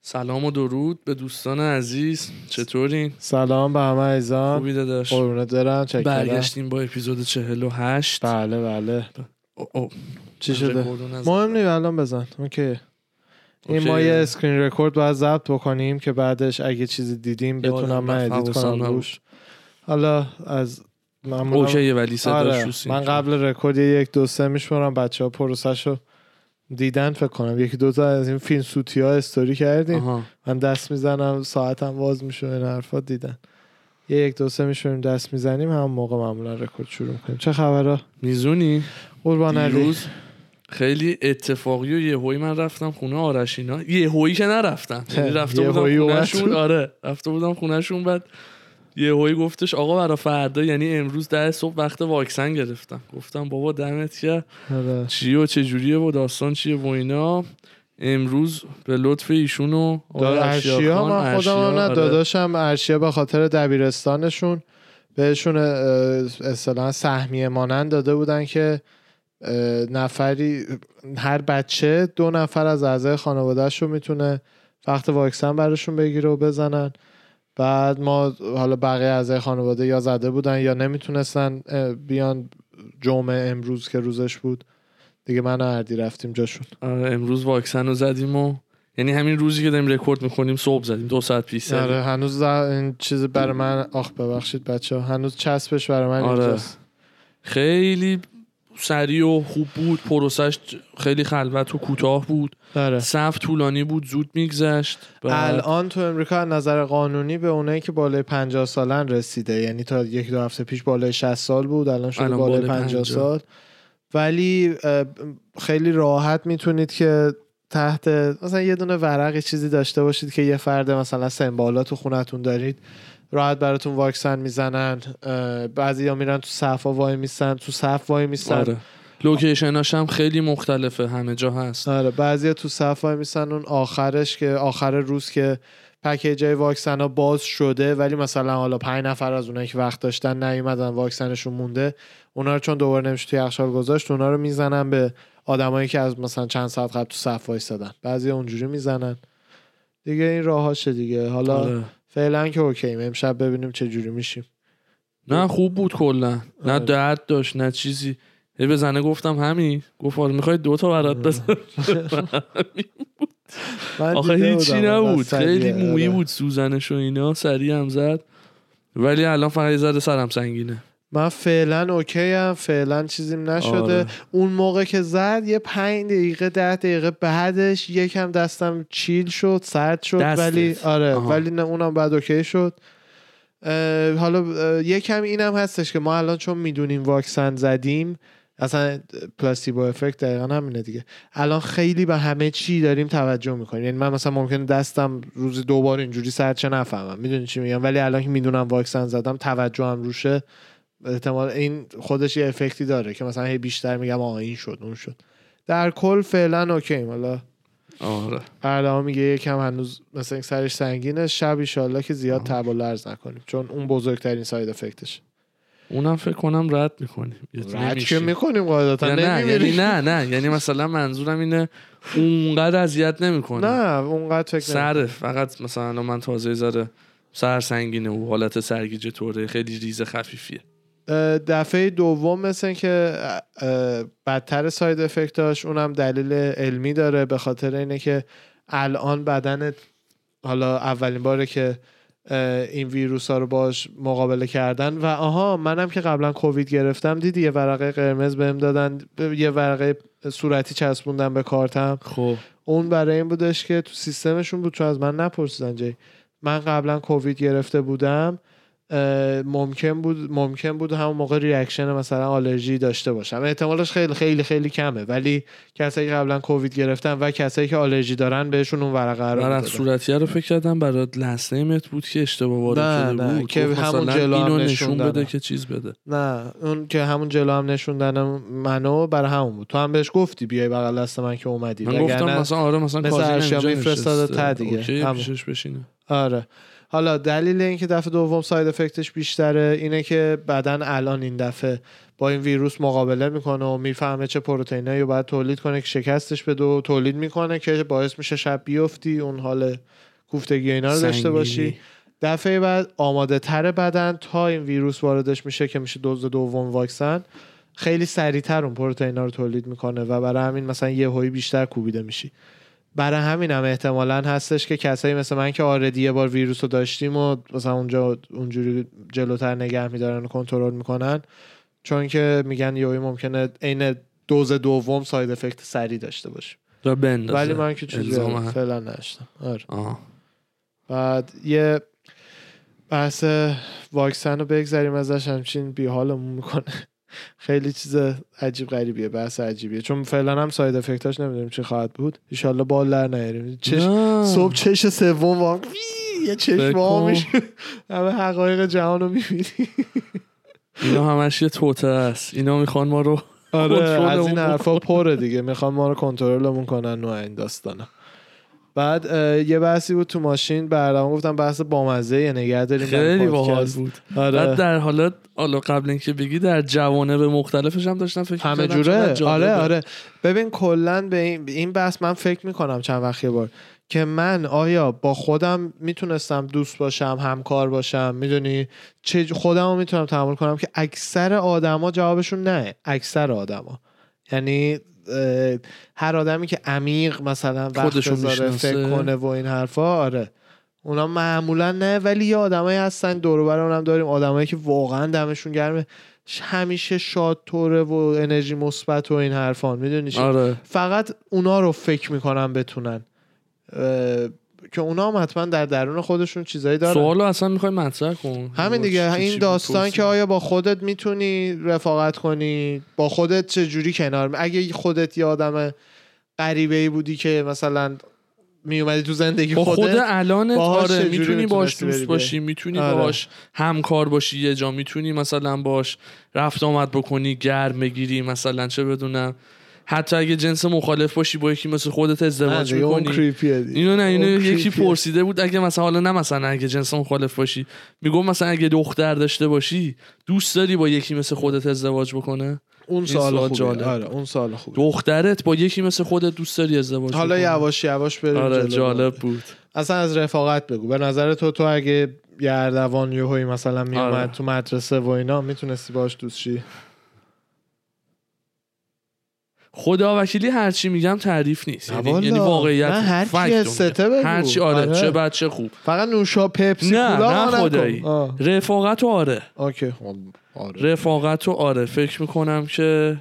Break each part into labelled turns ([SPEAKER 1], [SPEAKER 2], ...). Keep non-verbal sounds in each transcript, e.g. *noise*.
[SPEAKER 1] سلام و درود به دوستان عزیز چطورین؟
[SPEAKER 2] سلام به همه عزیزان
[SPEAKER 1] خوبی داداش
[SPEAKER 2] قربونت برم چکرم
[SPEAKER 1] برگشتیم با اپیزود 48
[SPEAKER 2] بله بله
[SPEAKER 1] او او.
[SPEAKER 2] چی
[SPEAKER 1] من
[SPEAKER 2] شده
[SPEAKER 1] رکوردو نزدم.
[SPEAKER 2] مهم نیست الان بزن اوکی این
[SPEAKER 1] اوکی.
[SPEAKER 2] ما یه اسکرین رکورد باید ضبط بکنیم که بعدش اگه چیزی دیدیم
[SPEAKER 1] یادم
[SPEAKER 2] بتونم من
[SPEAKER 1] رفت،
[SPEAKER 2] ادیت
[SPEAKER 1] حواسم
[SPEAKER 2] کنم
[SPEAKER 1] نبود.
[SPEAKER 2] روش حالا از معمولا-
[SPEAKER 1] اوکیه ولی صداش
[SPEAKER 2] آره.
[SPEAKER 1] دوستین.
[SPEAKER 2] من قبل رکورد یه یک دو سه میشمارم بچه ها پروسش رو دیدن فکر کنم یکی دو تا از این فیلم سوتی ها استوری کردیم
[SPEAKER 1] آها.
[SPEAKER 2] من دست میزنم ساعتم باز میشه این حرفا دیدن یه یک دو سه میشونیم دست میزنیم هم موقع معمولا رکورد شروع میکنیم چه خبره
[SPEAKER 1] میزونی
[SPEAKER 2] قربان علی
[SPEAKER 1] دیروز خیلی اتفاقی و یهویی من رفتم خونه آرشینا یهویی که نرفتم
[SPEAKER 2] *laughs*
[SPEAKER 1] یعنی رفته بودم
[SPEAKER 2] یهویی اومد تو. *laughs*
[SPEAKER 1] خونهشون آره رفته بودم خونهشون بعد یهویی گفتش آقا برا فردا یعنی امروز ده صبح وقت واکسن گرفتم گفتم بابا دمت کرد
[SPEAKER 2] آره.
[SPEAKER 1] چیه و چه جوریه و داستان چیه و اینا امروز به لطف ایشون و آقای
[SPEAKER 2] دار
[SPEAKER 1] آره، ارشیا
[SPEAKER 2] ارشیا
[SPEAKER 1] خان،
[SPEAKER 2] من خودم
[SPEAKER 1] ارشیا،
[SPEAKER 2] هم نه
[SPEAKER 1] آره.
[SPEAKER 2] داداشم ارشیا به خاطر دبیرستانشون بهشون اه، اصطلاحا سهمیه مانند داده بودن که اه، نفری هر بچه دو نفر از اعضای خانوادهش رو میتونه وقت واکسن براشون بگیره و بزنن بعد ما حالا بقیه اعضای خانواده یا زده بودن یا نمیتونستن اه، بیان جمعه امروز که روزش بود دیگه من و اردی رفتیم جاشون
[SPEAKER 1] آره، امروز واکسن رو زدیم و یعنی همین روزی که داریم رکورد میکنیم صبح زدیم دو ساعت پیش زدیم.
[SPEAKER 2] آره هنوز در- این چیز برای من آخ ببخشید بچه ها هنوز چسبش برای من
[SPEAKER 1] آره.
[SPEAKER 2] اینجاست
[SPEAKER 1] خیلی سریع و خوب بود پروسش خیلی خلوت و کوتاه بود
[SPEAKER 2] آره
[SPEAKER 1] صف طولانی بود زود میگذشت بعد-
[SPEAKER 2] الان تو امریکا از نظر قانونی به اونایی که بالای 50 سالن رسیده یعنی تا یک دو هفته پیش بالای 60 سال بود الان شده
[SPEAKER 1] الان
[SPEAKER 2] بالای
[SPEAKER 1] بالای
[SPEAKER 2] 50
[SPEAKER 1] 50.
[SPEAKER 2] سال ولی اه، خیلی راحت میتونید که تحت مثلا یه دونه ورق یه چیزی داشته باشید که یه فرد مثلا سمبالا تو خونتون دارید راحت براتون واکسن میزنن بعضی ها میرن تو صفا وای میسن تو صف وای میسن
[SPEAKER 1] آره. لوکیشناش هم خیلی مختلفه همه جا هست
[SPEAKER 2] آره بعضی تو صف وای میسن اون آخرش که آخر روز که پکیج های واکسن ها باز شده ولی مثلا حالا پنج نفر از اونایی که وقت داشتن نیومدن واکسنشون مونده اونا رو چون دوباره نمیشه توی یخچال گذاشت اونا رو میزنن به آدمایی که از مثلا چند ساعت قبل تو صف وایسادن بعضی اونجوری میزنن دیگه این راهاشه دیگه حالا
[SPEAKER 1] آره.
[SPEAKER 2] فعلا که اوکییم امشب ببینیم چه جوری میشیم
[SPEAKER 1] نه خوب بود کلا نه
[SPEAKER 2] آره.
[SPEAKER 1] درد داشت نه چیزی هی به زنه گفتم همین گفت آره میخوای دو تا برات بزنم
[SPEAKER 2] من
[SPEAKER 1] آخه
[SPEAKER 2] دیده
[SPEAKER 1] هیچی
[SPEAKER 2] بودم اون
[SPEAKER 1] نبود
[SPEAKER 2] وسط
[SPEAKER 1] خیلی
[SPEAKER 2] یه-
[SPEAKER 1] مویی
[SPEAKER 2] آره.
[SPEAKER 1] بود سوزنش و اینا سریع هم زد ولی الان فقط یه ذره سرم سنگینه
[SPEAKER 2] من فعلا اوکی ام فعلا چیزیم نشده
[SPEAKER 1] آره.
[SPEAKER 2] اون موقع که زد یه پنج دقیقه ده دقیقه بعدش یکم دستم چیل شد سرد شد
[SPEAKER 1] دستت.
[SPEAKER 2] ولی آره
[SPEAKER 1] آها.
[SPEAKER 2] ولی نه اونم بعد اوکی شد اه، حالا اه، یکم اینم هستش که ما الان چون میدونیم واکسن زدیم اصلا پلاستیبو افکت دقیقا همینه دیگه الان خیلی به همه چی داریم توجه میکنیم یعنی من مثلا ممکنه دستم روزی دوبار اینجوری سرد چه نفهمم میدونی چی میگم ولی الان که میدونم واکسن زدم توجهم روشه احتمال این خودش یه افکتی داره که مثلا هی بیشتر میگم آه این شد اون شد در کل فعلا اوکی حالا
[SPEAKER 1] آره
[SPEAKER 2] اردام میگه یکم هنوز مثلا این سرش سنگینه شب ایشالله که زیاد تب و لرز نکنیم چون اون بزرگترین ساید افکتش
[SPEAKER 1] اونم فکر کنم رد میکنیم
[SPEAKER 2] رد که میکنیم قاعدتا
[SPEAKER 1] نه نه
[SPEAKER 2] نمیمیریم.
[SPEAKER 1] یعنی نه نه یعنی مثلا منظورم اینه اونقدر اذیت نمیکنه
[SPEAKER 2] نه اونقدر فکر
[SPEAKER 1] سر
[SPEAKER 2] نمی-
[SPEAKER 1] فقط مثلا الان من تازه یه ذره سر سنگینه و حالت سرگیجه طوره خیلی ریز خفیفیه
[SPEAKER 2] اه، دفعه دوم مثل که اه، اه، بدتر ساید افکتاش اونم دلیل علمی داره به خاطر اینه که الان بدنت حالا اولین باره که اه، این ویروس ها رو باش مقابله کردن و آها منم که قبلا کووید گرفتم دیدی یه ورقه قرمز بهم دادن یه ورقه صورتی چسبوندن به کارتم
[SPEAKER 1] خب
[SPEAKER 2] اون برای این بودش که تو سیستمشون بود چون از من نپرسیدن جی من قبلا کووید گرفته بودم اه، ممکن بود ممکن بود همون موقع ریاکشن مثلا آلرژی داشته باشم احتمالش خیلی خیلی خیلی کمه ولی کسایی که قبلا کووید گرفتن و کسایی که آلرژی دارن بهشون اون ورقه رو
[SPEAKER 1] من از
[SPEAKER 2] می‌دادن.
[SPEAKER 1] صورتیه رو فکر کردم برات لسنه مت بود که اشتباه وارد
[SPEAKER 2] نه،
[SPEAKER 1] شده
[SPEAKER 2] نه،
[SPEAKER 1] بود
[SPEAKER 2] که
[SPEAKER 1] گفت
[SPEAKER 2] همون
[SPEAKER 1] مثلا
[SPEAKER 2] جلو هم
[SPEAKER 1] اینو
[SPEAKER 2] نشون
[SPEAKER 1] نشون بده
[SPEAKER 2] دادم.
[SPEAKER 1] که چیز بده
[SPEAKER 2] نه اون که همون جلو هم نشوندن منو برای همون بود تو هم بهش گفتی بیای بغل دست من که اومدی
[SPEAKER 1] من
[SPEAKER 2] وگرنه
[SPEAKER 1] گفتم مثلا آره مثلا
[SPEAKER 2] مثل
[SPEAKER 1] کازی
[SPEAKER 2] ارشیا
[SPEAKER 1] نمی‌جا
[SPEAKER 2] می‌فرستاده
[SPEAKER 1] نشسته.
[SPEAKER 2] ته دیگه.
[SPEAKER 1] اوکی
[SPEAKER 2] همون.
[SPEAKER 1] پیشش بشینه
[SPEAKER 2] آره حالا دلیل اینکه دفعه دوم ساید افکتش بیشتره اینه که بدن الان این دفعه با این ویروس مقابله میکنه و میفهمه چه پروتئینایی رو باید تولید کنه که شکستش بده و تولید میکنه که باعث میشه شب بیفتی اون حال کوفتگی اینا رو داشته
[SPEAKER 1] سنگینی.
[SPEAKER 2] باشی دفعه بعد آماده تر بدن تا این ویروس واردش میشه که میشه دوز دوم واکسن خیلی سریعتر اون پروتئینا رو تولید میکنه و برای همین مثلا یه هایی بیشتر کوبیده میشی برای همین هم احتمالا هستش که کسایی مثل من که آردی یه بار ویروس رو داشتیم و مثلا اونجا اونجوری جلوتر نگه میدارن و کنترل میکنن چون که میگن یهویی ممکنه عین دوز دوم ساید افکت سری داشته باشه
[SPEAKER 1] را بندازه
[SPEAKER 2] ولی من که چیزی
[SPEAKER 1] الزاماً.
[SPEAKER 2] فعلا نشتم آره
[SPEAKER 1] آه.
[SPEAKER 2] بعد یه بحث واکسن رو بگذریم ازش همچین بیحالمون میکنه *laughs* خیلی چیز عجیب غریبیه بحث عجیبیه چون فعلا هم ساید افکتاش نمیدونیم چی خواهد بود ایشالله بال در نیاریم چش...
[SPEAKER 1] نه.
[SPEAKER 2] صبح چش سوم وام یه چشم
[SPEAKER 1] فکر
[SPEAKER 2] وا میشه همه حقایق جهان رو میبینی
[SPEAKER 1] اینا همش یه توته است اینا میخوان ما رو
[SPEAKER 2] آره
[SPEAKER 1] کنترلمون
[SPEAKER 2] از این
[SPEAKER 1] بکن.
[SPEAKER 2] حرفا پره دیگه میخوان ما رو کنترلمون کنن و این داستانا بعد اه، یه بحثی بود تو ماشین برنامه گفتم بحث بامزه یه نگه داریم برای
[SPEAKER 1] خیلی باحال
[SPEAKER 2] پادکست.
[SPEAKER 1] بود بعد
[SPEAKER 2] آره
[SPEAKER 1] در حالت حالا قبل اینکه بگی در جوانب مختلفش هم داشتم فکر
[SPEAKER 2] همه
[SPEAKER 1] می‌کردم چقدر
[SPEAKER 2] جوره
[SPEAKER 1] جالبه.
[SPEAKER 2] آره آره ببین کلا به این, به این بحث من فکر میکنم چند وقت یه بار که من آیا با خودم میتونستم دوست باشم همکار باشم میدونی چه خودم رو میتونم تحمل کنم که اکثر آدما جوابشون نه اکثر آدما یعنی اه، هر آدمی که عمیق مثلا وقت
[SPEAKER 1] خودشو
[SPEAKER 2] بذاره فکر
[SPEAKER 1] می‌شناسه.
[SPEAKER 2] کنه و این حرفا آره اونا معمولا نه ولی یه آدمایی هستن دور و بر اونم داریم آدمایی که واقعا دمشون گرمه ش- همیشه شاد طوره و انرژی مثبت و این حرفان میدونی چی؟
[SPEAKER 1] آره
[SPEAKER 2] فقط اونا رو فکر میکنم بتونن اه، که اونا هم حتما در درون خودشون چیزایی دارن
[SPEAKER 1] سوالو اصلا میخوای مطرح کن
[SPEAKER 2] همین دیگه
[SPEAKER 1] چی- چی
[SPEAKER 2] این
[SPEAKER 1] بود
[SPEAKER 2] داستان
[SPEAKER 1] پرسیدی؟
[SPEAKER 2] که آیا با خودت میتونی رفاقت کنی با خودت چه جوری کنار می- اگه خودت یه آدم غریبه ای بودی که مثلا میومدی تو زندگی
[SPEAKER 1] با خود
[SPEAKER 2] خودت
[SPEAKER 1] الانت
[SPEAKER 2] باهاش
[SPEAKER 1] آره
[SPEAKER 2] چجوری
[SPEAKER 1] میتونی باش
[SPEAKER 2] میتونستی بری
[SPEAKER 1] دوست
[SPEAKER 2] بیای؟
[SPEAKER 1] باشی میتونی
[SPEAKER 2] آره.
[SPEAKER 1] باش همکار باشی یه جا میتونی مثلا باش رفت آمد بکنی گرم بگیری مثلا چه بدونم حتی اگه جنس مخالف باشی با یکی مثل خودت
[SPEAKER 2] نه
[SPEAKER 1] ازدواج
[SPEAKER 2] دیگه، آره، اون
[SPEAKER 1] میکنی
[SPEAKER 2] کریپیه دیگه.
[SPEAKER 1] اینو نه اینو
[SPEAKER 2] اون
[SPEAKER 1] یکی
[SPEAKER 2] کریپیه.
[SPEAKER 1] پرسیده بود اگه مثلا حالا نه مثلا اگه جنس مخالف باشی میگم مثلا اگه دختر داشته باشی دوست داری با یکی مثل خودت ازدواج بکنه
[SPEAKER 2] اون
[SPEAKER 1] سوال
[SPEAKER 2] سال خوبه
[SPEAKER 1] جالب.
[SPEAKER 2] آره اون سال خوبه
[SPEAKER 1] دخترت با یکی مثل خودت دوست داری ازدواج
[SPEAKER 2] حالا
[SPEAKER 1] بکنه؟
[SPEAKER 2] یواش یواش بریم
[SPEAKER 1] آره
[SPEAKER 2] جلو.
[SPEAKER 1] جالب بود
[SPEAKER 2] اصلا از رفاقت بگو به نظر تو تو اگه یه اردوان یوهایی مثلا میومد
[SPEAKER 1] آره.
[SPEAKER 2] تو مدرسه و اینا میتونستی باش دوست شی
[SPEAKER 1] خدا وکیلی هرچی میگم تعریف نیست
[SPEAKER 2] نه
[SPEAKER 1] یعنی,
[SPEAKER 2] والا.
[SPEAKER 1] یعنی واقعیت
[SPEAKER 2] نه، هر چی
[SPEAKER 1] فکت رو
[SPEAKER 2] سته
[SPEAKER 1] میگم.
[SPEAKER 2] بگو.
[SPEAKER 1] هر چی آره,
[SPEAKER 2] آره.
[SPEAKER 1] چه بد چه خوب
[SPEAKER 2] فقط نوشا پپسی
[SPEAKER 1] نه،
[SPEAKER 2] کولا
[SPEAKER 1] نه
[SPEAKER 2] ما نکن.
[SPEAKER 1] خدایی.
[SPEAKER 2] آه،
[SPEAKER 1] رفاقت رو آره
[SPEAKER 2] اوکی خب، آره
[SPEAKER 1] رفاقت رو آره فکر میکنم که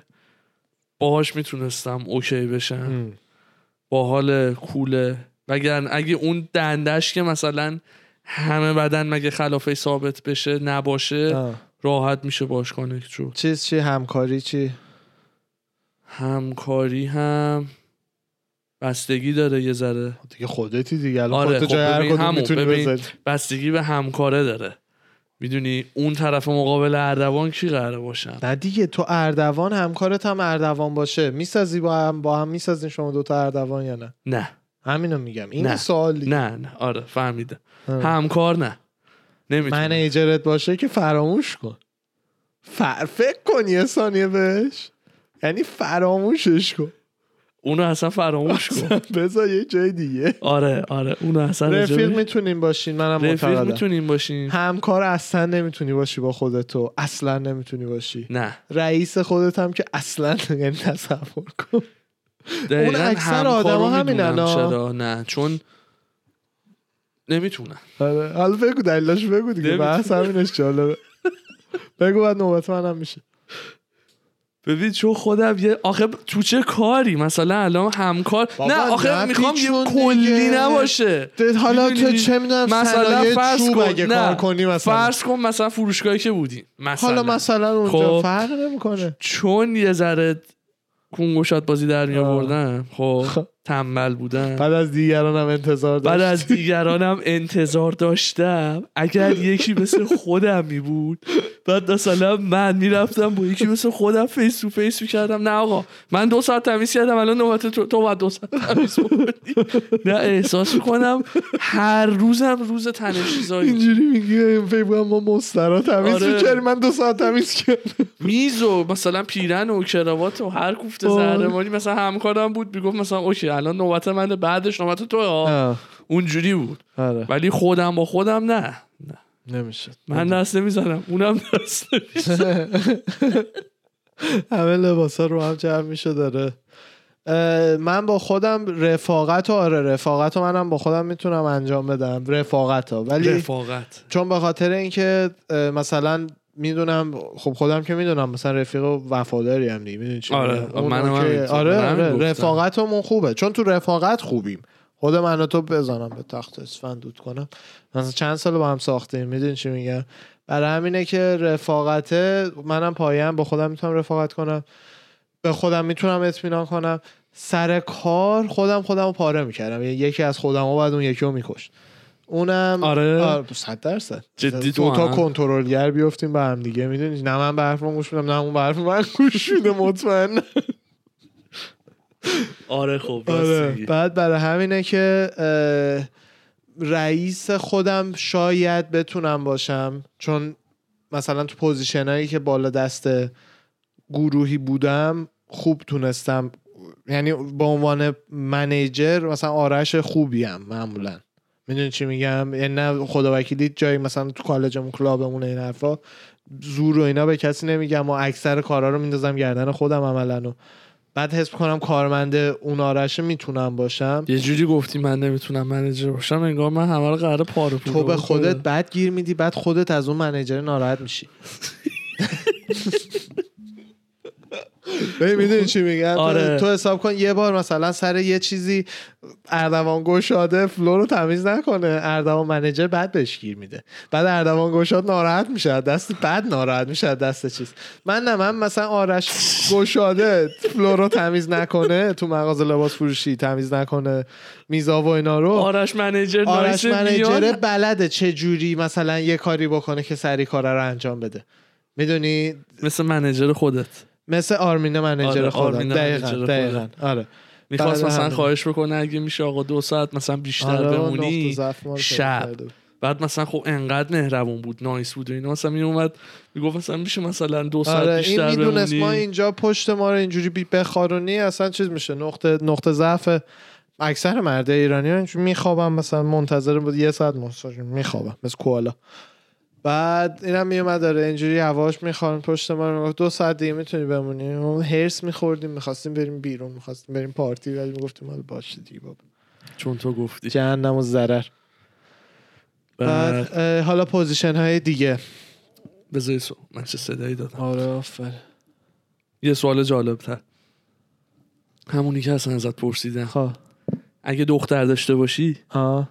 [SPEAKER 1] باهاش میتونستم اوکی بشم
[SPEAKER 2] م.
[SPEAKER 1] با حال کوله وگرنه اگه اون دندش که مثلا همه بدن مگه خلافه ثابت بشه نباشه
[SPEAKER 2] آه.
[SPEAKER 1] راحت میشه باش کانکت شد
[SPEAKER 2] چیز چی همکاری چی
[SPEAKER 1] همکاری هم بستگی داره یه ذره
[SPEAKER 2] دیگه خودتی دیگه الان
[SPEAKER 1] آره،
[SPEAKER 2] خودت
[SPEAKER 1] خب،
[SPEAKER 2] جای هر
[SPEAKER 1] ببین
[SPEAKER 2] کدوم
[SPEAKER 1] همون،
[SPEAKER 2] می‌تونی
[SPEAKER 1] ببین.
[SPEAKER 2] بزنی.
[SPEAKER 1] بستگی به همکاره داره میدونی اون طرف مقابل اردوان کی قراره باشن
[SPEAKER 2] نه دیگه تو اردوان همکارت هم اردوان باشه میسازی با هم با هم میسازین شما دوتا اردوان یا نه
[SPEAKER 1] نه
[SPEAKER 2] همینو میگم این
[SPEAKER 1] نه.
[SPEAKER 2] سوال دیگه.
[SPEAKER 1] نه نه آره فهمیدم
[SPEAKER 2] آره.
[SPEAKER 1] همکار نه نمیتونه
[SPEAKER 2] منیجرت باشه که فراموش کن فر فکر کن یه ثانیه بهش یعنی
[SPEAKER 1] *laughs*
[SPEAKER 2] فراموشش کن
[SPEAKER 1] اونو اصلا فراموش کن
[SPEAKER 2] بذار یه جای دیگه
[SPEAKER 1] آره آره اونو اصلا
[SPEAKER 2] رفیق
[SPEAKER 1] رفیق,
[SPEAKER 2] میتونین باشین منم
[SPEAKER 1] رفیق
[SPEAKER 2] معتقدم
[SPEAKER 1] میتونیم باشین
[SPEAKER 2] همکار اصلا نمیتونی باشی با خودتو اصلا نمیتونی باشی
[SPEAKER 1] نه
[SPEAKER 2] رئیس خودت هم که اصلا *laughs* یعنی تصور کن
[SPEAKER 1] دقیقاً
[SPEAKER 2] اکثر
[SPEAKER 1] همکار رو
[SPEAKER 2] آدما
[SPEAKER 1] می‌دونم
[SPEAKER 2] همینن، آه.
[SPEAKER 1] چرا نه چون نمیتونن
[SPEAKER 2] آره. حالا بگو دلیلاش بگو دیگه
[SPEAKER 1] نمی‌تونی.
[SPEAKER 2] بحث همینش
[SPEAKER 1] *laughs*
[SPEAKER 2] جالبه بگو بعد نوبت منم میشه
[SPEAKER 1] ببین چون خودم یه آخه ب- تو چه کاری مثلا الان همکار
[SPEAKER 2] بابا،
[SPEAKER 1] نه آخه
[SPEAKER 2] نه،
[SPEAKER 1] میخوام یه
[SPEAKER 2] پیچون
[SPEAKER 1] کلی
[SPEAKER 2] دیگه.
[SPEAKER 1] نباشه
[SPEAKER 2] حالا تو
[SPEAKER 1] می‌دونی؟
[SPEAKER 2] چه میدونم
[SPEAKER 1] مثلا
[SPEAKER 2] مثلا
[SPEAKER 1] فرض
[SPEAKER 2] چوب
[SPEAKER 1] کن
[SPEAKER 2] اگه
[SPEAKER 1] نه.
[SPEAKER 2] کار کنی مثلا
[SPEAKER 1] فرض کن مثلا فروشگاهی که بودیم مثلا
[SPEAKER 2] حالا مثلا اونجا
[SPEAKER 1] خب.
[SPEAKER 2] فرق نمیکنه
[SPEAKER 1] چون یه ذره کنگوشات بازی در می آوردم خب تنبل بودم
[SPEAKER 2] بعد از دیگران هم انتظار داشت
[SPEAKER 1] بعد از دیگرانم انتظار داشتم اگر یکی مثل خودم می بود بعد مثلا من میرفتم با یکی مثل خودم فیس تو فیس میکردم نه آقا من دو ساعت تمیز کردم الان نوبت تو تو باید دو ساعت تمیز بکنی. نه احساس میکنم هر روزم روز تنش چیزایی
[SPEAKER 2] اینجوری میگی این فکر کنم ما مسترا تمیز
[SPEAKER 1] آره.
[SPEAKER 2] می‌کردیم. من دو ساعت تمیز کردم
[SPEAKER 1] میز و مثلا پیرن و کراوات و هر کوفته
[SPEAKER 2] آره.
[SPEAKER 1] زهرماری مثلا همکارم بود میگفت مثلا اوکی الان نوبت منه بعدش نوبت تو اونجوری بود
[SPEAKER 2] آره
[SPEAKER 1] ولی خودم با خودم نه نه
[SPEAKER 2] نمیشه
[SPEAKER 1] من دست نمیزنم اونم دست نمیزنم
[SPEAKER 2] همه لباسا رو هم جمع میشه داره اه، من با خودم رفاقت و آره رفاقت و منم با خودم میتونم انجام بدم رفاقت ها ولی
[SPEAKER 1] رفاقت
[SPEAKER 2] چون به خاطر اینکه اه، مثلا میدونم خب خودم که میدونم مثلا رفیق و وفاداری هم دیگه میدونی چی
[SPEAKER 1] آره،
[SPEAKER 2] میگم؟
[SPEAKER 1] آه،
[SPEAKER 2] اون
[SPEAKER 1] منم
[SPEAKER 2] اوکی.
[SPEAKER 1] همینطور.
[SPEAKER 2] آره,
[SPEAKER 1] منم
[SPEAKER 2] آره
[SPEAKER 1] گفتم.
[SPEAKER 2] رفاقتمون خوبه چون تو رفاقت خوبیم خود من و تو بزنم به تخت اسفند دود کنم مثلا چند سال با هم ساختیم میدونی چی میگم برای همینه که رفاقته منم پایم با خودم میتونم رفاقت کنم به خودم میتونم اطمینان کنم سر کار خودم خودم رو پاره میکردم یعنی یکی از خودم و بعد اون یکی رو میکشت اونم
[SPEAKER 1] آره.
[SPEAKER 2] صد درصد
[SPEAKER 1] جدی
[SPEAKER 2] دو تا
[SPEAKER 1] تو هم؟
[SPEAKER 2] کنترلگر بیافتیم به هم دیگه میدونی نه من به حرف من گوش میدم نه اون به حرف من گوش میده مطمئن
[SPEAKER 1] آره خب
[SPEAKER 2] آره. بعد برای همینه که اه، رئیس خودم شاید بتونم باشم چون مثلا تو پوزیشنایی که بالا دست گروهی بودم خوب تونستم یعنی به عنوان منیجر مثلا آرش خوبیم معمولا میدونی چی میگم یعنی نه خدا وکیلی جایی مثلا تو کالجمون کلابمون این حرفا زور و اینا به کسی نمیگم و اکثر کارا رو میندازم گردن خودم عملا و بعد حس کنم کارمند اون آرشه میتونم باشم
[SPEAKER 1] یه جوری گفتی من نمیتونم منیجر باشم انگار من همه رو قراره پاره پوره
[SPEAKER 2] تو به
[SPEAKER 1] بکنم.
[SPEAKER 2] خودت بد گیر میدی بعد خودت از اون منیجر ناراحت میشی میدونی چی میگن
[SPEAKER 1] آره.
[SPEAKER 2] تو حساب کن یه بار مثلا سر یه چیزی اردوان گشاده فلو رو تمیز نکنه اردوان منیجر بعد بهش گیر میده بعد اردوان گشاد ناراحت میشه از دست بعد ناراحت میشه از دست چیز من نه من مثلا آرش گشاده فلو رو تمیز نکنه تو مغازه لباس فروشی تمیز نکنه میزا و اینا رو
[SPEAKER 1] آرش منیجر
[SPEAKER 2] آرش
[SPEAKER 1] نایسه،
[SPEAKER 2] منیجره
[SPEAKER 1] میاد.
[SPEAKER 2] بلده چه جوری مثلا یه کاری بکنه که سری کارا رو انجام بده میدونی
[SPEAKER 1] مثل منیجر خودت
[SPEAKER 2] مثل آرمین منیجر
[SPEAKER 1] آره،
[SPEAKER 2] خودم
[SPEAKER 1] آرمین
[SPEAKER 2] دقیقاً
[SPEAKER 1] منیجر
[SPEAKER 2] دقیقاً آره
[SPEAKER 1] میخواست
[SPEAKER 2] بله،
[SPEAKER 1] مثلا
[SPEAKER 2] همین.
[SPEAKER 1] خواهش بکنه اگه میشه آقا دو ساعت مثلا بیشتر
[SPEAKER 2] آره، اون نقطه
[SPEAKER 1] بمونی
[SPEAKER 2] ضعف ما رو پیدا
[SPEAKER 1] شب
[SPEAKER 2] کرده بود.
[SPEAKER 1] بعد مثلا خب انقدر مهربون بود نایس بود و اینا مثلا می اومد میگفت مثلا میشه مثلا دو ساعت
[SPEAKER 2] آره این
[SPEAKER 1] بیشتر
[SPEAKER 2] میدونست
[SPEAKER 1] بمونی
[SPEAKER 2] ما اینجا پشت ما رو اینجوری بی- بخارونی اصلا چیز میشه نقطه نقطه ضعف اکثر مرده ایرانی ها اینجوری میخوابم مثلا منتظر بود یه ساعت ماساژ میخوابم مثل کوالا بعد اینم میومد داره اینجوری هواش میخوان پشت ما رو میگفت دو ساعت دیگه میتونی بمونی ما هرس میخوردیم میخواستیم بریم بیرون میخواستیم بریم پارتی ولی میگفتیم حالا باشه دیگه بابا
[SPEAKER 1] چون تو گفتی
[SPEAKER 2] جهنم و ضرر
[SPEAKER 1] بعد
[SPEAKER 2] بعد اه، حالا پوزیشن های دیگه
[SPEAKER 1] بذاری سو من چه صدایی دادم
[SPEAKER 2] آره آفر
[SPEAKER 1] یه سوال جالب تر همونی که اصلا ازت پرسیدم
[SPEAKER 2] خب.
[SPEAKER 1] اگه دختر داشته باشی
[SPEAKER 2] ها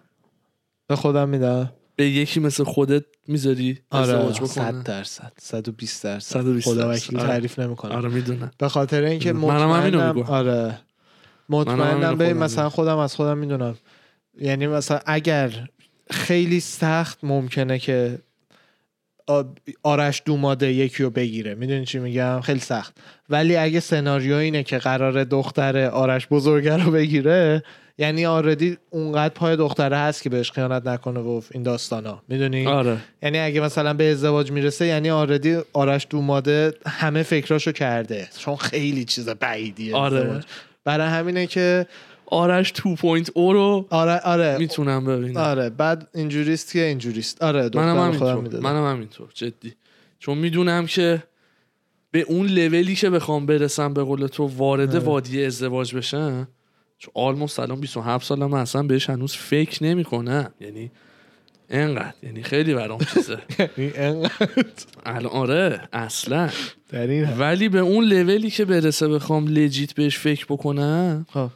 [SPEAKER 2] به خودم میدم
[SPEAKER 1] به یکی مثل خودت میذاری
[SPEAKER 2] آره،
[SPEAKER 1] ازدواج بکنه
[SPEAKER 2] درصد 120 درصد
[SPEAKER 1] 120
[SPEAKER 2] خدا
[SPEAKER 1] درصد.
[SPEAKER 2] وکیلی
[SPEAKER 1] آره.
[SPEAKER 2] تعریف نمیکنه
[SPEAKER 1] آره میدونم
[SPEAKER 2] به خاطر اینکه
[SPEAKER 1] منم همینو
[SPEAKER 2] مطمئنم
[SPEAKER 1] میگم.
[SPEAKER 2] آره
[SPEAKER 1] منم همینو
[SPEAKER 2] مطمئنم به
[SPEAKER 1] خودم
[SPEAKER 2] مثلا خودم از خودم میدونم یعنی مثلا اگر خیلی سخت ممکنه که آ- آرش دوماده یکی رو بگیره میدونی چی میگم خیلی سخت ولی اگه سناریو اینه که قرار دختر آرش بزرگه رو بگیره یعنی آردی اونقدر پای دختره هست که بهش خیانت نکنه و این داستانا میدونی
[SPEAKER 1] آره
[SPEAKER 2] یعنی اگه مثلا به ازدواج میرسه یعنی آردی آرش دوماده همه فکراشو کرده چون خیلی چیز بعیدیه
[SPEAKER 1] آره.
[SPEAKER 2] ازدواج. برای همینه که
[SPEAKER 1] آرش 2.0 رو
[SPEAKER 2] آره آره
[SPEAKER 1] میتونم ببینم
[SPEAKER 2] آره بعد اینجوریست که اینجوریست آره
[SPEAKER 1] منم
[SPEAKER 2] دختر خودم
[SPEAKER 1] همینطور
[SPEAKER 2] میدادم
[SPEAKER 1] منم همینطور جدی چون میدونم که به اون لولی که بخوام برسم به قول تو وارد
[SPEAKER 2] آره.
[SPEAKER 1] وادی ازدواج بشم چون آلموست الان 27 سالم اصلا بهش هنوز فکر نمیکنم یعنی انقدر یعنی خیلی برام
[SPEAKER 2] *laughs*
[SPEAKER 1] چیزه الان آره اصلا
[SPEAKER 2] در این حد.
[SPEAKER 1] ولی به اون لولی که برسه بخوام لجیت بهش فکر بکنم
[SPEAKER 2] خب.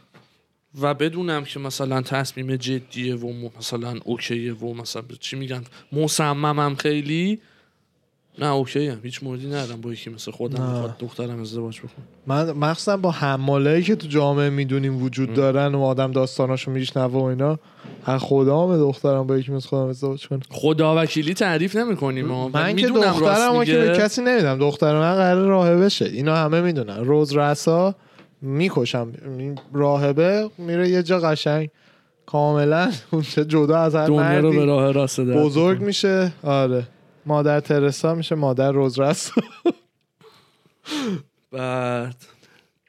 [SPEAKER 1] و بدونم که مثلا تصمیم جدیه و م- مثلا اوکیه و مثلا چی میگن مصممم خیلی نه اوکی هم. هیچ موردی ندارم با یکی مثل خودم
[SPEAKER 2] نه.
[SPEAKER 1] میخواد دخترم ازدواج بکنه
[SPEAKER 2] من مخصوصا با حمالایی که تو جامعه میدونیم وجود دارن و آدم داستاناشو میشنوه و اینا از خدام دخترم با یکی مثل خودم ازدواج کنه
[SPEAKER 1] خدا وکیلی تعریف نمیکنیم
[SPEAKER 2] من که دخترم که به کسی نمیدم دختر من قرار راهبه شه اینا همه میدونن روز رسا میکشم این راهبه میره یه جا قشنگ کاملا اونجا جدا از هر
[SPEAKER 1] دنیا رو به
[SPEAKER 2] مردی
[SPEAKER 1] راه راست در
[SPEAKER 2] بزرگ میشه آره مادر ترسا میشه مادر روز رسا
[SPEAKER 1] بعد
[SPEAKER 2] *laughs*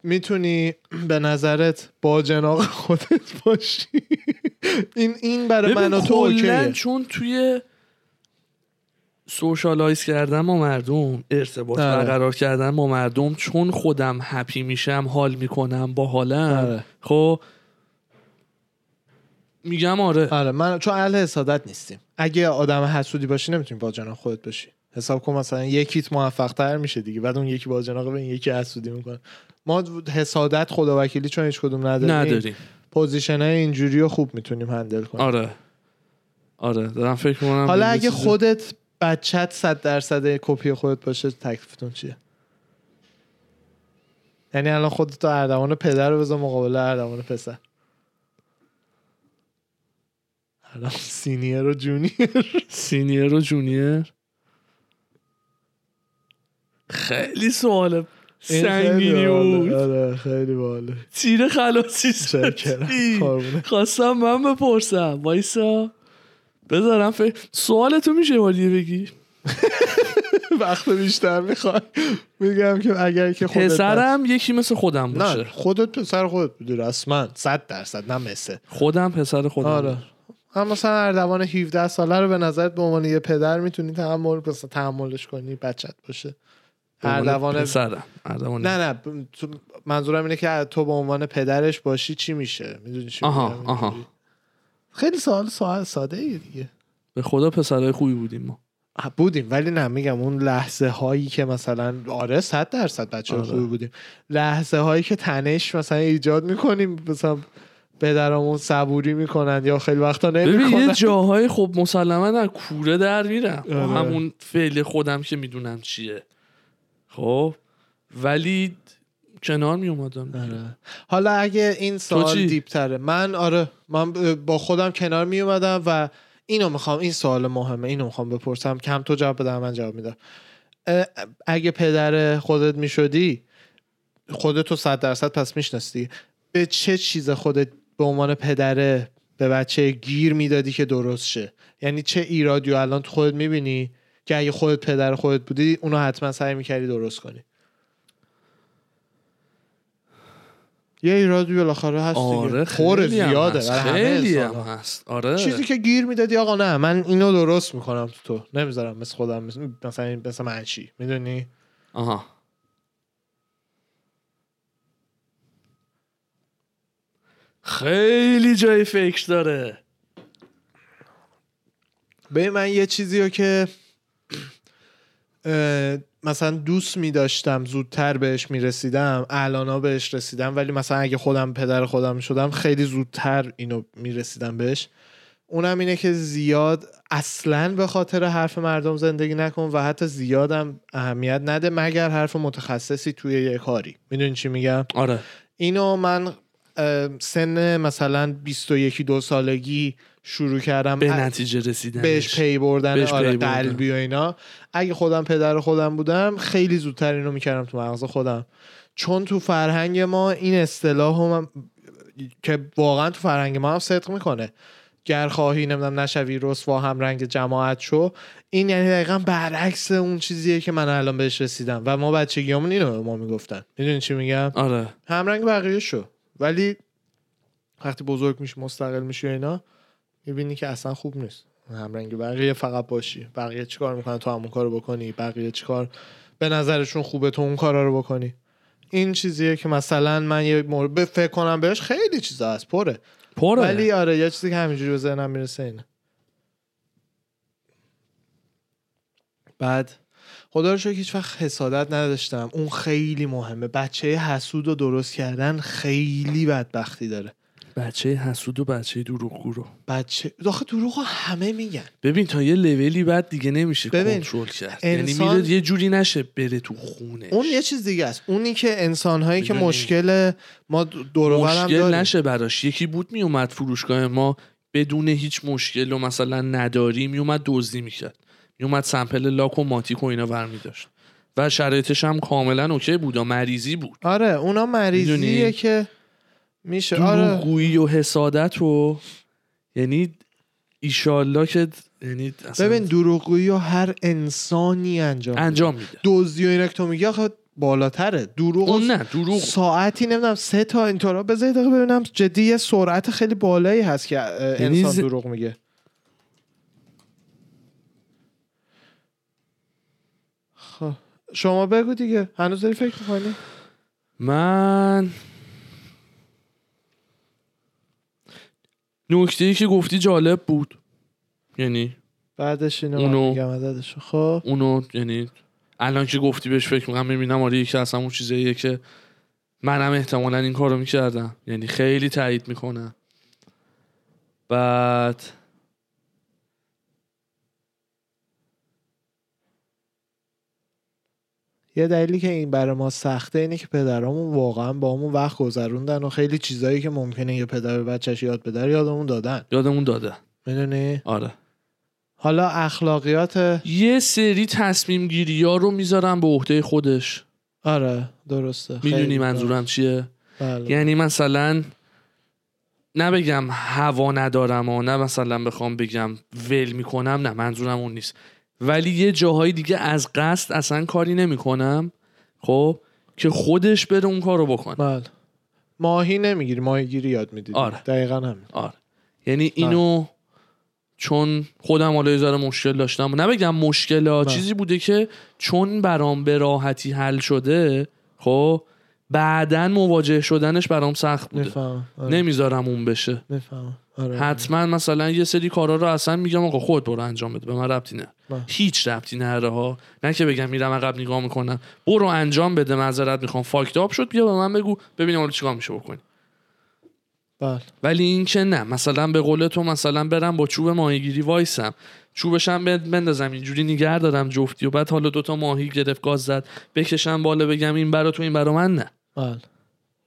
[SPEAKER 2] میتونی به نظرت با جناق خودت باشی *laughs* این این برای آره، من و
[SPEAKER 1] ببین
[SPEAKER 2] تو
[SPEAKER 1] کلاً
[SPEAKER 2] اوکیه
[SPEAKER 1] چون توی سوشالایز کردن با مردم ارتباط
[SPEAKER 2] آره.
[SPEAKER 1] برقرار کردن با مردم چون خودم هپی میشم حال میکنم با حالم
[SPEAKER 2] آره.
[SPEAKER 1] خب میگم آره
[SPEAKER 2] آره من چون اهل حسادت نیستیم اگه آدم حسودی باشی نمیتونی با جناق خودت باشی حساب کن مثلا یکیت موفق تر میشه دیگه بعد اون یکی با جناق به این یکی حسودی میکنه ما حسادت خدا وکیلی چون هیچ کدوم نداریم
[SPEAKER 1] نداریم
[SPEAKER 2] پوزیشن های اینجوری رو خوب میتونیم هندل کنیم
[SPEAKER 1] آره آره دارم فکر کنم
[SPEAKER 2] حالا
[SPEAKER 1] یه
[SPEAKER 2] اگه
[SPEAKER 1] چیز-
[SPEAKER 2] خودت بچت صد درصد کپی خودت باشه تکلیفتون چیه یعنی الان خودت تو اردوان پدر رو بذار مقابل اردوان پسر الان سینیر و جونیر
[SPEAKER 1] سینیر و جونیر خیلی سوال
[SPEAKER 2] این خیلی
[SPEAKER 1] سنگینی
[SPEAKER 2] باحاله.
[SPEAKER 1] بود
[SPEAKER 2] آره خیلی باله
[SPEAKER 1] تیر خلاصی زدی.
[SPEAKER 2] چکرم
[SPEAKER 1] خواستم من بپرسم وایسا بذارم فکر سوالتو میشه یه بار دیگه بگی
[SPEAKER 2] وقت بیشتر میخوای میگم که اگر که خودت
[SPEAKER 1] پسرم یکی مثل خودم
[SPEAKER 2] نه
[SPEAKER 1] باشه
[SPEAKER 2] خودت پسر خودت بودی رسما صد درصد نه مثل
[SPEAKER 1] خودم پسر خودم
[SPEAKER 2] آره هم مثلا اردوان 17 ساله رو به نظرت به عنوان یه پدر میتونی تحمل مثلا تحملش کنی بچت باشه
[SPEAKER 1] به عنوان
[SPEAKER 2] اردوان
[SPEAKER 1] پسرم اردوان
[SPEAKER 2] نه نه ب- تو- منظورم اینه که تو به عنوان پدرش باشی چی میشه میدونی چی
[SPEAKER 1] آها،
[SPEAKER 2] میگم؟
[SPEAKER 1] آها.
[SPEAKER 2] اینجوری. خیلی سوال سوال ساده ایه دیگه
[SPEAKER 1] به خدا پسرای خوبی بودیم ما
[SPEAKER 2] آه، بودیم ولی نه میگم اون لحظه هایی که مثلا آره صد درصد بچه
[SPEAKER 1] آره.
[SPEAKER 2] خوبی بودیم لحظه هایی که تنش مثلا ایجاد میکنیم مثلا پدرامون صبوری میکنن یا خیلی وقتا
[SPEAKER 1] ببین یه
[SPEAKER 2] نمیکنن
[SPEAKER 1] جاهای خب مسلما در کوره در میرم با
[SPEAKER 2] آره.
[SPEAKER 1] همون فعل خودم که میدونم چیه خب ولی کنار می اومدم
[SPEAKER 2] آره. حالا اگه این سوال
[SPEAKER 1] چی؟
[SPEAKER 2] دیپ تره من آره من ب- با خودم کنار می اومدم و اینو میخوام این سوال مهمه اینو میخوام بپرسم کم تو جواب بدم من جواب میدم اه، اگه پدر خودت میشدی خودتو صد درصد پس میشناستی به چه چیز خودت به عنوان پدره به بچه گیر میدادی که درست شه یعنی چه ایرادی رو الان تو خودت میبینی که اگه خودت پدر خودت بودی اونو حتما سعی میکردی درست کنی یه ایرادی بالاخره هست دیگه.
[SPEAKER 1] آره
[SPEAKER 2] خور
[SPEAKER 1] خیلی هم
[SPEAKER 2] زیاده
[SPEAKER 1] هست.
[SPEAKER 2] برای همه
[SPEAKER 1] خیلی هم
[SPEAKER 2] انسان‌ها.
[SPEAKER 1] هست آره
[SPEAKER 2] چیزی که گیر میدادی آقا نه من اینو درست میکنم تو تو نمیذارم مثل خودم مثل- مثلا این- مثل من چی میدونی
[SPEAKER 1] آها خیلی جای فکر داره
[SPEAKER 2] به من یه چیزی رو که اه، مثلا دوست می داشتم زودتر بهش می رسیدم الانا بهش رسیدم ولی مثلا اگه خودم پدر خودم شدم خیلی زودتر اینو می رسیدم بهش اونم اینه که زیاد اصلا به خاطر حرف مردم زندگی نکن و حتی زیادم اهمیت نده مگر حرف متخصصی توی یه کاری میدونی چی میگم
[SPEAKER 1] آره
[SPEAKER 2] اینو من اه، سن مثلا 21 دو سالگی شروع کردم
[SPEAKER 1] به
[SPEAKER 2] ا-
[SPEAKER 1] نتیجه رسیدن
[SPEAKER 2] بهش پی بردن
[SPEAKER 1] بهش
[SPEAKER 2] آره
[SPEAKER 1] پی بردن.
[SPEAKER 2] قلبی و اینا اگه خودم پدر خودم بودم خیلی زودتر اینو میکردم تو مغز خودم چون تو فرهنگ ما این اصطلاح هم, هم- که واقعا تو فرهنگ ما هم صدق میکنه گر خواهی نمیدونم نشوی رسوا هم رنگ جماعت شو این یعنی دقیقا برعکس اون چیزیه که من الان بهش رسیدم و ما بچگیامون اینو به ما میگفتن میدونی چی میگم
[SPEAKER 1] آره
[SPEAKER 2] همرنگ بقیه شو ولی وقتی بزرگ میشی مستقل میشی و اینا میبینی که اصلا خوب نیست همرنگ بقیه فقط باشی بقیه چیکار میکنن تو همون کارو بکنی بقیه چیکار به نظرشون خوبه تو اون کارا رو بکنی این چیزیه که مثلا من یه مورد به فکر کنم بهش خیلی چیزا هست پره
[SPEAKER 1] پره
[SPEAKER 2] ولی آره یه چیزی که همینجوری به ذهنم میرسه اینه بعد خدا رو شکر هیچ وقت حسادت نداشتم اون خیلی مهمه بچه حسود و درست کردن خیلی بدبختی داره
[SPEAKER 1] بچه حسود و بچه دروغگو رو
[SPEAKER 2] بچه آخه دروغ رو همه میگن
[SPEAKER 1] ببین تا یه لولی بعد دیگه نمیشه
[SPEAKER 2] ببین،
[SPEAKER 1] کنترل کرد
[SPEAKER 2] انسان-
[SPEAKER 1] یعنی میره یه جوری نشه بره تو خونه
[SPEAKER 2] اون یه چیز دیگه است اونی که انسان هایی که
[SPEAKER 1] میدونی.
[SPEAKER 2] مشکل ما دور و برم
[SPEAKER 1] مشکل
[SPEAKER 2] داریم.
[SPEAKER 1] نشه براش یکی بود میومد فروشگاه ما بدون هیچ مشکل و مثلا نداری میومد دزدی میکرد میومد سمپل لاک و ماتیک و اینا برمی داشت و شرایطش هم کاملا اوکی بود و مریضی بود
[SPEAKER 2] آره اونا مریضیه
[SPEAKER 1] میدونی.
[SPEAKER 2] که میشه آره
[SPEAKER 1] دروغگویی و حسادت رو یعنی ایشالله که یعنی اصلا
[SPEAKER 2] ببین دروغگویی رو هر انسانی انجام میده.
[SPEAKER 1] انجام میده
[SPEAKER 2] دزدی و اینا که تو میگی آخه بالاتره دروغ و
[SPEAKER 1] اون نه دروغ
[SPEAKER 2] ساعتی نمیدونم سه تا اینطورا بذار یه دقیقه ببینم جدی یه سرعت خیلی بالایی هست که اه،
[SPEAKER 1] یعنی
[SPEAKER 2] انسان
[SPEAKER 1] ز-
[SPEAKER 2] دروغ میگه خب شما بگو دیگه هنوز داری فکر میکنی
[SPEAKER 1] من نکته ای که گفتی جالب بود یعنی
[SPEAKER 2] بعدش اینو
[SPEAKER 1] اونو-
[SPEAKER 2] من میگم عددشو خب
[SPEAKER 1] اونو یعنی الان که گفتی بهش فکر میکنم میبینم آره یکی از همون چیزاییه که منم احتمالا این کارو میکردم یعنی خیلی تایید میکنم بعد
[SPEAKER 2] یه دلیلی که این برای ما سخته اینه که پدرامون واقعا با همون وقت گذروندن و خیلی چیزایی که ممکنه یه پدر به بچهش یاد بده رو یادمون دادن
[SPEAKER 1] یادمون داده
[SPEAKER 2] میدونی
[SPEAKER 1] آره
[SPEAKER 2] حالا اخلاقیات
[SPEAKER 1] یه سری تصمیم گیری ها رو میذارم به عهده خودش
[SPEAKER 2] آره درسته
[SPEAKER 1] میدونی
[SPEAKER 2] خیلی.
[SPEAKER 1] منظورم چیه
[SPEAKER 2] بله.
[SPEAKER 1] یعنی مثلا نه بگم هوا ندارم و نه مثلا بخوام بگم ول میکنم نه منظورم اون نیست ولی یه جاهای دیگه از قصد اصلا کاری نمیکنم خب که خودش بره اون کارو بکنه
[SPEAKER 2] بله ماهی نمیگیری ماهی گیری یاد میدید
[SPEAKER 1] آره.
[SPEAKER 2] دقیقا همین
[SPEAKER 1] آره یعنی اینو چون خودم حالا یه ذره مشکل داشتم نه بگم مشکل ها
[SPEAKER 2] بله.
[SPEAKER 1] چیزی بوده که چون برام به راحتی حل شده خب بعدا مواجه شدنش برام سخت بوده
[SPEAKER 2] میفهم آره.
[SPEAKER 1] نمیذارم اون بشه
[SPEAKER 2] میفهم آره.
[SPEAKER 1] حتما مثلا یه سری کارا رو اصلا میگم آقا خود برو انجام بده به من ربطی نه
[SPEAKER 2] بله.
[SPEAKER 1] هیچ ربطی نداره ها نه که بگم میرم عقب نگاه میکنم برو انجام بده معذرت میخوام فاکت آپ شد بیا به من بگو ببینم حالا چیکار میشه بکنی
[SPEAKER 2] بله
[SPEAKER 1] ولی این که نه مثلا به قول تو مثلا برم با چوب ماهیگیری وایسم چوبشم بند- بندازم اینجوری نگر دارم جفتی و بعد حالا دوتا ماهی گرفت گاز زد بکشم بالا بگم این برا تو این برا من نه
[SPEAKER 2] بله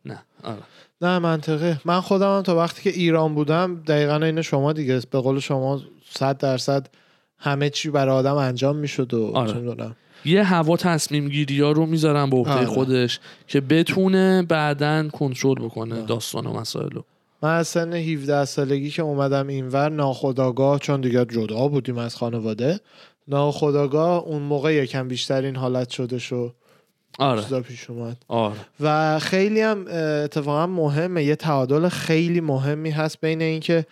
[SPEAKER 1] نه آره.
[SPEAKER 2] نه منطقه من خودم هم تا وقتی که ایران بودم دقیقا این شما دیگه به قول شما صد درصد همه چی برای آدم انجام میشد و
[SPEAKER 1] آره.
[SPEAKER 2] چه می‌دونم.
[SPEAKER 1] یه هوا تصمیم گیری ها رو میذارم به
[SPEAKER 2] آره.
[SPEAKER 1] عهده خودش که بتونه بعدا کنترل بکنه
[SPEAKER 2] آره.
[SPEAKER 1] داستان و مسائل رو
[SPEAKER 2] من از سن 17 سالگی که اومدم اینور ناخداگاه چون دیگه جدا بودیم از خانواده ناخداگاه اون موقع یکم بیشتر این حالت شدش و
[SPEAKER 1] آره
[SPEAKER 2] چیزا پیش اومد
[SPEAKER 1] آره
[SPEAKER 2] و خیلی هم اه، اتفاقا مهمه یه تعادل خیلی مهمی هست بین اینکه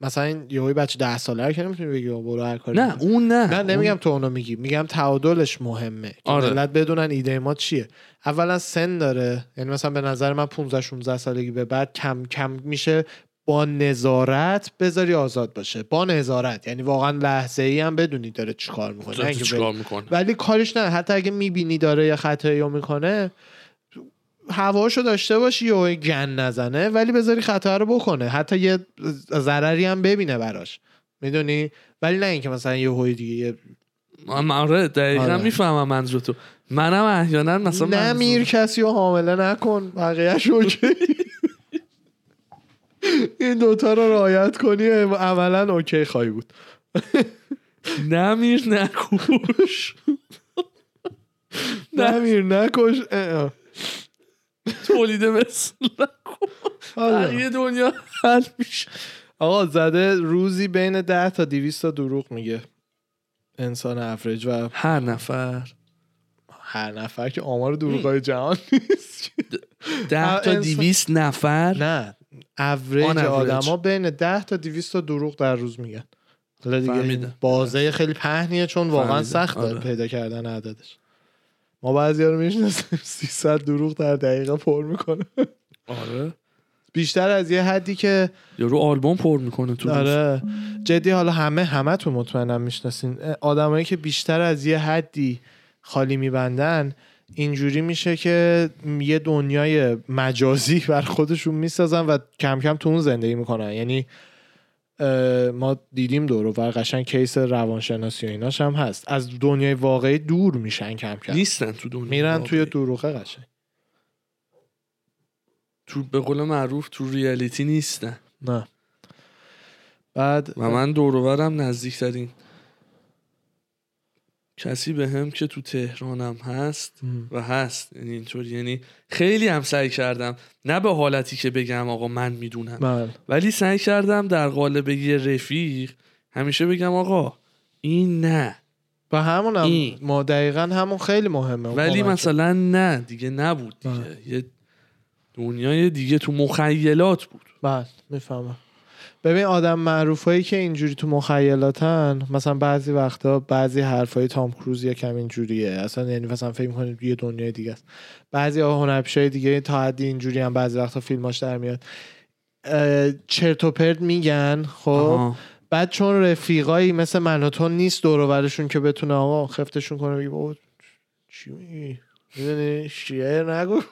[SPEAKER 2] مثلا یهوی بچه ده ساله رو که نمیتونی بگی آقا برو هر کاری
[SPEAKER 1] نه
[SPEAKER 2] می‌خوای.
[SPEAKER 1] اون نه
[SPEAKER 2] نه
[SPEAKER 1] اون-
[SPEAKER 2] نمیگم تو اونو میگی میگم تعادلش مهمه که
[SPEAKER 1] آره.
[SPEAKER 2] ملت بدونن ایده ما چیه اولا سن داره یعنی مثلا به نظر من 15 16 سالگی به بعد کم کم میشه با نظارت بذاری آزاد باشه با نظارت یعنی واقعا لحظه ای هم بدونی داره چیکار میکنه
[SPEAKER 1] تو چیکار میکنه
[SPEAKER 2] ولی کارش نه حتی اگه میبینی داره یه خطایی رو میکنه هواشو داشته باشی یا گن نزنه ولی بذاری خطا رو بکنه حتی یه ضرری هم ببینه براش میدونی ولی نه اینکه مثلا یه هوی دیگه یه-
[SPEAKER 1] آم، آره دقیقا
[SPEAKER 2] آره.
[SPEAKER 1] میفهمم منظور تو منم احیانا مثلا
[SPEAKER 2] نه
[SPEAKER 1] منظور-
[SPEAKER 2] میر کسی رو حامله نکن بقیهش
[SPEAKER 1] *laughs*
[SPEAKER 2] اوکی این دوتا رو رعایت کنی عملا اوکی خواهی بود
[SPEAKER 1] نه میر نکوش
[SPEAKER 2] *laughs* نه
[SPEAKER 1] نه
[SPEAKER 2] میر نکش اه اه.
[SPEAKER 1] تولید مثل نکن
[SPEAKER 2] آره.
[SPEAKER 1] بقیه دنیا حل میشه
[SPEAKER 2] آقا زده روزی بین 10 تا 200 تا دروغ میگه انسان افرج و
[SPEAKER 1] هر نفر
[SPEAKER 2] هر نفر که آمار دروغای جهان
[SPEAKER 1] *laughs*
[SPEAKER 2] نیست
[SPEAKER 1] ده تا
[SPEAKER 2] انسان-
[SPEAKER 1] دیویس نفر
[SPEAKER 2] نه
[SPEAKER 1] آن
[SPEAKER 2] اوریج
[SPEAKER 1] average.
[SPEAKER 2] آدما بین 10 تا 200 تا دروغ در روز میگن حالا دیگه این
[SPEAKER 1] فهمیدم. آره.
[SPEAKER 2] بازه خیلی پهنیه چون واقعا
[SPEAKER 1] فهمیدم.
[SPEAKER 2] سخته
[SPEAKER 1] آره.
[SPEAKER 2] پیدا کردن عددش ما بعضی رو میشناسیم *laughs* 300 دروغ در دقیقه پر میکنه
[SPEAKER 1] آره
[SPEAKER 2] بیشتر از یه حدی که
[SPEAKER 1] یارو آلبوم پر میکنه تو روز.
[SPEAKER 2] آره جدی حالا همه همه تو مطمئنم میشناسین آدمایی که بیشتر از یه حدی خالی میبندن اینجوری میشه که یه دنیای مجازی *laughs* بر خودشون میسازن و کم کم تو اون زندگی میکنن یعنی اه، ما دیدیم دور و قشنگ کیس روانشناسی و ایناش هم هست از دنیای واقعی دور میشن کم کم
[SPEAKER 1] نیستن تو دنیا
[SPEAKER 2] میرن
[SPEAKER 1] واقعی.
[SPEAKER 2] توی دروغه قشنگ
[SPEAKER 1] تو به قول معروف تو ریالیتی نیستن
[SPEAKER 2] نه بعد
[SPEAKER 1] و من دوروبرم نزدیکترین کسی به هم که تو تهرانم هست
[SPEAKER 2] مم.
[SPEAKER 1] و هست یعنی اینطور یعنی خیلی هم سعی کردم نه به حالتی که بگم آقا من میدونم
[SPEAKER 2] بله.
[SPEAKER 1] ولی سعی کردم در قالب یه رفیق همیشه بگم آقا این نه
[SPEAKER 2] و همون هم
[SPEAKER 1] این.
[SPEAKER 2] ما دقیقا همون خیلی مهمه اون
[SPEAKER 1] ولی
[SPEAKER 2] کمکه.
[SPEAKER 1] مثلا نه دیگه نبود دیگه یه دنیای دیگه تو مخیلات بود
[SPEAKER 2] بله میفهمم ببین آدم معروف هایی که اینجوری تو مخیلاتن مثلا بعضی وقتا بعضی حرفای تام کروز یکم اینجوریه اصلا یعنی مثلا فکر میکنید یه دنیای دیگه است بعضی هنرپیشه دیگه تا حدی اینجوری هم بعضی وقتا فیلماش در میاد اه، چرت و پرت میگن خب
[SPEAKER 1] آها.
[SPEAKER 2] بعد چون رفیقایی مثل من و تو نیست دور و برشون که بتونه آقا خفتشون کنه بگه بابا چی میگی میدونی شعر نگو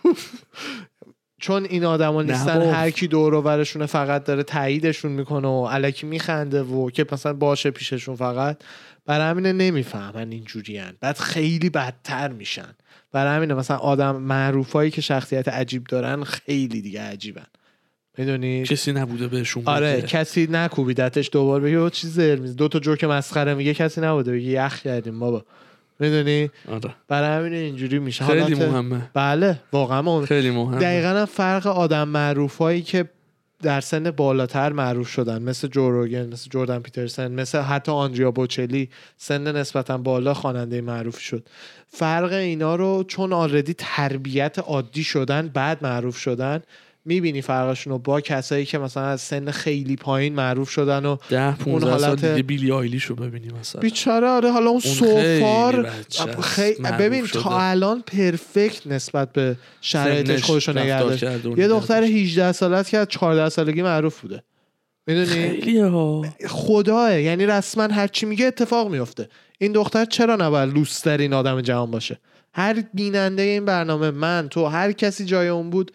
[SPEAKER 2] چون این آدما نیستن
[SPEAKER 1] بابا.
[SPEAKER 2] هر کی دور و برشونه فقط داره تاییدشون میکنه و علکی میخنده و که مثلا باشه پیششون فقط برای همینه نمیفهمن اینجوریان بعد خیلی بدتر میشن برای همینه مثلا آدم معروفایی که شخصیت عجیب دارن خیلی دیگه عجیبن میدونی
[SPEAKER 1] کسی نبوده بهشون
[SPEAKER 2] آره
[SPEAKER 1] بگه.
[SPEAKER 2] کسی نکوبیدتش دوباره بگه او چی زر میز دو تا جوک مسخره میگه کسی نبوده بگه یخ کردیم بابا میدونی
[SPEAKER 1] آره.
[SPEAKER 2] برای همین اینجوری میشه
[SPEAKER 1] خیلی
[SPEAKER 2] حالت-
[SPEAKER 1] مهمه
[SPEAKER 2] بله واقعا مهمه.
[SPEAKER 1] خیلی مهمه
[SPEAKER 2] دقیقا هم فرق آدم معروف هایی که در سن بالاتر معروف شدن مثل جوروگن مثل جوردن پیترسن مثل حتی آندریا بوچلی سن نسبتا بالا خواننده معروف شد فرق اینا رو چون آلردی تربیت عادی شدن بعد معروف شدن میبینی فرقشون رو با کسایی که مثلا از سن خیلی پایین معروف شدن و
[SPEAKER 1] ده 15 سال
[SPEAKER 2] حالت-
[SPEAKER 1] دیگه بیلی آیلیش رو ببینیم مثلا
[SPEAKER 2] بیچاره آره حالا اون
[SPEAKER 1] اون خیلی
[SPEAKER 2] سوفار
[SPEAKER 1] بچه است.
[SPEAKER 2] خی...
[SPEAKER 1] معروف
[SPEAKER 2] ببین
[SPEAKER 1] شده.
[SPEAKER 2] تا الان پرفکت نسبت به شرایطش
[SPEAKER 1] سنش
[SPEAKER 2] خودش رو نگه
[SPEAKER 1] رفتار
[SPEAKER 2] داشت.
[SPEAKER 1] کرده و
[SPEAKER 2] یه
[SPEAKER 1] نگه
[SPEAKER 2] دختر
[SPEAKER 1] داشت.
[SPEAKER 2] 18 ساله است که از 14 سالگی معروف بوده میدونی
[SPEAKER 1] خیلیه ها
[SPEAKER 2] خداه یعنی رسما هر چی میگه اتفاق میفته این دختر چرا نباید لوسترین آدم جهان باشه هر بیننده این برنامه من تو هر کسی جای اون بود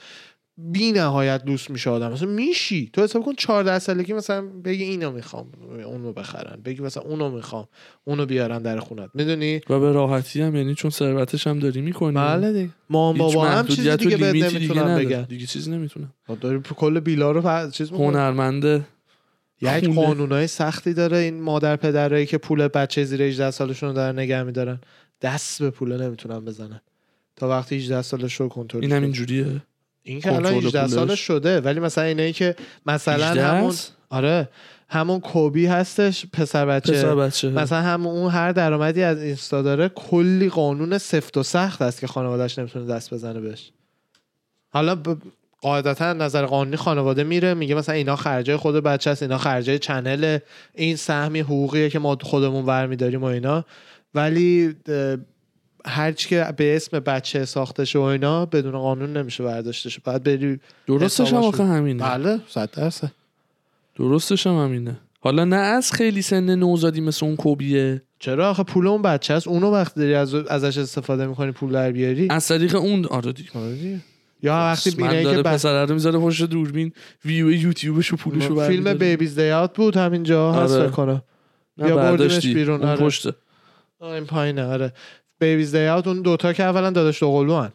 [SPEAKER 2] بی نهایت دوست میشه آدم مثلا میشی تو حساب کن 14 سالگی مثلا بگی اینو میخوام اونو بخرن بگی مثلا اونو میخوام اونو بیارن در خونت میدونی
[SPEAKER 1] و به راحتی هم یعنی چون ثروتش هم داری میکنی
[SPEAKER 2] بله دیگه مام بابا هم چیزی دیگه بهت نمیتونن بگن خب
[SPEAKER 1] دیگه چیز نمیتونم
[SPEAKER 2] داری کل بیلا رو پر- چیز می‌کنی.
[SPEAKER 1] هنرمنده
[SPEAKER 2] یک
[SPEAKER 1] خونه.
[SPEAKER 2] یعنی قانونای سختی داره این مادر پدرایی که پول بچه زیر 18 سالشون رو دارن نگه میدارن دست به پوله نمیتونن بزنن تا وقتی 18 سالش رو کنترل
[SPEAKER 1] این هم
[SPEAKER 2] کنه.
[SPEAKER 1] اینجوریه
[SPEAKER 2] این که الان
[SPEAKER 1] کنترل
[SPEAKER 2] 18
[SPEAKER 1] پولش.
[SPEAKER 2] سالش شده ولی مثلا اینایی که مثلا
[SPEAKER 1] 18
[SPEAKER 2] همون
[SPEAKER 1] است؟
[SPEAKER 2] آره همون کوبی هستش پسر بچه
[SPEAKER 1] پسر بچه
[SPEAKER 2] مثلا همون اون هر درآمدی از اینستا داره کلی قانون سفت و سخت هست که خانوادهش نمیتونه دست بزنه بهش حالا ب... قاعدتا نظر قانونی خانواده میره میگه مثلا اینا خرجای خود بچه است اینا خرجای چنل این سهمی حقوقیه که ما خودمون برمیداریم و اینا ولی اه، هرچی که به اسم بچه ساخته شه و اینا بدون قانون نمیشه برداشته شه باید بری
[SPEAKER 1] درستش هم
[SPEAKER 2] حسابش
[SPEAKER 1] آخه همینه
[SPEAKER 2] بله 100 درصد
[SPEAKER 1] درستش هم همینه حالا نه از خیلی سن نوزادی مثل اون کوبیه
[SPEAKER 2] چرا آخه پول اون بچه است اونو وقتی داری از ازش استفاده میکنی پول در بیاری
[SPEAKER 1] از طریق اون آره دیگه
[SPEAKER 2] آره دیگه. یا وقتی
[SPEAKER 1] خب، من
[SPEAKER 2] بینایی
[SPEAKER 1] داره
[SPEAKER 2] که بس
[SPEAKER 1] پسر رو میذاره پشت دوربین ویو یوتیوبش و پولش رو
[SPEAKER 2] فیلم بیبیز دیات بود همینجا هست
[SPEAKER 1] آره.
[SPEAKER 2] فکر کنم یا بردیمش بیرون،
[SPEAKER 1] اون
[SPEAKER 2] آره.
[SPEAKER 1] پشته
[SPEAKER 2] آه، این پایینه آره بیبیز دیات اون دوتا که اولا داداش دوقلو هن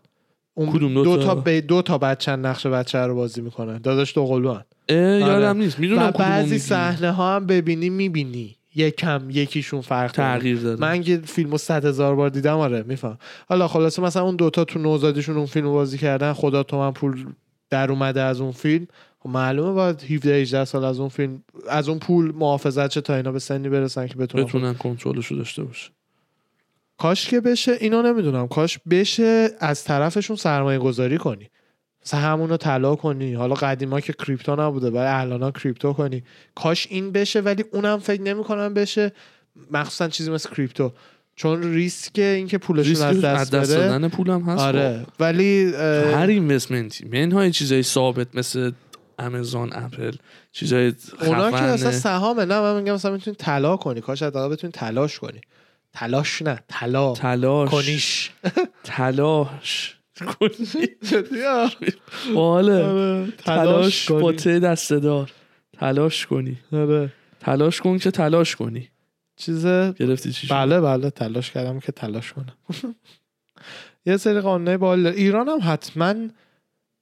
[SPEAKER 2] اون
[SPEAKER 1] کدوم دوتا؟
[SPEAKER 2] دو تا به دو تا بچه نقش بچه رو بازی میکنن داداش دوقلو هن
[SPEAKER 1] اه، یادم نیست میدونم
[SPEAKER 2] و
[SPEAKER 1] کدوم
[SPEAKER 2] آره. بعضی
[SPEAKER 1] بعضی
[SPEAKER 2] صحنه ها هم ببینی میبینی یکم یکیشون فرق داره.
[SPEAKER 1] تغییر داره
[SPEAKER 2] من که فیلمو صد هزار بار دیدم آره میفهم حالا خلاصه مثلا اون دوتا تو نوزادشون اون فیلمو بازی کردن خدا تو من پول در اومده از اون فیلم خب معلومه باید 17 18 سال از اون فیلم از اون پول محافظت شه تا اینا به سنی برسن که بتونن
[SPEAKER 1] بتونن کنترلش رو داشته باشه
[SPEAKER 2] کاش که بشه اینو نمیدونم کاش بشه از طرفشون سرمایه گذاری کنی مثلا همونو طلا کنی حالا قدیما که کریپتو نبوده ولی الان کریپتو کنی کاش این بشه ولی اونم فکر نمیکنم بشه مخصوصا چیزی مثل کریپتو چون ریسک اینکه پولشون از
[SPEAKER 1] ریسک
[SPEAKER 2] دست
[SPEAKER 1] از دست
[SPEAKER 2] بره
[SPEAKER 1] دادن پولم هست خب.
[SPEAKER 2] آره ولی اه،
[SPEAKER 1] هر اینوستمنتی منهای چیزای ثابت مثل امازون اپل چیزای
[SPEAKER 2] اونا که اصلا
[SPEAKER 1] خفن
[SPEAKER 2] سهامه نه من میگم مثلا میتونی طلا کنی کاش حداقل بتونی تلاش کنی تلاش نه تلا
[SPEAKER 1] تلاش *laughs*
[SPEAKER 2] کنیش
[SPEAKER 1] تلاش
[SPEAKER 2] یا.
[SPEAKER 1] *laughs* باله
[SPEAKER 2] آره.
[SPEAKER 1] تلاش با
[SPEAKER 2] کنی.
[SPEAKER 1] ته دسته دار تلاش کنی
[SPEAKER 2] آره.
[SPEAKER 1] تلاش کن که تلاش کنی
[SPEAKER 2] چیزه
[SPEAKER 1] گرفتی چی شد؟
[SPEAKER 2] بله بله تلاش کردم که تلاش کنم یه سری قانونای باحال داره. ایران هم حتما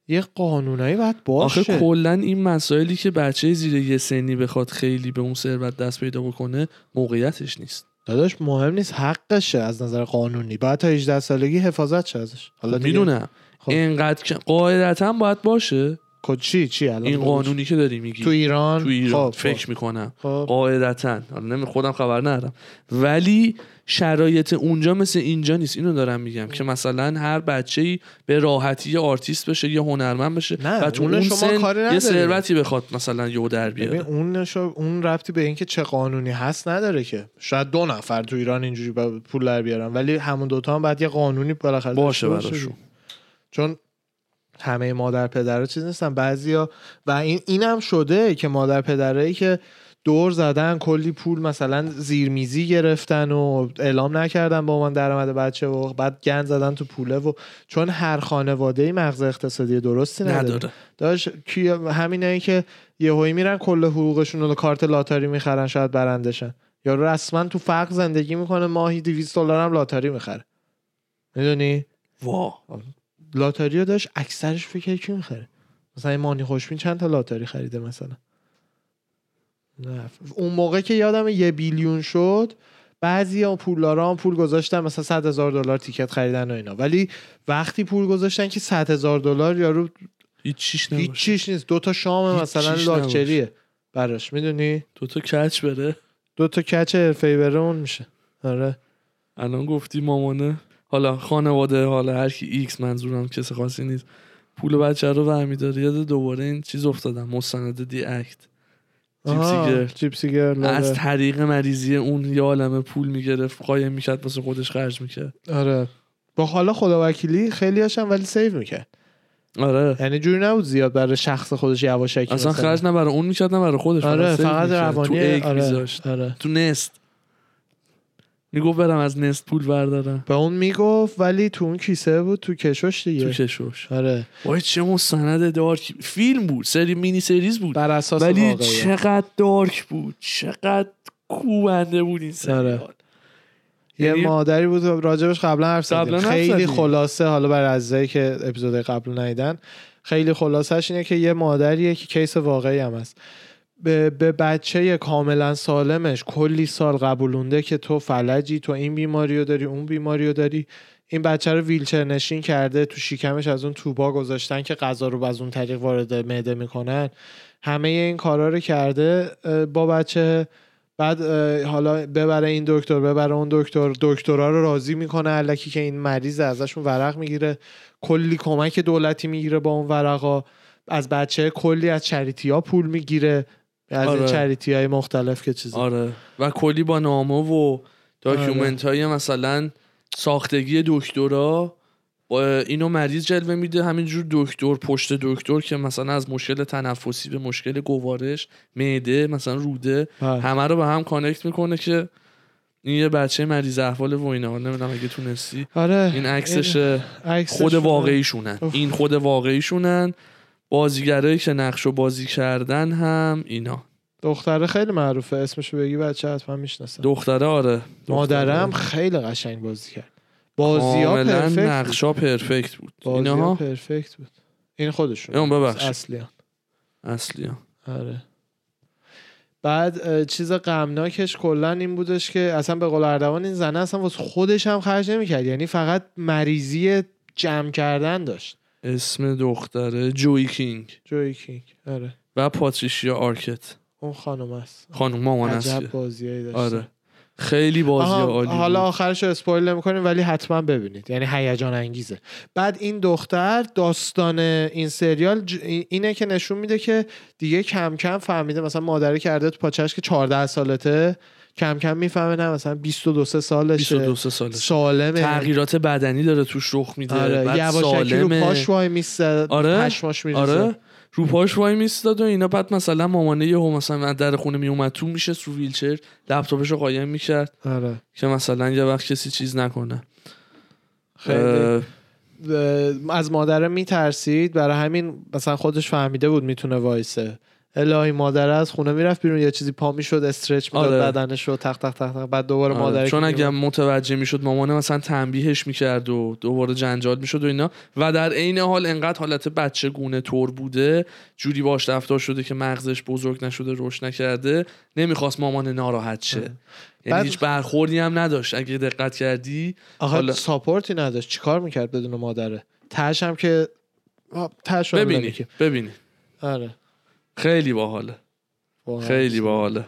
[SPEAKER 2] یه قانونایی باید
[SPEAKER 1] آخه
[SPEAKER 2] باشه
[SPEAKER 1] کلا این مسائلی که بچه زیر یه سنی بخواد خیلی به اون ثروت دست پیدا بکنه موقعیتش نیست
[SPEAKER 2] داداش مهم نیست حقشه از نظر قانونی باید تا 18 سالگی حفاظت شه ازش حالا دیگه
[SPEAKER 1] میدونم
[SPEAKER 2] خب.
[SPEAKER 1] اینقدر که قاعدتا باید باشه
[SPEAKER 2] خب چی چی الان
[SPEAKER 1] این
[SPEAKER 2] داداش؟
[SPEAKER 1] قانونی که داری میگی
[SPEAKER 2] تو ایران
[SPEAKER 1] تو ایران
[SPEAKER 2] خب،
[SPEAKER 1] فکر میکنم
[SPEAKER 2] خب.
[SPEAKER 1] قاعدتا حالا نمی خودم خبر ندارم ولی شرایط اونجا مثل اینجا نیست اینو دارم میگم که مثلا هر بچه ای به راحتی یه آرتیست بشه یه هنرمند بشه
[SPEAKER 2] نه،
[SPEAKER 1] و تو
[SPEAKER 2] اونو
[SPEAKER 1] اون
[SPEAKER 2] شما
[SPEAKER 1] سن
[SPEAKER 2] کاری
[SPEAKER 1] یه
[SPEAKER 2] نداری.
[SPEAKER 1] ثروتی بخواد مثلا یهو در
[SPEAKER 2] ببین
[SPEAKER 1] بیاره
[SPEAKER 2] اون نشو- اون ربطی به اینکه چه قانونی هست نداره که شاید دو نفر تو ایران اینجوری با- پول در بیارن ولی همون دوتا هم باید یه قانونی بالاخره
[SPEAKER 1] باشه
[SPEAKER 2] داشته دیگه.
[SPEAKER 1] براشون
[SPEAKER 2] چون همه مادر پدرها چیز نیستن بعضیا و این اینم شده که مادر پدرایی که دور زدن کلی پول مثلا زیرمیزی گرفتن و اعلام نکردن با عنوان درآمد بچه و بعد گند زدن تو پوله و چون هر خانواده ای مغز اقتصادی درستی نداره
[SPEAKER 1] نداره
[SPEAKER 2] داشت همینایی که یهویی میرن کل حقوقشون رو کارت لاتاری میخرن شاید برندشن یا رسما تو فقر زندگی میکنه ماهی 200 دلار هم لاتاری میخره میدونی
[SPEAKER 1] وا
[SPEAKER 2] آره. لاتاری رو داشت اکثرش فکر کی میخره مثلا این مانی خوشبین چند تا لاتاری خریده مثلا نه اون موقع که یادم یه بیلیون شد بعضی هم پولدارا هم پول گذاشتن مثلا 100 هزار دلار تیکت خریدن و اینا ولی وقتی پول گذاشتن که 100 هزار دلار یارو
[SPEAKER 1] هیچ چیش
[SPEAKER 2] هیچ
[SPEAKER 1] نباشه
[SPEAKER 2] چیش نیست دو تا شام
[SPEAKER 1] هیچ
[SPEAKER 2] مثلا
[SPEAKER 1] چیش نباشه.
[SPEAKER 2] لاکچریه براش میدونی
[SPEAKER 1] تو تو کچ بره
[SPEAKER 2] دو تا کچ حرفه‌ای بره اون میشه آره
[SPEAKER 1] الان گفتی مامانه حالا خانواده حالا هر کی ایکس منظورم کس خاصی نیست پول بچه رو برمیداره یاد دوباره این چیز افتادم مستند دی اکت جیپسی
[SPEAKER 2] آها،
[SPEAKER 1] گرل.
[SPEAKER 2] جیپسی گرل، آره.
[SPEAKER 1] از طریق مریضی اون یه عالمه پول میگرفت قایم میکرد واسه خودش خرج میکرد
[SPEAKER 2] آره با حالا خداوکیلی خیلی هاشم ولی سیو میکرد
[SPEAKER 1] آره
[SPEAKER 2] یعنی جوری نبود زیاد برای شخص خودش یواشکی
[SPEAKER 1] اصلا
[SPEAKER 2] مثلا.
[SPEAKER 1] خرج نه برای اون میکرد نه برای خودش
[SPEAKER 2] آره
[SPEAKER 1] فقط save
[SPEAKER 2] فقط
[SPEAKER 1] می‌کرد. تو
[SPEAKER 2] روانی
[SPEAKER 1] ایک
[SPEAKER 2] آره.
[SPEAKER 1] میذاشت
[SPEAKER 2] آره
[SPEAKER 1] تو نست میگفت برم از نست پول بردارم
[SPEAKER 2] به اون میگفت ولی تو اون کیسه بود تو کشوش
[SPEAKER 1] تو
[SPEAKER 2] دیگه
[SPEAKER 1] کشوش
[SPEAKER 2] آره
[SPEAKER 1] وای چه مستند دارک فیلم بود سری مینی سریز بود
[SPEAKER 2] بر اساس
[SPEAKER 1] ولی
[SPEAKER 2] واقعیه.
[SPEAKER 1] چقدر دارک بود چقدر کوبنده بود این سریال
[SPEAKER 2] آره. یه
[SPEAKER 1] یعنی-
[SPEAKER 2] مادری بود راجبش قبلا حرف
[SPEAKER 1] قبلا
[SPEAKER 2] زدیم
[SPEAKER 1] حرف
[SPEAKER 2] خیلی
[SPEAKER 1] زدیم.
[SPEAKER 2] خلاصه حالا بر عزیزایی که اپیزود قبل ندیدن خیلی خلاصش اینه که یه مادریه که کیس واقعی هم هست به, به بچه کاملا سالمش کلی سال قبولونده که تو فلجی تو این بیماری رو داری اون بیماری رو داری این بچه رو ویلچر نشین کرده تو شکمش از اون توبا گذاشتن که غذا رو از اون طریق وارد معده میکنن همه این کارا رو کرده اه، با بچه بعد اه، حالا ببره این دکتر ببره اون دکتر دکترا رو راضی میکنه علکی که این مریض ازشون ورق میگیره کلی کمک دولتی میگیره با اون ورقا از بچه کلی از چریتی ها پول میگیره از این
[SPEAKER 1] آره.
[SPEAKER 2] چریتی های مختلف که چیزی
[SPEAKER 1] آره و کلی با نامه و داکیومنت های
[SPEAKER 2] آره.
[SPEAKER 1] مثلا ساختگی دکترا با اینو مریض جلوه میده همینجور دکتر پشت دکتر که مثلا از مشکل تنفسی به مشکل گوارش معده مثلا روده
[SPEAKER 2] بله.
[SPEAKER 1] همه رو به هم کانکت میکنه که این یه بچه مریض احوال و اینا حالا نمیدونم اگه تونستی
[SPEAKER 2] آره
[SPEAKER 1] این عکسش
[SPEAKER 2] عکسش-
[SPEAKER 1] خود واقعیشونن
[SPEAKER 2] اوف.
[SPEAKER 1] این خود واقعیشونن بازیگرایی که نقش رو بازی کردن هم اینا
[SPEAKER 2] دختره خیلی معروفه اسمشو بگی بچه حتما میشناسن
[SPEAKER 1] دختره آره دختره.
[SPEAKER 2] مادرم خیلی قشنگ بازی کرد بازی ها
[SPEAKER 1] کاملا
[SPEAKER 2] پرفکت بود.
[SPEAKER 1] نقشا پرفکت بود
[SPEAKER 2] بازی ها
[SPEAKER 1] اینها
[SPEAKER 2] پرفکت بود این خودشون
[SPEAKER 1] اون ببخشید.
[SPEAKER 2] اصلیان
[SPEAKER 1] اصلی ها.
[SPEAKER 2] آره بعد اه، چیز غمناکش کلا این بودش که اصلا به قول اردوان این زنه اصلا واسه خودش هم خرج نمیکرد یعنی فقط مریضی جمع کردن داشت
[SPEAKER 1] اسم دختره جوی کینگ
[SPEAKER 2] جوی کینگ آره
[SPEAKER 1] و پاتریشیا آرکت
[SPEAKER 2] اون خانم است
[SPEAKER 1] خانم مامان است
[SPEAKER 2] عجب
[SPEAKER 1] که.
[SPEAKER 2] بازیایی داشت
[SPEAKER 1] آره خیلی بازی
[SPEAKER 2] آها،
[SPEAKER 1] عالی
[SPEAKER 2] حالا
[SPEAKER 1] بود.
[SPEAKER 2] آخرش رو اسپویل نمیکنیم ولی حتما ببینید یعنی هیجان انگیزه بعد این دختر داستان این سریال ج- اینه که نشون میده که دیگه کم کم فهمیده مثلا مادره کرده تو پاچش که 14 سالته کم کم میفهمه نه مثلا 22 سه سالشه
[SPEAKER 1] 22 سه سالش
[SPEAKER 2] سالمه
[SPEAKER 1] تغییرات بدنی داره توش رخ میده
[SPEAKER 2] آره
[SPEAKER 1] بعد
[SPEAKER 2] یواشکی رو
[SPEAKER 1] سالمه
[SPEAKER 2] پاش وای میسته
[SPEAKER 1] آره،
[SPEAKER 2] پشماش میریزه
[SPEAKER 1] آره رو پاش وای میستاد و اینا بعد مثلا مامانه یهو مثلا از در خونه میومد تو میشه تو ویلچر لپتاپش رو قایم میکرد
[SPEAKER 2] آره
[SPEAKER 1] که مثلا یه وقت کسی چیز نکنه
[SPEAKER 2] خیلی
[SPEAKER 1] اه،
[SPEAKER 2] اه، از مادره میترسید برای همین مثلا خودش فهمیده بود میتونه وایسه الهی مادره از خونه میرفت بیرون یه چیزی پا میشد استرچ میداد
[SPEAKER 1] آره.
[SPEAKER 2] بدنش رو تق تق تق تق بعد دوباره
[SPEAKER 1] آره،
[SPEAKER 2] مادره
[SPEAKER 1] چون
[SPEAKER 2] که
[SPEAKER 1] اگه متوجه میشد مامانه مثلا تنبیهش میکرد و دوباره جنجال میشد و اینا و در عین حال انقدر حالت بچه گونه طور بوده جوری باش رفتار شده که مغزش بزرگ نشده رشد نکرده نمیخواست مامانه ناراحت شه یعنی
[SPEAKER 2] آره. بعد-
[SPEAKER 1] هیچ برخوردی هم نداشت اگه دقت کردی
[SPEAKER 2] آخه
[SPEAKER 1] حالا-
[SPEAKER 2] ساپورتی نداشت چیکار میکرد بدون مادره تهش هم که آه، تهش رو می‌دونی
[SPEAKER 1] ببینی
[SPEAKER 2] که-
[SPEAKER 1] ببینی
[SPEAKER 2] آره
[SPEAKER 1] خیلی باحاله
[SPEAKER 2] واقعا.
[SPEAKER 1] خیلی باحاله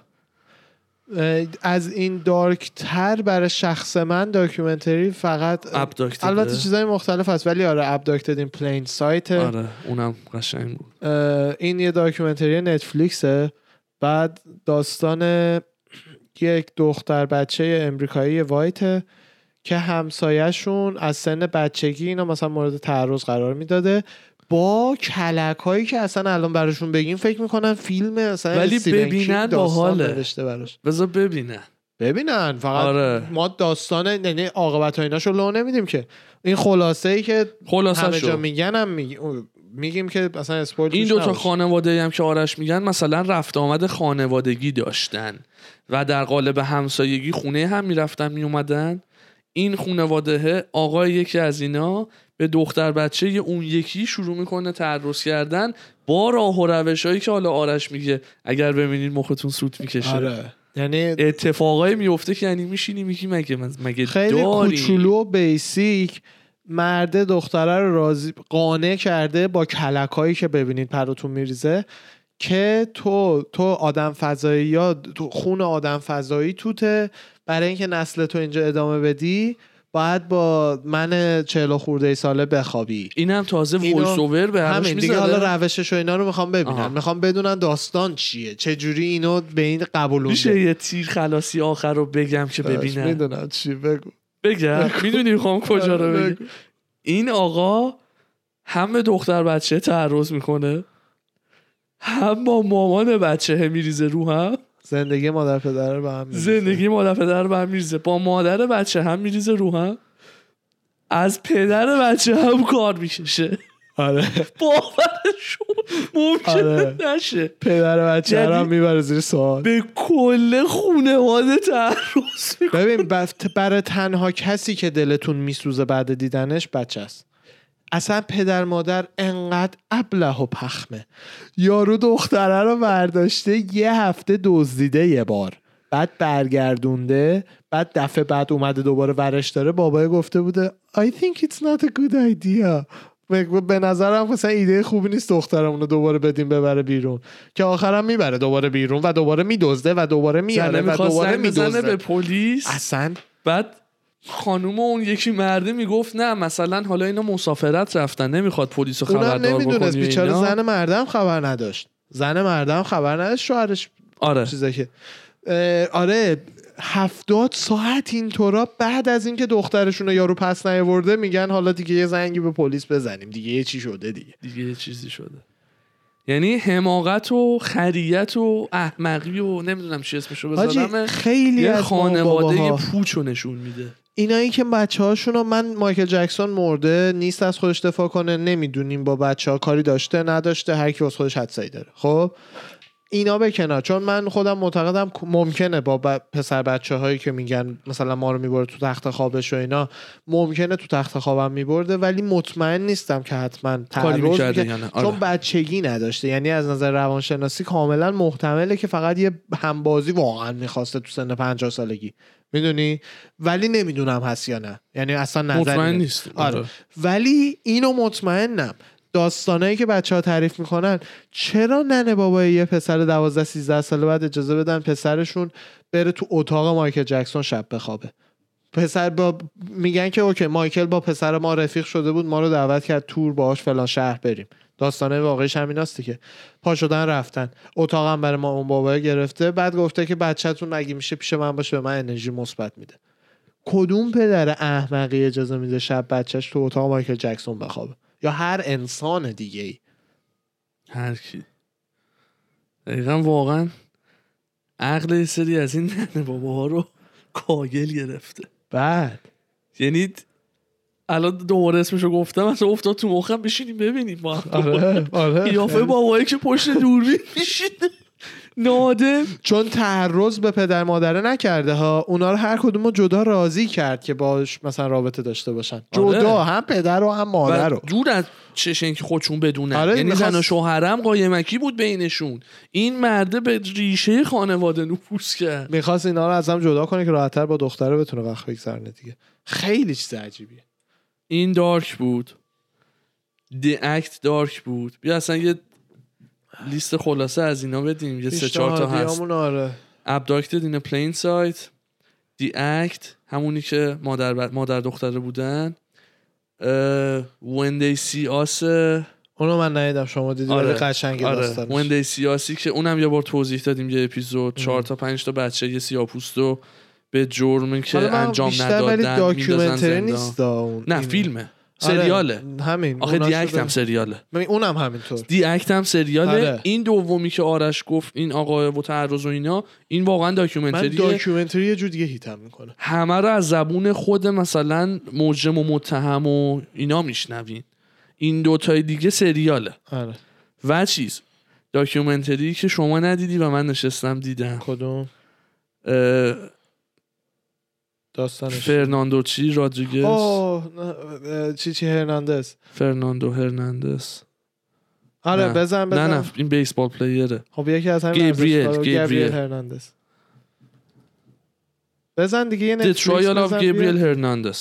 [SPEAKER 2] اه، از این دارک تر برای شخص من داکیومنتری فقط
[SPEAKER 1] Abducted.
[SPEAKER 2] البته چیزای مختلف هست ولی آره ابداکتد این پلین سایت
[SPEAKER 1] آره اونم قشنگ بود
[SPEAKER 2] این یه داکیومنتری نتفلیکسه بعد داستان یک دختر بچه امریکایی وایته که همسایهشون از سن بچگی اینا مثلا مورد تعرض قرار میداده با کلک هایی که اصلا الان براشون بگیم فکر میکنن فیلم اصلا
[SPEAKER 1] ولی
[SPEAKER 2] استیون کینگ
[SPEAKER 1] ببینن
[SPEAKER 2] داستان
[SPEAKER 1] باحاله.
[SPEAKER 2] نوشته براش
[SPEAKER 1] بذار ببینه
[SPEAKER 2] ببینن فقط
[SPEAKER 1] آره.
[SPEAKER 2] ما داستان یعنی عاقبت ایناشو لو نمیدیم که این خلاصه ای که همه
[SPEAKER 1] خلاصه
[SPEAKER 2] جا
[SPEAKER 1] شو
[SPEAKER 2] میگن هم میگی- میگیم که اصلا اسپویل
[SPEAKER 1] این
[SPEAKER 2] توش
[SPEAKER 1] دوتا
[SPEAKER 2] نباشه.
[SPEAKER 1] خانواده ای هم که آرش میگن مثلا رفت آمد خانوادگی داشتن و در قالب همسایگی خونه هم میرفتن میومدن این خانواده آقای یکی از اینا به دختر بچه اون یکی شروع میکنه تعرض کردن با راه و روش هایی که حالا آرش میگه اگر ببینید مختون سوت میکشه
[SPEAKER 2] آره یعنی
[SPEAKER 1] اتفاقای میفته که یعنی میشینی میگی مگه من مگه
[SPEAKER 2] خیلی
[SPEAKER 1] داری؟
[SPEAKER 2] کوچولو و بیسیک مرده دختره رو راضی قانع کرده با کلک هایی که ببینید پراتون میریزه که تو تو آدم فضایی یا تو خون آدم فضایی توته برای اینکه نسل تو اینجا ادامه بدی باید با من چهل خورده ای ساله بخوابی
[SPEAKER 1] اینم تازه
[SPEAKER 2] اینو-
[SPEAKER 1] وایس اوور به هرش
[SPEAKER 2] همین دیگه
[SPEAKER 1] می‌زده.
[SPEAKER 2] حالا روشش و اینا رو میخوام
[SPEAKER 1] آها.
[SPEAKER 2] ببینم میخوام بدونن داستان چیه چه جوری اینو به این
[SPEAKER 1] میشه
[SPEAKER 2] قبولونده
[SPEAKER 1] یه تیر خلاصی آخر رو بگم که ببینم
[SPEAKER 2] میدونم چی بگو
[SPEAKER 1] بگم میدونی میخوام کجا رو
[SPEAKER 2] آره،
[SPEAKER 1] بگم
[SPEAKER 2] بگو.
[SPEAKER 1] این آقا هم به دختر بچه تعرض میکنه هم با مامان بچه میریزه رو هم
[SPEAKER 2] زندگی مادر پدر رو به هم می‌ریزه.
[SPEAKER 1] زندگی مادر پدر رو به هم میریزه با مادر بچه هم میریزه رو هم از پدر بچه هم کار میکشه
[SPEAKER 2] آره
[SPEAKER 1] باورشون ممکنه
[SPEAKER 2] آره.
[SPEAKER 1] نشه
[SPEAKER 2] پدر بچه رو هم میبره زیر سوال
[SPEAKER 1] به کل خونواده تعرض می‌کنه.
[SPEAKER 2] ببین بف- برای تنها کسی که دلتون میسوزه بعد دیدنش بچه است اصلا پدر مادر انقدر ابله و پخمه یارو دختره رو برداشته یه هفته دزدیده یه بار بعد برگردونده بعد دفعه بعد اومده دوباره ورش داره بابای گفته بوده I think it's not a good idea ب- به نظرم مثلا ایده خوبی نیست دخترمون رو دوباره بدیم ببره بیرون که آخرم میبره دوباره بیرون و دوباره میدزده و دوباره میاره
[SPEAKER 1] زنه
[SPEAKER 2] و
[SPEAKER 1] میخواست
[SPEAKER 2] دوباره
[SPEAKER 1] زنگ بزنه به
[SPEAKER 2] میدزده
[SPEAKER 1] پلیس
[SPEAKER 2] اصلا
[SPEAKER 1] بعد خانوم اون یکی مرده میگفت نه مثلا حالا اینا مسافرت رفتن نمیخواد پلیس رو
[SPEAKER 2] اونم
[SPEAKER 1] خبردار بکنی و
[SPEAKER 2] نمیدونست بیچاره
[SPEAKER 1] اینا.
[SPEAKER 2] زن مردم خبر نداشت زن مردم خبر نداشت شوهرش
[SPEAKER 1] آره
[SPEAKER 2] چیزا که اه، آره هفتاد ساعت اینطورا بعد از اینکه دخترشون رو یارو پس نیاورده میگن حالا دیگه یه زنگی به پلیس بزنیم دیگه یه چی شده دیگه
[SPEAKER 1] دیگه یه چیزی شده یعنی حماقت و خریت و احمقی و نمیدونم چی اسمشو
[SPEAKER 2] حاجی
[SPEAKER 1] بذارم
[SPEAKER 2] خیلی
[SPEAKER 1] یه
[SPEAKER 2] از
[SPEAKER 1] خانواده
[SPEAKER 2] خانواده
[SPEAKER 1] پوچ رو نشون میده
[SPEAKER 2] اینایی که بچه هاشون رو من مایکل جکسون مرده نیست از خودش دفاع کنه نمیدونیم با بچه ها کاری داشته نداشته هر کی واسه خودش حدسایی داره خب اینا به کنار چون من خودم معتقدم ممکنه با ب- پسر بچه هایی که میگن مثلا ما رو میبره تو تخت خوابش و اینا ممکنه تو تخت خوابم میبرده ولی مطمئن نیستم که حتما تعرض
[SPEAKER 1] می‌کرده
[SPEAKER 2] می‌کرد.
[SPEAKER 1] یا نه. آره.
[SPEAKER 2] چون بچگی نداشته یعنی از نظر روانشناسی کاملا محتمله که فقط یه همبازی واقعا میخواسته تو سن 50 سالگی میدونی ولی نمیدونم هست یا نه یعنی اصلا نظری
[SPEAKER 1] مطمئن
[SPEAKER 2] نه.
[SPEAKER 1] نیست
[SPEAKER 2] آره ولی اینو مطمئنم داستانایی که بچه ها تعریف میکنن چرا ننه بابای یه پسر 12 13 ساله بعد اجازه بدن پسرشون بره تو اتاق مایکل جکسون شب بخوابه پسر با میگن که اوکی مایکل با پسر ما رفیق شده بود ما رو دعوت کرد تور باهاش فلان شهر بریم داستانه واقعیش همین هستی که پا شدن رفتن اتاقم برای ما اون بابا گرفته بعد گفته که بچهتون اگه میشه پیش من باشه به من انرژی مثبت میده کدوم پدر احمقی اجازه میده شب بچهش تو اتاق مایکل جکسون بخوابه یا هر انسان دیگه ای
[SPEAKER 1] هر کی دقیقا واقعا عقل یه سری از این *laughs* ننه باباها رو کاگل گرفته
[SPEAKER 2] بعد
[SPEAKER 1] یعنی الان دوباره اسمشو گفتم اصلا افتاد تو مخم بشینیم ببینیم با هم
[SPEAKER 2] آره آره
[SPEAKER 1] قیافه بابایی که پشت دوربین میشینه نادم
[SPEAKER 2] چون تعرض به پدر مادره نکرده ها اونا رو هر کدوم رو جدا راضی کرد که باش مثلا رابطه داشته باشن
[SPEAKER 1] آره.
[SPEAKER 2] جدا هم پدر رو هم مادر
[SPEAKER 1] و
[SPEAKER 2] آره رو
[SPEAKER 1] دور از چشن که خودشون بدونن
[SPEAKER 2] آره،
[SPEAKER 1] یعنی
[SPEAKER 2] می‌خواست-
[SPEAKER 1] زن و شوهرم قایمکی بود بینشون این مرده به ریشه خانواده نفوذ کرد
[SPEAKER 2] میخواست اینا رو از هم جدا کنه که راحتتر با دختره بتونه وقت بگذرونه دیگه خیلی چیز عجیبیه
[SPEAKER 1] این دارک بود دی اکت دارک بود بیا اصلا یه لیست خلاصه از اینا بدیم یه سه چهار تا هست
[SPEAKER 2] پیشنهادیامون آره
[SPEAKER 1] abducted in a plain sight the act همونی که مادر, بر- مادر دختره بودن اه، when they see us اه،
[SPEAKER 2] اونو من ندیدم شما دیدی
[SPEAKER 1] آره.
[SPEAKER 2] آره. قشنگی
[SPEAKER 1] آره
[SPEAKER 2] داستانش.
[SPEAKER 1] when they see usی که اونم یه بار توضیح دادیم یه اپیزود چهار تا پنج تا بچه یه سیاپوست رو به جرم که
[SPEAKER 2] حالا من
[SPEAKER 1] انجام
[SPEAKER 2] بیشتر ولی
[SPEAKER 1] ندادن میندازن
[SPEAKER 2] داکیومنتری
[SPEAKER 1] زندان.
[SPEAKER 2] نیست دا اون
[SPEAKER 1] نه
[SPEAKER 2] این-
[SPEAKER 1] فیلمه
[SPEAKER 2] آره،
[SPEAKER 1] سریاله
[SPEAKER 2] همین
[SPEAKER 1] آخه
[SPEAKER 2] اونا
[SPEAKER 1] دی
[SPEAKER 2] شده.
[SPEAKER 1] اکت هم سریاله
[SPEAKER 2] ببین، اونم همینطور
[SPEAKER 1] دی اکت هم سریاله
[SPEAKER 2] آره.
[SPEAKER 1] این دومی که آرش گفت این آقا و تعرض و اینا این واقعا
[SPEAKER 2] من
[SPEAKER 1] داکیومنتریه
[SPEAKER 2] داکیومنتری یه جور دیگه هیتم میکنه
[SPEAKER 1] همه رو از زبون خود مثلا مجرم و متهم و اینا میشنوین این دوتای دیگه سریاله
[SPEAKER 2] آره
[SPEAKER 1] و چیز داکیومنتری که شما ندیدی و من نشستم دیدم
[SPEAKER 2] کدوم
[SPEAKER 1] اه،
[SPEAKER 2] داستانش
[SPEAKER 1] فرناندو چی رادریگز
[SPEAKER 2] اوه نه، اه، چی چی هرناندز
[SPEAKER 1] فرناندو هرناندز
[SPEAKER 2] آره
[SPEAKER 1] نه.
[SPEAKER 2] بزن
[SPEAKER 1] نه
[SPEAKER 2] بزن
[SPEAKER 1] نه این بیسبال پلیره
[SPEAKER 2] خب یکی از همین
[SPEAKER 1] گبریل،
[SPEAKER 2] ورزشکارا،
[SPEAKER 1] گبریل.
[SPEAKER 2] هرناندز بزن دیگه یه
[SPEAKER 1] The
[SPEAKER 2] نتفلیکس
[SPEAKER 1] Trial of
[SPEAKER 2] بزن
[SPEAKER 1] Gabriel
[SPEAKER 2] بیا.
[SPEAKER 1] Hernandez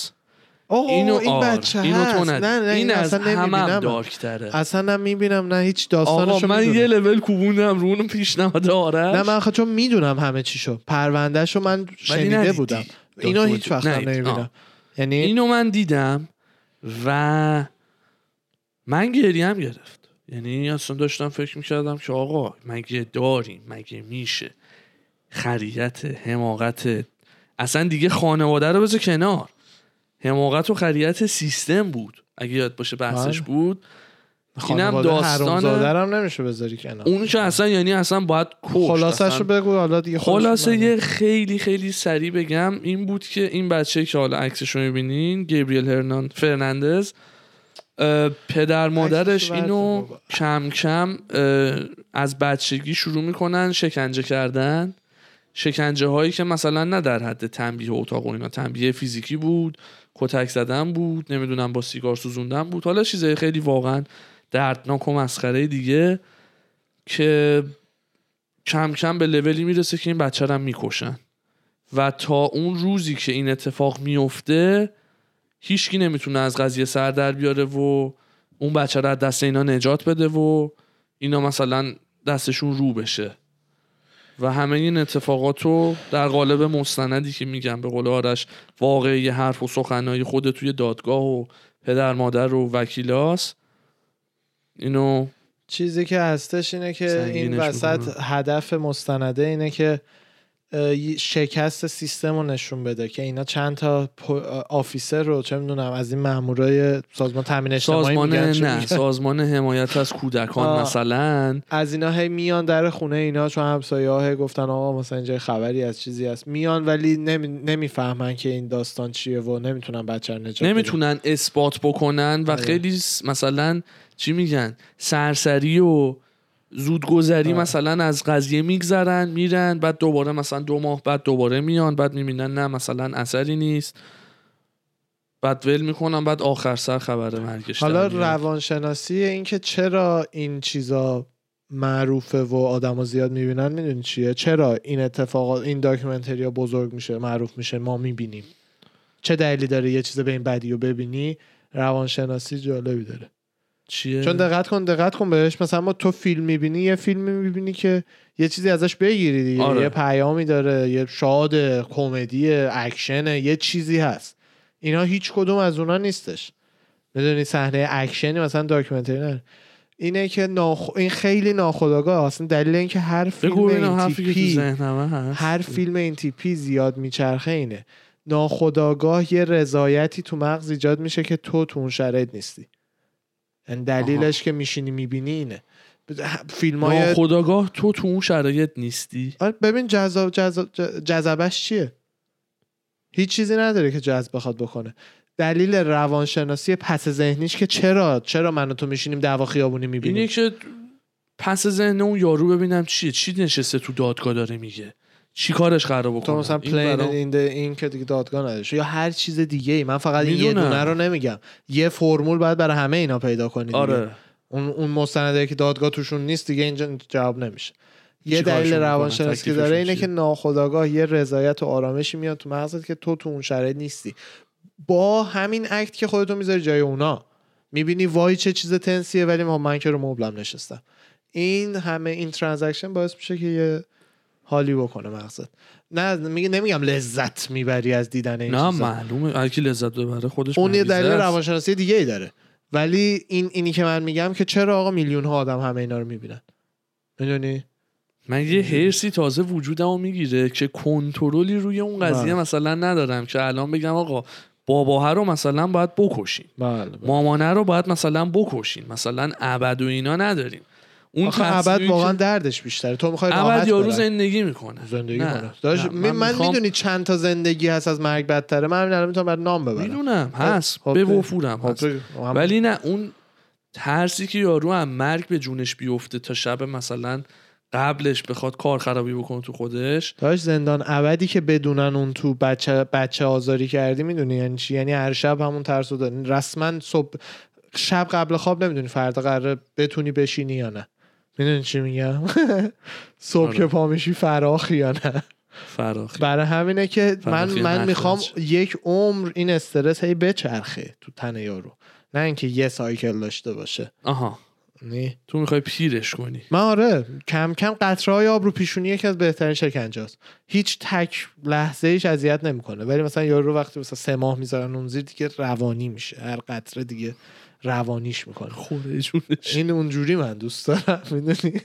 [SPEAKER 2] اوه،
[SPEAKER 1] اینو
[SPEAKER 2] این
[SPEAKER 1] آر.
[SPEAKER 2] بچه
[SPEAKER 1] اینو تو
[SPEAKER 2] هست.
[SPEAKER 1] ندید.
[SPEAKER 2] نه نه
[SPEAKER 1] این
[SPEAKER 2] اینو
[SPEAKER 1] از
[SPEAKER 2] اصلا
[SPEAKER 1] همم
[SPEAKER 2] نمی‌بینم.
[SPEAKER 1] دارکتره
[SPEAKER 2] اصلا نه میبینم نه هیچ داستانشو
[SPEAKER 1] آقا من
[SPEAKER 2] می‌دونم.
[SPEAKER 1] یه لول کوبوندم رو اون پیشنهاد آرش
[SPEAKER 2] نه من آخه چون میدونم همه چی شد پروندهشو من شنیده
[SPEAKER 1] ندیدی.
[SPEAKER 2] بودم
[SPEAKER 1] دکتر
[SPEAKER 2] اینو
[SPEAKER 1] وجود
[SPEAKER 2] هیچ وقت هم
[SPEAKER 1] ندید.
[SPEAKER 2] نمیبینم
[SPEAKER 1] آه.
[SPEAKER 2] یعنی
[SPEAKER 1] اینو من دیدم و من گریم گرفت یعنی اصلا داشتم فکر میکردم که آقا مگه داریم مگه میشه خریت حماقت اصلا دیگه خانواده رو بذار کنار حماقت و خریت سیستم بود اگه یاد باشه بحثش
[SPEAKER 2] بله.
[SPEAKER 1] بود اینم
[SPEAKER 2] خانواده
[SPEAKER 1] داستان
[SPEAKER 2] حرامزادرم نمیشه بذاری کنار
[SPEAKER 1] اون که اصلا یعنی اصلا باید کشت
[SPEAKER 2] خلاصش
[SPEAKER 1] اصلا
[SPEAKER 2] رو بگو حالا دیگه خودشون
[SPEAKER 1] خلاصه
[SPEAKER 2] معلومه.
[SPEAKER 1] یه خیلی خیلی سریع بگم این بود که این بچه که حالا عکسش رو میبینین گبریل هرنان فرناندز اه، پدر مادرش
[SPEAKER 2] ورزه
[SPEAKER 1] اینو
[SPEAKER 2] بابا.
[SPEAKER 1] کم کم اه، از بچگی شروع میکنن شکنجه کردن شکنجه هایی که مثلا نه در حد تنبیه اتاق و اینا تنبیه فیزیکی بود کتک زدن بود نمیدونم با سیگار سوزوندن بود حالا چیزای خیلی واقعا دردناک و مسخره دیگه که کم کم به لولی میرسه که این بچه رو هم میکشن و تا اون روزی که این اتفاق میفته هیچکی نمیتونه از قضیه سر در بیاره و اون بچه رو از دست اینا نجات بده و اینا مثلا دستشون رو بشه و همه این اتفاقات رو در قالب مستندی که میگم به قول آرش واقعی حرف و سخنهای خود توی دادگاه و پدر مادر و وکیلاس اینو
[SPEAKER 2] چیزی که هستش اینه که این
[SPEAKER 1] سنگینش
[SPEAKER 2] وسط
[SPEAKER 1] می‌کنم.
[SPEAKER 2] هدف مستنده اینه که اه، ی- شکست سیستم رو نشون بده که اینا چند تا پ- آفیسر رو چه میدونم از این مامورای سازمان تامین اجتماعی
[SPEAKER 1] سازمان
[SPEAKER 2] میگن چه
[SPEAKER 1] نه
[SPEAKER 2] میگن؟
[SPEAKER 1] سازمان حمایت از کودکان
[SPEAKER 2] آه.
[SPEAKER 1] مثلا
[SPEAKER 2] از اینا هی میان در خونه اینا چون همسایه ها هی گفتن آقا مثلا اینجا خبری از چیزی هست میان ولی نمی... نمیفهمن که این داستان چیه و نمیتونن بچه رو نجات بدن.
[SPEAKER 1] نمیتونن اثبات بکنن و
[SPEAKER 2] آره.
[SPEAKER 1] خیلی س- مثلا چی میگن سرسری و زودگذری
[SPEAKER 2] آره.
[SPEAKER 1] مثلا از قضیه میگذرن میرن بعد دوباره مثلا دو ماه بعد دوباره میان بعد میبینن نه مثلا اثری نیست بعد ول میکنن بعد آخر سر خبر مرگش
[SPEAKER 2] حالا
[SPEAKER 1] در میاد.
[SPEAKER 2] روانشناسی این که چرا این چیزا معروفه و آدما زیاد میبینن میدونی چیه چرا این اتفاقات این داکیومنتری ها بزرگ میشه معروف میشه ما میبینیم چه دلیلی داره یه چیز به این بدی رو ببینی روانشناسی جالبی داره
[SPEAKER 1] چیه
[SPEAKER 2] چون دقت کن دقت کن بهش مثلا ما تو فیلم میبینی یه فیلمی میبینی که یه چیزی ازش بگیری دیگه
[SPEAKER 1] آره.
[SPEAKER 2] یه پیامی داره یه شاد کمدی اکشن یه چیزی هست اینا هیچ کدوم از اونا نیستش میدونی صحنه اکشنی مثلا داکیومنتری نه اینه که ناخ... این خیلی ناخودآگاه اصلا دلیل اینکه هر فیلم
[SPEAKER 1] بگو اینا
[SPEAKER 2] این
[SPEAKER 1] حرفی که تو
[SPEAKER 2] تیپی
[SPEAKER 1] ذهنمه هست
[SPEAKER 2] هر فیلم این تیپی زیاد میچرخه اینه ناخداگاه یه رضایتی تو مغز ایجاد میشه که تو تو اون شرایط نیستی یعنی دلیلش که میشینی میبینی اینه فیلم
[SPEAKER 1] ما
[SPEAKER 2] های
[SPEAKER 1] خداگاه تو تو اون شرایط نیستی
[SPEAKER 2] آره، ببین جذاب جذاب جذابش چیه هیچ چیزی نداره که جذب بخواد بکنه دلیل روانشناسی پس ذهنیش که چرا چرا من و تو میشینیم دعوا خیابونی
[SPEAKER 1] اینه
[SPEAKER 2] میبینیم
[SPEAKER 1] که پس ذهن اون یارو ببینم چیه چی نشسته تو دادگاه داره میگه چی کارش قرار بکنه
[SPEAKER 2] تو مثلا
[SPEAKER 1] آره، این
[SPEAKER 2] پلین
[SPEAKER 1] برام-
[SPEAKER 2] این, این که دیگه دادگاه نداشت یا هر چیز دیگه ای من فقط این یه
[SPEAKER 1] میدونم.
[SPEAKER 2] دونه رو نمیگم یه فرمول باید برای همه اینا پیدا کنید دیگه.
[SPEAKER 1] آره
[SPEAKER 2] اون اون مستنده که دادگاه توشون نیست دیگه اینجا جواب نمیشه یه
[SPEAKER 1] چیکارشون
[SPEAKER 2] دلیل
[SPEAKER 1] می‌کنن؟
[SPEAKER 2] روانشناسی که
[SPEAKER 1] تکلیفشون
[SPEAKER 2] داره اینه
[SPEAKER 1] چیه؟
[SPEAKER 2] که ناخودآگاه یه رضایت و آرامشی میاد تو مغزت که تو تو اون شرایط نیستی با همین اکت که خودتو میذاری جای اونا میبینی وای چه چیز تنسیه ولی ما من که رو مبلم نشستم این همه این ترانزکشن باعث میشه که یه حالی بکنه مغزت نه میگه نمیگم لذت میبری از دیدن این
[SPEAKER 1] نه
[SPEAKER 2] چیزا.
[SPEAKER 1] معلومه هر کی لذت ببره خودش
[SPEAKER 2] اون یه
[SPEAKER 1] مریضه
[SPEAKER 2] دلیل
[SPEAKER 1] است.
[SPEAKER 2] روانشناسی دیگه ای داره ولی این اینی که من میگم که چرا آقا میلیون ها آدم همه اینا رو میبینن میدونی
[SPEAKER 1] من یه هرسی تازه وجودمو میگیره که کنترلی روی اون قضیه
[SPEAKER 2] بله.
[SPEAKER 1] مثلا ندارم که الان بگم آقا باباها رو مثلا باید بکشین
[SPEAKER 2] بله
[SPEAKER 1] مامانه رو باید مثلا بکشین مثلا ابد و اینا نداریم اون
[SPEAKER 2] آخه
[SPEAKER 1] تصمیمی
[SPEAKER 2] ابد
[SPEAKER 1] که-
[SPEAKER 2] واقعا دردش بیشتره تو میخوای
[SPEAKER 1] ابد
[SPEAKER 2] راحت
[SPEAKER 1] یارو
[SPEAKER 2] برن.
[SPEAKER 1] زندگی میکنه
[SPEAKER 2] زندگی
[SPEAKER 1] نه،
[SPEAKER 2] کنه داش-
[SPEAKER 1] نه،
[SPEAKER 2] می-
[SPEAKER 1] من
[SPEAKER 2] من
[SPEAKER 1] می‌خوام-
[SPEAKER 2] میدونی چند تا زندگی هست از مرگ بدتره من همین الان میتونم بر نام ببرم
[SPEAKER 1] میدونم هست
[SPEAKER 2] خب،
[SPEAKER 1] به
[SPEAKER 2] خب،
[SPEAKER 1] وفورم
[SPEAKER 2] خب،
[SPEAKER 1] هست
[SPEAKER 2] تو- هم-
[SPEAKER 1] ولی نه اون ترسی که یارو هم مرگ به جونش بیفته تا شب مثلا قبلش بخواد کار خرابی بکنه تو خودش
[SPEAKER 2] داش زندان ابدی که بدونن اون تو بچه بچه آزاری کردی میدونی یعنی چی یعنی هر شب همون ترس رو داری رسما صبح شب قبل خواب نمیدونی فردا قراره بتونی بشینی یا نه میدونی چی میگم *laughs* صبح
[SPEAKER 1] آره.
[SPEAKER 2] که پا میشی فراخی یا نه
[SPEAKER 1] فراخی
[SPEAKER 2] برای همینه که من
[SPEAKER 1] فراخی
[SPEAKER 2] من
[SPEAKER 1] نخواهد
[SPEAKER 2] میخوام
[SPEAKER 1] شد.
[SPEAKER 2] یک عمر این استرس هی بچرخه تو تن یارو نه اینکه یه سایکل داشته باشه یعنی
[SPEAKER 1] آها
[SPEAKER 2] نی
[SPEAKER 1] تو میخوای پیرش کنی
[SPEAKER 2] من آره کم کم قطره های آب رو پیشونی یکی از بهترین شکنجاست هیچ تک لحظه ایش اذیت نمیکنه ولی مثلا یارو وقتی مثلا سه ماه میذارن اون زیر دیگه روانی میشه هر قطره دیگه روانیش میکنه
[SPEAKER 1] خوره جونش
[SPEAKER 2] این اونجوری من دوست دارم میدونی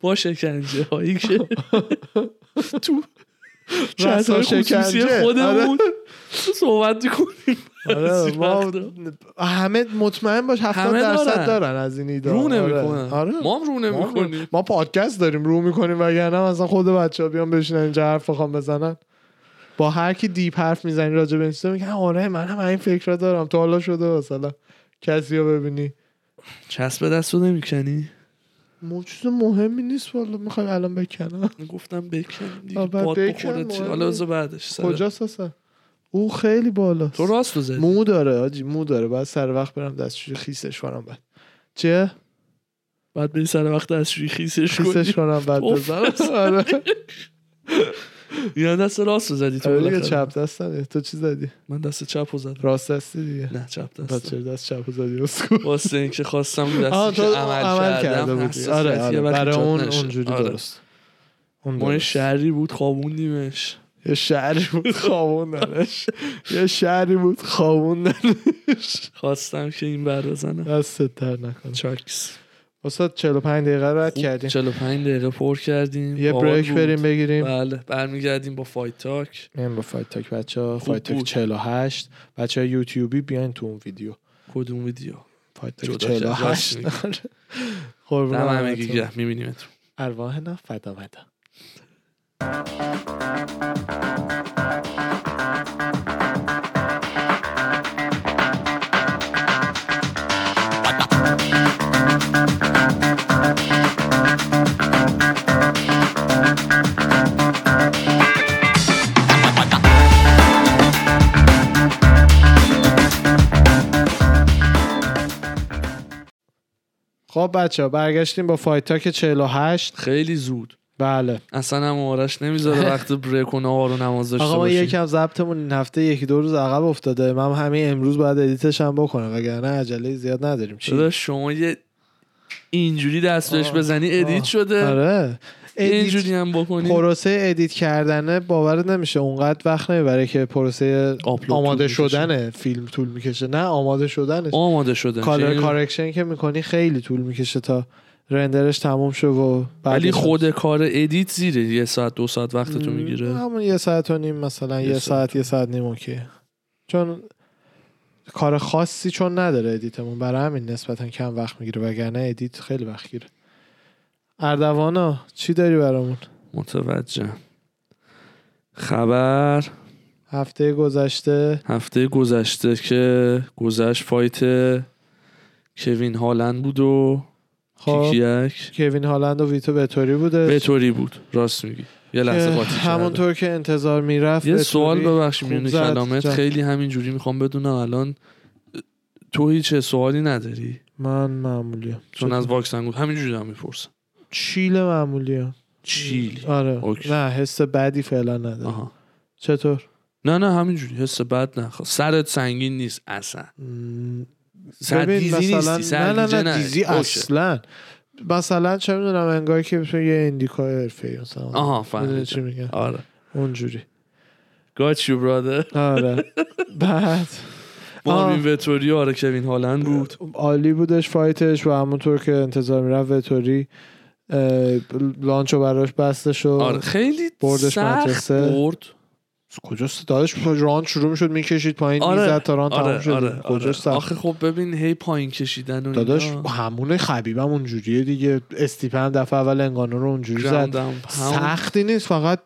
[SPEAKER 1] با شکنجه هایی
[SPEAKER 2] *laughs*
[SPEAKER 1] که تو چت
[SPEAKER 2] رسا
[SPEAKER 1] های خصوصی
[SPEAKER 2] شکنجه.
[SPEAKER 1] خودمون صحبت میکنیم *laughs*
[SPEAKER 2] آره ما همه مطمئن باش 70
[SPEAKER 1] همه
[SPEAKER 2] درصد
[SPEAKER 1] دارن.
[SPEAKER 2] دارن از این ایده
[SPEAKER 1] رو
[SPEAKER 2] آره.
[SPEAKER 1] نمیکنن
[SPEAKER 2] آره
[SPEAKER 1] ما هم رو
[SPEAKER 2] ما-
[SPEAKER 1] نمیکنیم
[SPEAKER 2] ما پادکست داریم رو میکنیم وگرنه هم اصلا خود بچه ها بیان بشینن اینجا حرف بخوام بزنن با هر کی دیپ حرف میزنی راجع به این چیزا میگن آره من هم این فکر را دارم تا حالا شده مثلا کسی رو ببینی
[SPEAKER 1] چسب دست رو نمیکنی
[SPEAKER 2] مو چیز مهمی نیست والا میخوای
[SPEAKER 1] *laughs*
[SPEAKER 2] الان بکنم
[SPEAKER 1] گفتم بکن دیگه
[SPEAKER 2] آه، بعد
[SPEAKER 1] باد
[SPEAKER 2] بکن،
[SPEAKER 1] بخوره چی؟
[SPEAKER 2] مهم
[SPEAKER 1] حالا
[SPEAKER 2] نیست.
[SPEAKER 1] بذار بعدش سر-
[SPEAKER 2] کجاست اصلا او خیلی بالاست
[SPEAKER 1] تو راست رو زدی
[SPEAKER 2] مو داره آجی مو داره بعد سر وقت برم دستشویی خیسش کنم بعد
[SPEAKER 1] *laughs*
[SPEAKER 2] چه
[SPEAKER 1] بعد بری سر وقت از شوی خیسش کنی
[SPEAKER 2] خیسش کنم بعد
[SPEAKER 1] اوف.
[SPEAKER 2] بزنم آره
[SPEAKER 1] یا دست راست رو زدی تو
[SPEAKER 2] آره دیگه
[SPEAKER 1] بالاخره.
[SPEAKER 2] چپ دست نداری. تو چی زدی
[SPEAKER 1] من دست چپ رو زدم
[SPEAKER 2] راست دستی دیگه
[SPEAKER 1] نه چپ
[SPEAKER 2] بعد
[SPEAKER 1] دست
[SPEAKER 2] چرا دست چپ رو زدی اسکو
[SPEAKER 1] واسه اینکه
[SPEAKER 2] *laughs*
[SPEAKER 1] خواستم
[SPEAKER 2] آه،
[SPEAKER 1] دستی که
[SPEAKER 2] تو
[SPEAKER 1] عمل,
[SPEAKER 2] کرده
[SPEAKER 1] کردم
[SPEAKER 2] بودی آره, آره.
[SPEAKER 1] حساسیتی ولی
[SPEAKER 2] برای
[SPEAKER 1] ایجاد
[SPEAKER 2] اون
[SPEAKER 1] نشد.
[SPEAKER 2] اونجوری
[SPEAKER 1] آره.
[SPEAKER 2] درست اون
[SPEAKER 1] ما یه
[SPEAKER 2] درست.
[SPEAKER 1] شهری بود خوابوندیمش
[SPEAKER 2] یه شهری بود *laughs* خوابوندنش یه شهری بود خوابوندنش
[SPEAKER 1] خواستم که این بر بزنم
[SPEAKER 2] دستت در نکنه
[SPEAKER 1] چاکس
[SPEAKER 2] استاد 45 دقیقه رد کردیم
[SPEAKER 1] 45 دقیقه پر کردیم
[SPEAKER 2] یه
[SPEAKER 1] باحال
[SPEAKER 2] بریک
[SPEAKER 1] بود.
[SPEAKER 2] بریم بگیریم
[SPEAKER 1] بله برمیگردیم با فایت تاک
[SPEAKER 2] میایم با فایت تاک بچه ها
[SPEAKER 1] خوب
[SPEAKER 2] فایت تاک
[SPEAKER 1] بود.
[SPEAKER 2] 48 بچه های یوتیوبی بیاین تو اون ویدیو
[SPEAKER 1] کدوم ویدیو
[SPEAKER 2] فایت تاک
[SPEAKER 1] جدا کرد.
[SPEAKER 2] 48
[SPEAKER 1] راست
[SPEAKER 2] آره. قربون
[SPEAKER 1] دم همگی
[SPEAKER 2] همتون.
[SPEAKER 1] گرم میبینیم
[SPEAKER 2] ارواحنا فدامتا خب بچه ها برگشتیم با فایت تاک 48
[SPEAKER 1] خیلی زود
[SPEAKER 2] بله
[SPEAKER 1] اصلا هم آرش
[SPEAKER 2] *laughs*
[SPEAKER 1] نمیذاره وقت بریک و نهار و نماز داشته
[SPEAKER 2] آقا ما
[SPEAKER 1] باشیم
[SPEAKER 2] یکم ضبطمون این هفته یکی دو روز عقب افتاده من همین امروز باید ادیتش هم بکنم وگرنه عجله زیاد نداریم چی
[SPEAKER 1] داداش شما یه اینجوری دست بهش
[SPEAKER 2] آه،
[SPEAKER 1] بزنی ادیت
[SPEAKER 2] آه.
[SPEAKER 1] شده
[SPEAKER 2] آره
[SPEAKER 1] یه
[SPEAKER 2] ادیت
[SPEAKER 1] اینجوری هم بکنی
[SPEAKER 2] پروسه ادیت کردنه باورت نمیشه اونقدر وقت نمیبره که پروسه
[SPEAKER 1] آپلود
[SPEAKER 2] آماده
[SPEAKER 1] طول می‌کشه.
[SPEAKER 2] شدن فیلم طول میکشه نه آماده شدنش
[SPEAKER 1] آماده شده یعنی
[SPEAKER 2] کالر کارکشن که میکنی خیلی طول میکشه تا رندرش تموم شه و
[SPEAKER 1] ولی
[SPEAKER 2] بعدش-
[SPEAKER 1] خود کار ادیت زیره یه ساعت دو ساعت وقتتو میگیره
[SPEAKER 2] همون یه ساعت و نیم مثلا
[SPEAKER 1] یه
[SPEAKER 2] یه, ساعت یه ساعت نیم اوکی چون کار خاصی چون نداره ادیتمون برای همین نسبتا کم وقت میگیره وگرنه ادیت خیلی وقت گیره اردوانا چی داری برامون
[SPEAKER 1] متوجه خبر
[SPEAKER 2] هفته گذشته
[SPEAKER 1] هفته گذشته که گذشت فایت کوین هالند بود و
[SPEAKER 2] خب
[SPEAKER 1] کیکیک
[SPEAKER 2] کوین هالند و ویتو بتوری بوده
[SPEAKER 1] بتوری بود راست میگی یه لحظه
[SPEAKER 2] که
[SPEAKER 1] قاطی شدم.
[SPEAKER 2] همونطور که انتظار میرفت
[SPEAKER 1] یه سوال ببخش
[SPEAKER 2] خوب
[SPEAKER 1] میونه
[SPEAKER 2] زد.
[SPEAKER 1] کلامت
[SPEAKER 2] جان.
[SPEAKER 1] خیلی همینجوری میخوام بدونم الان تو هیچ سوالی نداری
[SPEAKER 2] من معمولی
[SPEAKER 1] چون از واکسن بود همینجوری هم میپرسم
[SPEAKER 2] چیل معمولی
[SPEAKER 1] چیلی
[SPEAKER 2] آره
[SPEAKER 1] اوکی.
[SPEAKER 2] نه حس بدی فعلا نداره
[SPEAKER 1] آها
[SPEAKER 2] چطور
[SPEAKER 1] نه نه همینجوری حس بد نخوا سرت سنگین نیست اصلا
[SPEAKER 2] م،
[SPEAKER 1] سر
[SPEAKER 2] ببین،
[SPEAKER 1] دیزی نیستی سر
[SPEAKER 2] نه نه
[SPEAKER 1] گیجه
[SPEAKER 2] نه
[SPEAKER 1] نری.
[SPEAKER 2] دیزی
[SPEAKER 1] باشه.
[SPEAKER 2] اصلا مثلا چه میدونم انگار که مثلا یه ایندیکا حرفه‌ای مثلا
[SPEAKER 1] آها
[SPEAKER 2] میدونی چی
[SPEAKER 1] فهمیدم
[SPEAKER 2] میگم
[SPEAKER 1] آره
[SPEAKER 2] اونجوری
[SPEAKER 1] گات یو برادر
[SPEAKER 2] آره بعد
[SPEAKER 1] مارین وتوری آره کوین هالند بود
[SPEAKER 2] عالی بودش فایتش و همونطور که انتظار میرفت وتوری اه، لانچو براش بستش و
[SPEAKER 1] آره خیلی
[SPEAKER 2] بردش
[SPEAKER 1] سخت
[SPEAKER 2] منچستر.
[SPEAKER 1] برد
[SPEAKER 2] کجا دادش راند شروع میشد میکشید پایین
[SPEAKER 1] آره،
[SPEAKER 2] میزد تا راند تموم
[SPEAKER 1] آره
[SPEAKER 2] شد
[SPEAKER 1] آره,
[SPEAKER 2] کجاش
[SPEAKER 1] آره.
[SPEAKER 2] سخت
[SPEAKER 1] آخه خب ببین هی پایین کشیدن و
[SPEAKER 2] داداش
[SPEAKER 1] اینا.
[SPEAKER 2] همون خبیبم اونجوریه دیگه استیپن دفعه اول انگانو رو اونجوری زد
[SPEAKER 1] گراند اند پاوند.
[SPEAKER 2] سختی نیست فقط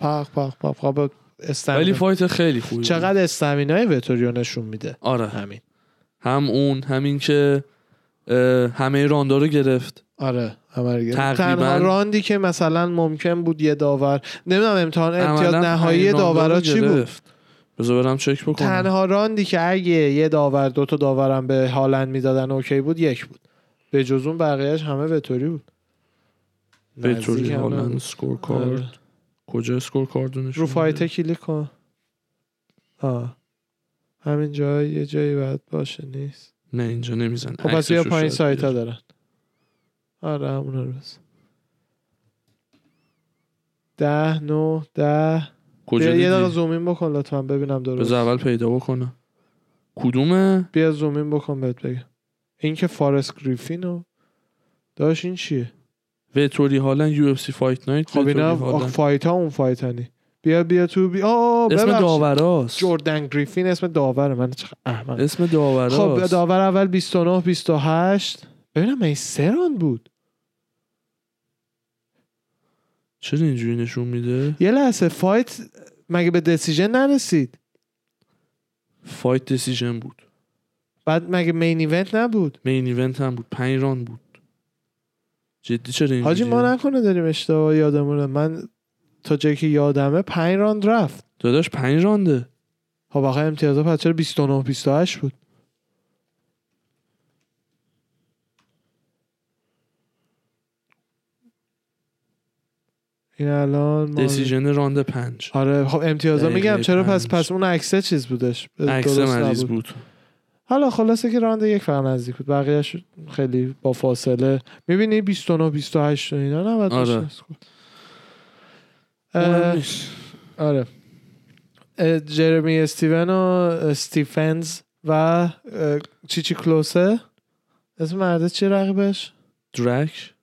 [SPEAKER 2] پخ پخ پخ پخ
[SPEAKER 1] ولی خب
[SPEAKER 2] استامین
[SPEAKER 1] فایت خیلی خوبی بود.
[SPEAKER 2] چقدر استامینای وتوریو نشون میده
[SPEAKER 1] آره
[SPEAKER 2] همین
[SPEAKER 1] هم اون همین که اه، همه راندا رو گرفت
[SPEAKER 2] آره عمل گرفت.
[SPEAKER 1] تقریباً-
[SPEAKER 2] تنها راندی که مثلا ممکن بود یه داور نمیدونم امتحان امتیاز
[SPEAKER 1] عملاً
[SPEAKER 2] نهایی
[SPEAKER 1] همه راندا رو
[SPEAKER 2] داورا چی بود
[SPEAKER 1] گرفت. بذار برم چک بکنم
[SPEAKER 2] تنها راندی که اگه یه داور دو تا داورم به هالند میدادن اوکی بود یک بود به جز اون بقیهش همه وتوری بود نزدیک
[SPEAKER 1] وتوری
[SPEAKER 2] هم
[SPEAKER 1] هالند
[SPEAKER 2] نبود.
[SPEAKER 1] اسکور
[SPEAKER 2] آره.
[SPEAKER 1] کارت کجا اسکور کارت نشون
[SPEAKER 2] رو
[SPEAKER 1] میده؟
[SPEAKER 2] فایته کلیک کن آه. همین جای یه جایی باید باشه نیست
[SPEAKER 1] نه اینجا نمیزن
[SPEAKER 2] خب پس بیا پایین سایت ها دارن آره همون رو بس ده نو ده
[SPEAKER 1] کجا
[SPEAKER 2] بیا یه دقیقه
[SPEAKER 1] دیدی؟
[SPEAKER 2] زومین بکن لطفا ببینم درست
[SPEAKER 1] بذار اول پیدا بکنم کدومه
[SPEAKER 2] بیا زومین بکن بهت بگم این که فارست گریفینو داشت این چیه
[SPEAKER 1] وتوری هالند یو اف سی فایت نایت
[SPEAKER 2] خب اینا آخ، فایت ها اون فایت ها نی. بیا بیا تو بیا آه
[SPEAKER 1] اسم
[SPEAKER 2] خب، ببخشید.
[SPEAKER 1] داوراست
[SPEAKER 2] جردن گریفین اسم داوره من چقدر احمق
[SPEAKER 1] اسم داوراست
[SPEAKER 2] خب داور اول 29 28 ببینم این سه راند بود
[SPEAKER 1] چرا اینجوری نشون میده
[SPEAKER 2] یه لحظه فایت مگه به دسیژن نرسید
[SPEAKER 1] فایت دسیژن بود
[SPEAKER 2] بعد مگه مین ایونت نبود
[SPEAKER 1] مین ایونت هم بود پنج ران بود جدی چرا اینجوری
[SPEAKER 2] حاجی ما نکنه داریم اشتباه یادمونه من تا جایی که یادمه 5 راند رفت
[SPEAKER 1] داداش پنج رانده
[SPEAKER 2] خب آخه امتیازا پس چرا 29 28 بود این الان ما-
[SPEAKER 1] دسیژن راند پنج
[SPEAKER 2] آره خب امتیازا
[SPEAKER 1] دقیقه
[SPEAKER 2] میگم چرا پس
[SPEAKER 1] پنج.
[SPEAKER 2] پس اون عکسه چیز بودش
[SPEAKER 1] عکس
[SPEAKER 2] درست
[SPEAKER 1] مریض
[SPEAKER 2] نبود.
[SPEAKER 1] بود
[SPEAKER 2] حالا خلاصه که راند یک فقط نزدیک بود بقیهش خیلی با فاصله میبینی 29 28 و اینا نباید
[SPEAKER 1] آره.
[SPEAKER 2] آره.
[SPEAKER 1] مهم
[SPEAKER 2] اه
[SPEAKER 1] نیست.
[SPEAKER 2] آره اه، جرمی استیون و استیفنز و اه، چیچی کلوسه اسم مرده چی رقیبش
[SPEAKER 1] درک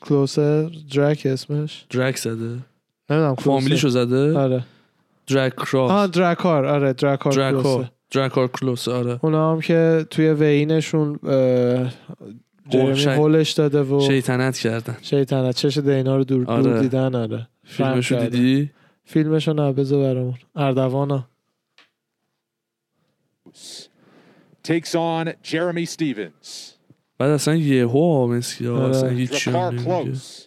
[SPEAKER 2] کلوسه درک اسمش
[SPEAKER 1] درک زده
[SPEAKER 2] نمیدونم کلوسه
[SPEAKER 1] فامیلیشو زده
[SPEAKER 2] آره
[SPEAKER 1] درک
[SPEAKER 2] آه
[SPEAKER 1] کراس
[SPEAKER 2] درکار آره درکار, کلوسه.
[SPEAKER 1] درکار درکار کلوس آره
[SPEAKER 2] اونا هم که توی وینشون اه،
[SPEAKER 1] قول
[SPEAKER 2] جرمی
[SPEAKER 1] شی-
[SPEAKER 2] هولش داده و
[SPEAKER 1] شیطنت کردن
[SPEAKER 2] شیطنت چش دینا رو دور, دور
[SPEAKER 1] آره.
[SPEAKER 2] دیدن آره
[SPEAKER 1] فیلمشو
[SPEAKER 2] کردن.
[SPEAKER 1] دیدی
[SPEAKER 2] فیلمشو نه بذار برامون اردوانا
[SPEAKER 3] takes on Jeremy Stevens.
[SPEAKER 1] بعد اصلا یهو مسکی
[SPEAKER 2] آره.
[SPEAKER 1] اصلا هیچی هم
[SPEAKER 3] Drakkar
[SPEAKER 1] نمیگه
[SPEAKER 3] Close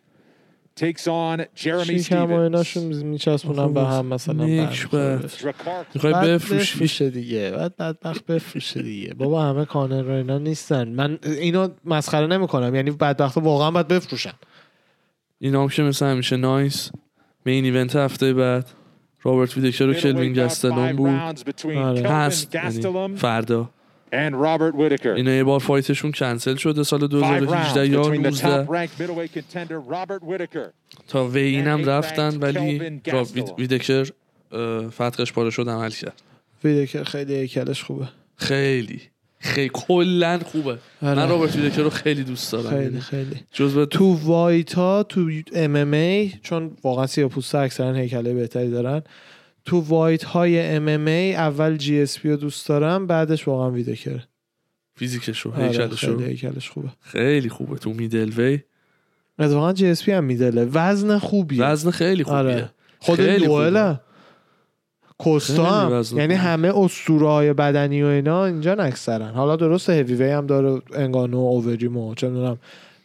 [SPEAKER 3] takes on Jeremy
[SPEAKER 2] شیکم و ایناشون
[SPEAKER 3] Stevens.
[SPEAKER 2] میچسبونن به هم مثلا
[SPEAKER 1] نیک آره،
[SPEAKER 2] برمیخوره.
[SPEAKER 1] بد.
[SPEAKER 3] Drakkar
[SPEAKER 1] میخوای
[SPEAKER 2] بعد
[SPEAKER 1] بفروشی
[SPEAKER 2] بفروشه دیگه بعد بدبخت بفروشه دیگه بابا همه کانر رو اینا نیستن من اینو مسخره نمیکنم یعنی بدبخت واقعا باید بفروشن
[SPEAKER 1] این هم که مثل همیشه نایس مین ایونت هفته بعد رابرت ویدکر و کلوین گستلون بود
[SPEAKER 2] آره.
[SPEAKER 1] هست یعنی فردا
[SPEAKER 3] and Robert Whitaker.
[SPEAKER 1] اینا یه بار فایتشون کنسل شده سال
[SPEAKER 3] Five rounds
[SPEAKER 1] 2018 یا
[SPEAKER 3] between
[SPEAKER 1] 19
[SPEAKER 3] the top-ranked middleweight contender Robert Whitaker
[SPEAKER 1] تا وی اینم رفتن ولی
[SPEAKER 3] Kelvin
[SPEAKER 1] راب-
[SPEAKER 3] Gastelum.
[SPEAKER 1] وید- ویدکر اه، فتقش پاره شد عمل کرد
[SPEAKER 2] ویدکر خیلی هیکلش خوبه
[SPEAKER 1] خیلی خیلی کلا خوبه
[SPEAKER 2] آره.
[SPEAKER 1] من رابرت ویدکر رو خیلی دوست دارم
[SPEAKER 2] خیلی
[SPEAKER 1] یعنی
[SPEAKER 2] خیلی
[SPEAKER 1] جزو
[SPEAKER 2] تو وایتا تو ام ام ای چون واقعا سیاپوستا اکثرا هیکله بهتری دارن تو وایت های MMA اول جی اس رو دوست دارم بعدش واقعا ویدکر
[SPEAKER 1] فیزیکشو
[SPEAKER 2] آره
[SPEAKER 1] هیکلشو
[SPEAKER 2] خیلی هیکلش خوبه
[SPEAKER 1] خیلی خوبه تو میدل وی
[SPEAKER 2] اتفاقا جی اس پی هم میدله وزن خوبیه
[SPEAKER 1] وزن خیلی خوبیه
[SPEAKER 2] آره. خود
[SPEAKER 1] خیلی
[SPEAKER 2] دوئل کوستا
[SPEAKER 1] خیلی
[SPEAKER 2] هم.
[SPEAKER 1] وزن
[SPEAKER 2] یعنی
[SPEAKER 1] خوبه.
[SPEAKER 2] همه اسطوره های بدنی و اینا اینجا نکسرن حالا درسته هیوی هم داره انگانو اووریم و چه میدونم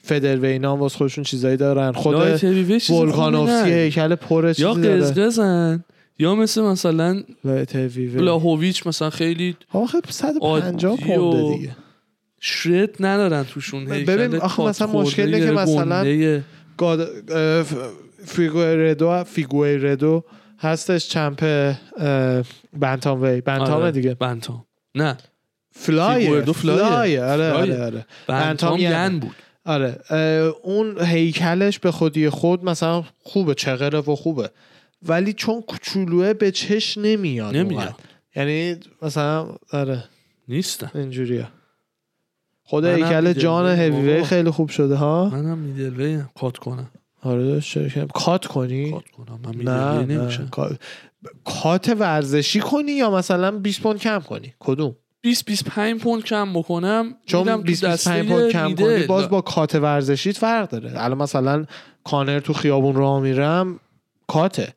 [SPEAKER 2] فدر و اینا هم واسه خودشون چیزایی دارن خود
[SPEAKER 1] لایت هیوی چیز خوبی
[SPEAKER 2] ولکانوفسکی
[SPEAKER 1] نه.
[SPEAKER 2] هیکل پر
[SPEAKER 1] یا
[SPEAKER 2] چیزی داره
[SPEAKER 1] قزقزن یا مثل مثلا
[SPEAKER 2] لایت هیوی
[SPEAKER 1] بلاهویچ مثلا خیلی
[SPEAKER 2] آخه 150
[SPEAKER 1] عادی و-
[SPEAKER 2] پونده دیگه
[SPEAKER 1] شرد ندارن توشون هیکل
[SPEAKER 2] ببین، آخه مثلا
[SPEAKER 1] کاتخورده
[SPEAKER 2] مشکل اینه که مثلا
[SPEAKER 1] گنده. آره،
[SPEAKER 2] گاد اه، ف- فیگویردو فیگویردو هستش چمپ اه، بنتام وی بنتام
[SPEAKER 1] آره،
[SPEAKER 2] دیگه
[SPEAKER 1] بنتام نه
[SPEAKER 2] فلایه
[SPEAKER 1] فیگوردو فلایه.
[SPEAKER 2] فلایه آره
[SPEAKER 1] فلایه.
[SPEAKER 2] آره آره
[SPEAKER 1] بنتام
[SPEAKER 2] یعنی.
[SPEAKER 1] گن بود
[SPEAKER 2] آره اه، اون هیکلش به خودی خود مثلا خوبه چغره و خوبه ولی چون کوچولوه به چش نمیاد
[SPEAKER 1] نمیاد.
[SPEAKER 2] اونقدر. یعنی مثلا آره
[SPEAKER 1] نیستم
[SPEAKER 2] اینجوریه خود
[SPEAKER 1] منم
[SPEAKER 2] هیکل
[SPEAKER 1] دیدم.
[SPEAKER 2] جان هیوی
[SPEAKER 1] بابا.
[SPEAKER 2] خیلی خوب شده ها
[SPEAKER 1] منم میدل وی هم. کات کنم
[SPEAKER 2] آره داشت چرا که- کات کنی
[SPEAKER 1] کات یعنی کنم من
[SPEAKER 2] نه
[SPEAKER 1] میدل وی
[SPEAKER 2] نه
[SPEAKER 1] نمیشم
[SPEAKER 2] کا- ب- کات ورزشی کنی یا مثلا 20 پوند کم کنی کدوم
[SPEAKER 1] 20 25 پوند کم بکنم
[SPEAKER 2] چون
[SPEAKER 1] میدم تو
[SPEAKER 2] 25
[SPEAKER 1] دسته
[SPEAKER 2] پوند کم
[SPEAKER 1] میدل.
[SPEAKER 2] کنی باز با کات ورزشیت فرق داره الان مثلا کانر تو خیابون راه میرم کاته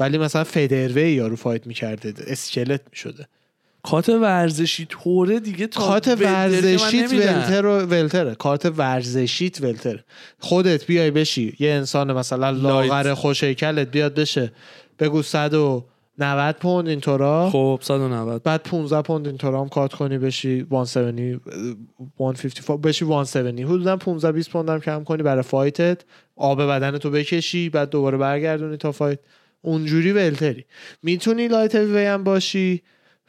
[SPEAKER 2] ولی مثلا فدروی یارو فایت میکرده اسکلت میشده
[SPEAKER 1] کات ورزشی طوره دیگه تا
[SPEAKER 2] کات
[SPEAKER 1] ولتر که من
[SPEAKER 2] ورزشیت
[SPEAKER 1] نمیدم.
[SPEAKER 2] ولتر و ولتره کات ورزشیت ولتره خودت بیای بشی یه انسان مثلا
[SPEAKER 1] لایت.
[SPEAKER 2] لاغر خوش هیکلت بیاد بشه بگو 190 پوند اینطورا
[SPEAKER 1] خب 190
[SPEAKER 2] بعد 15 پوند اینطورا هم کات کنی بشی 170 154 بشی 170 حدودا 15 20 پوند هم کم کنی برای فایتت آب بدن تو بکشی بعد دوباره برگردونی تا فایت اونجوری ولتری میتونی لایت هیوی هم باشی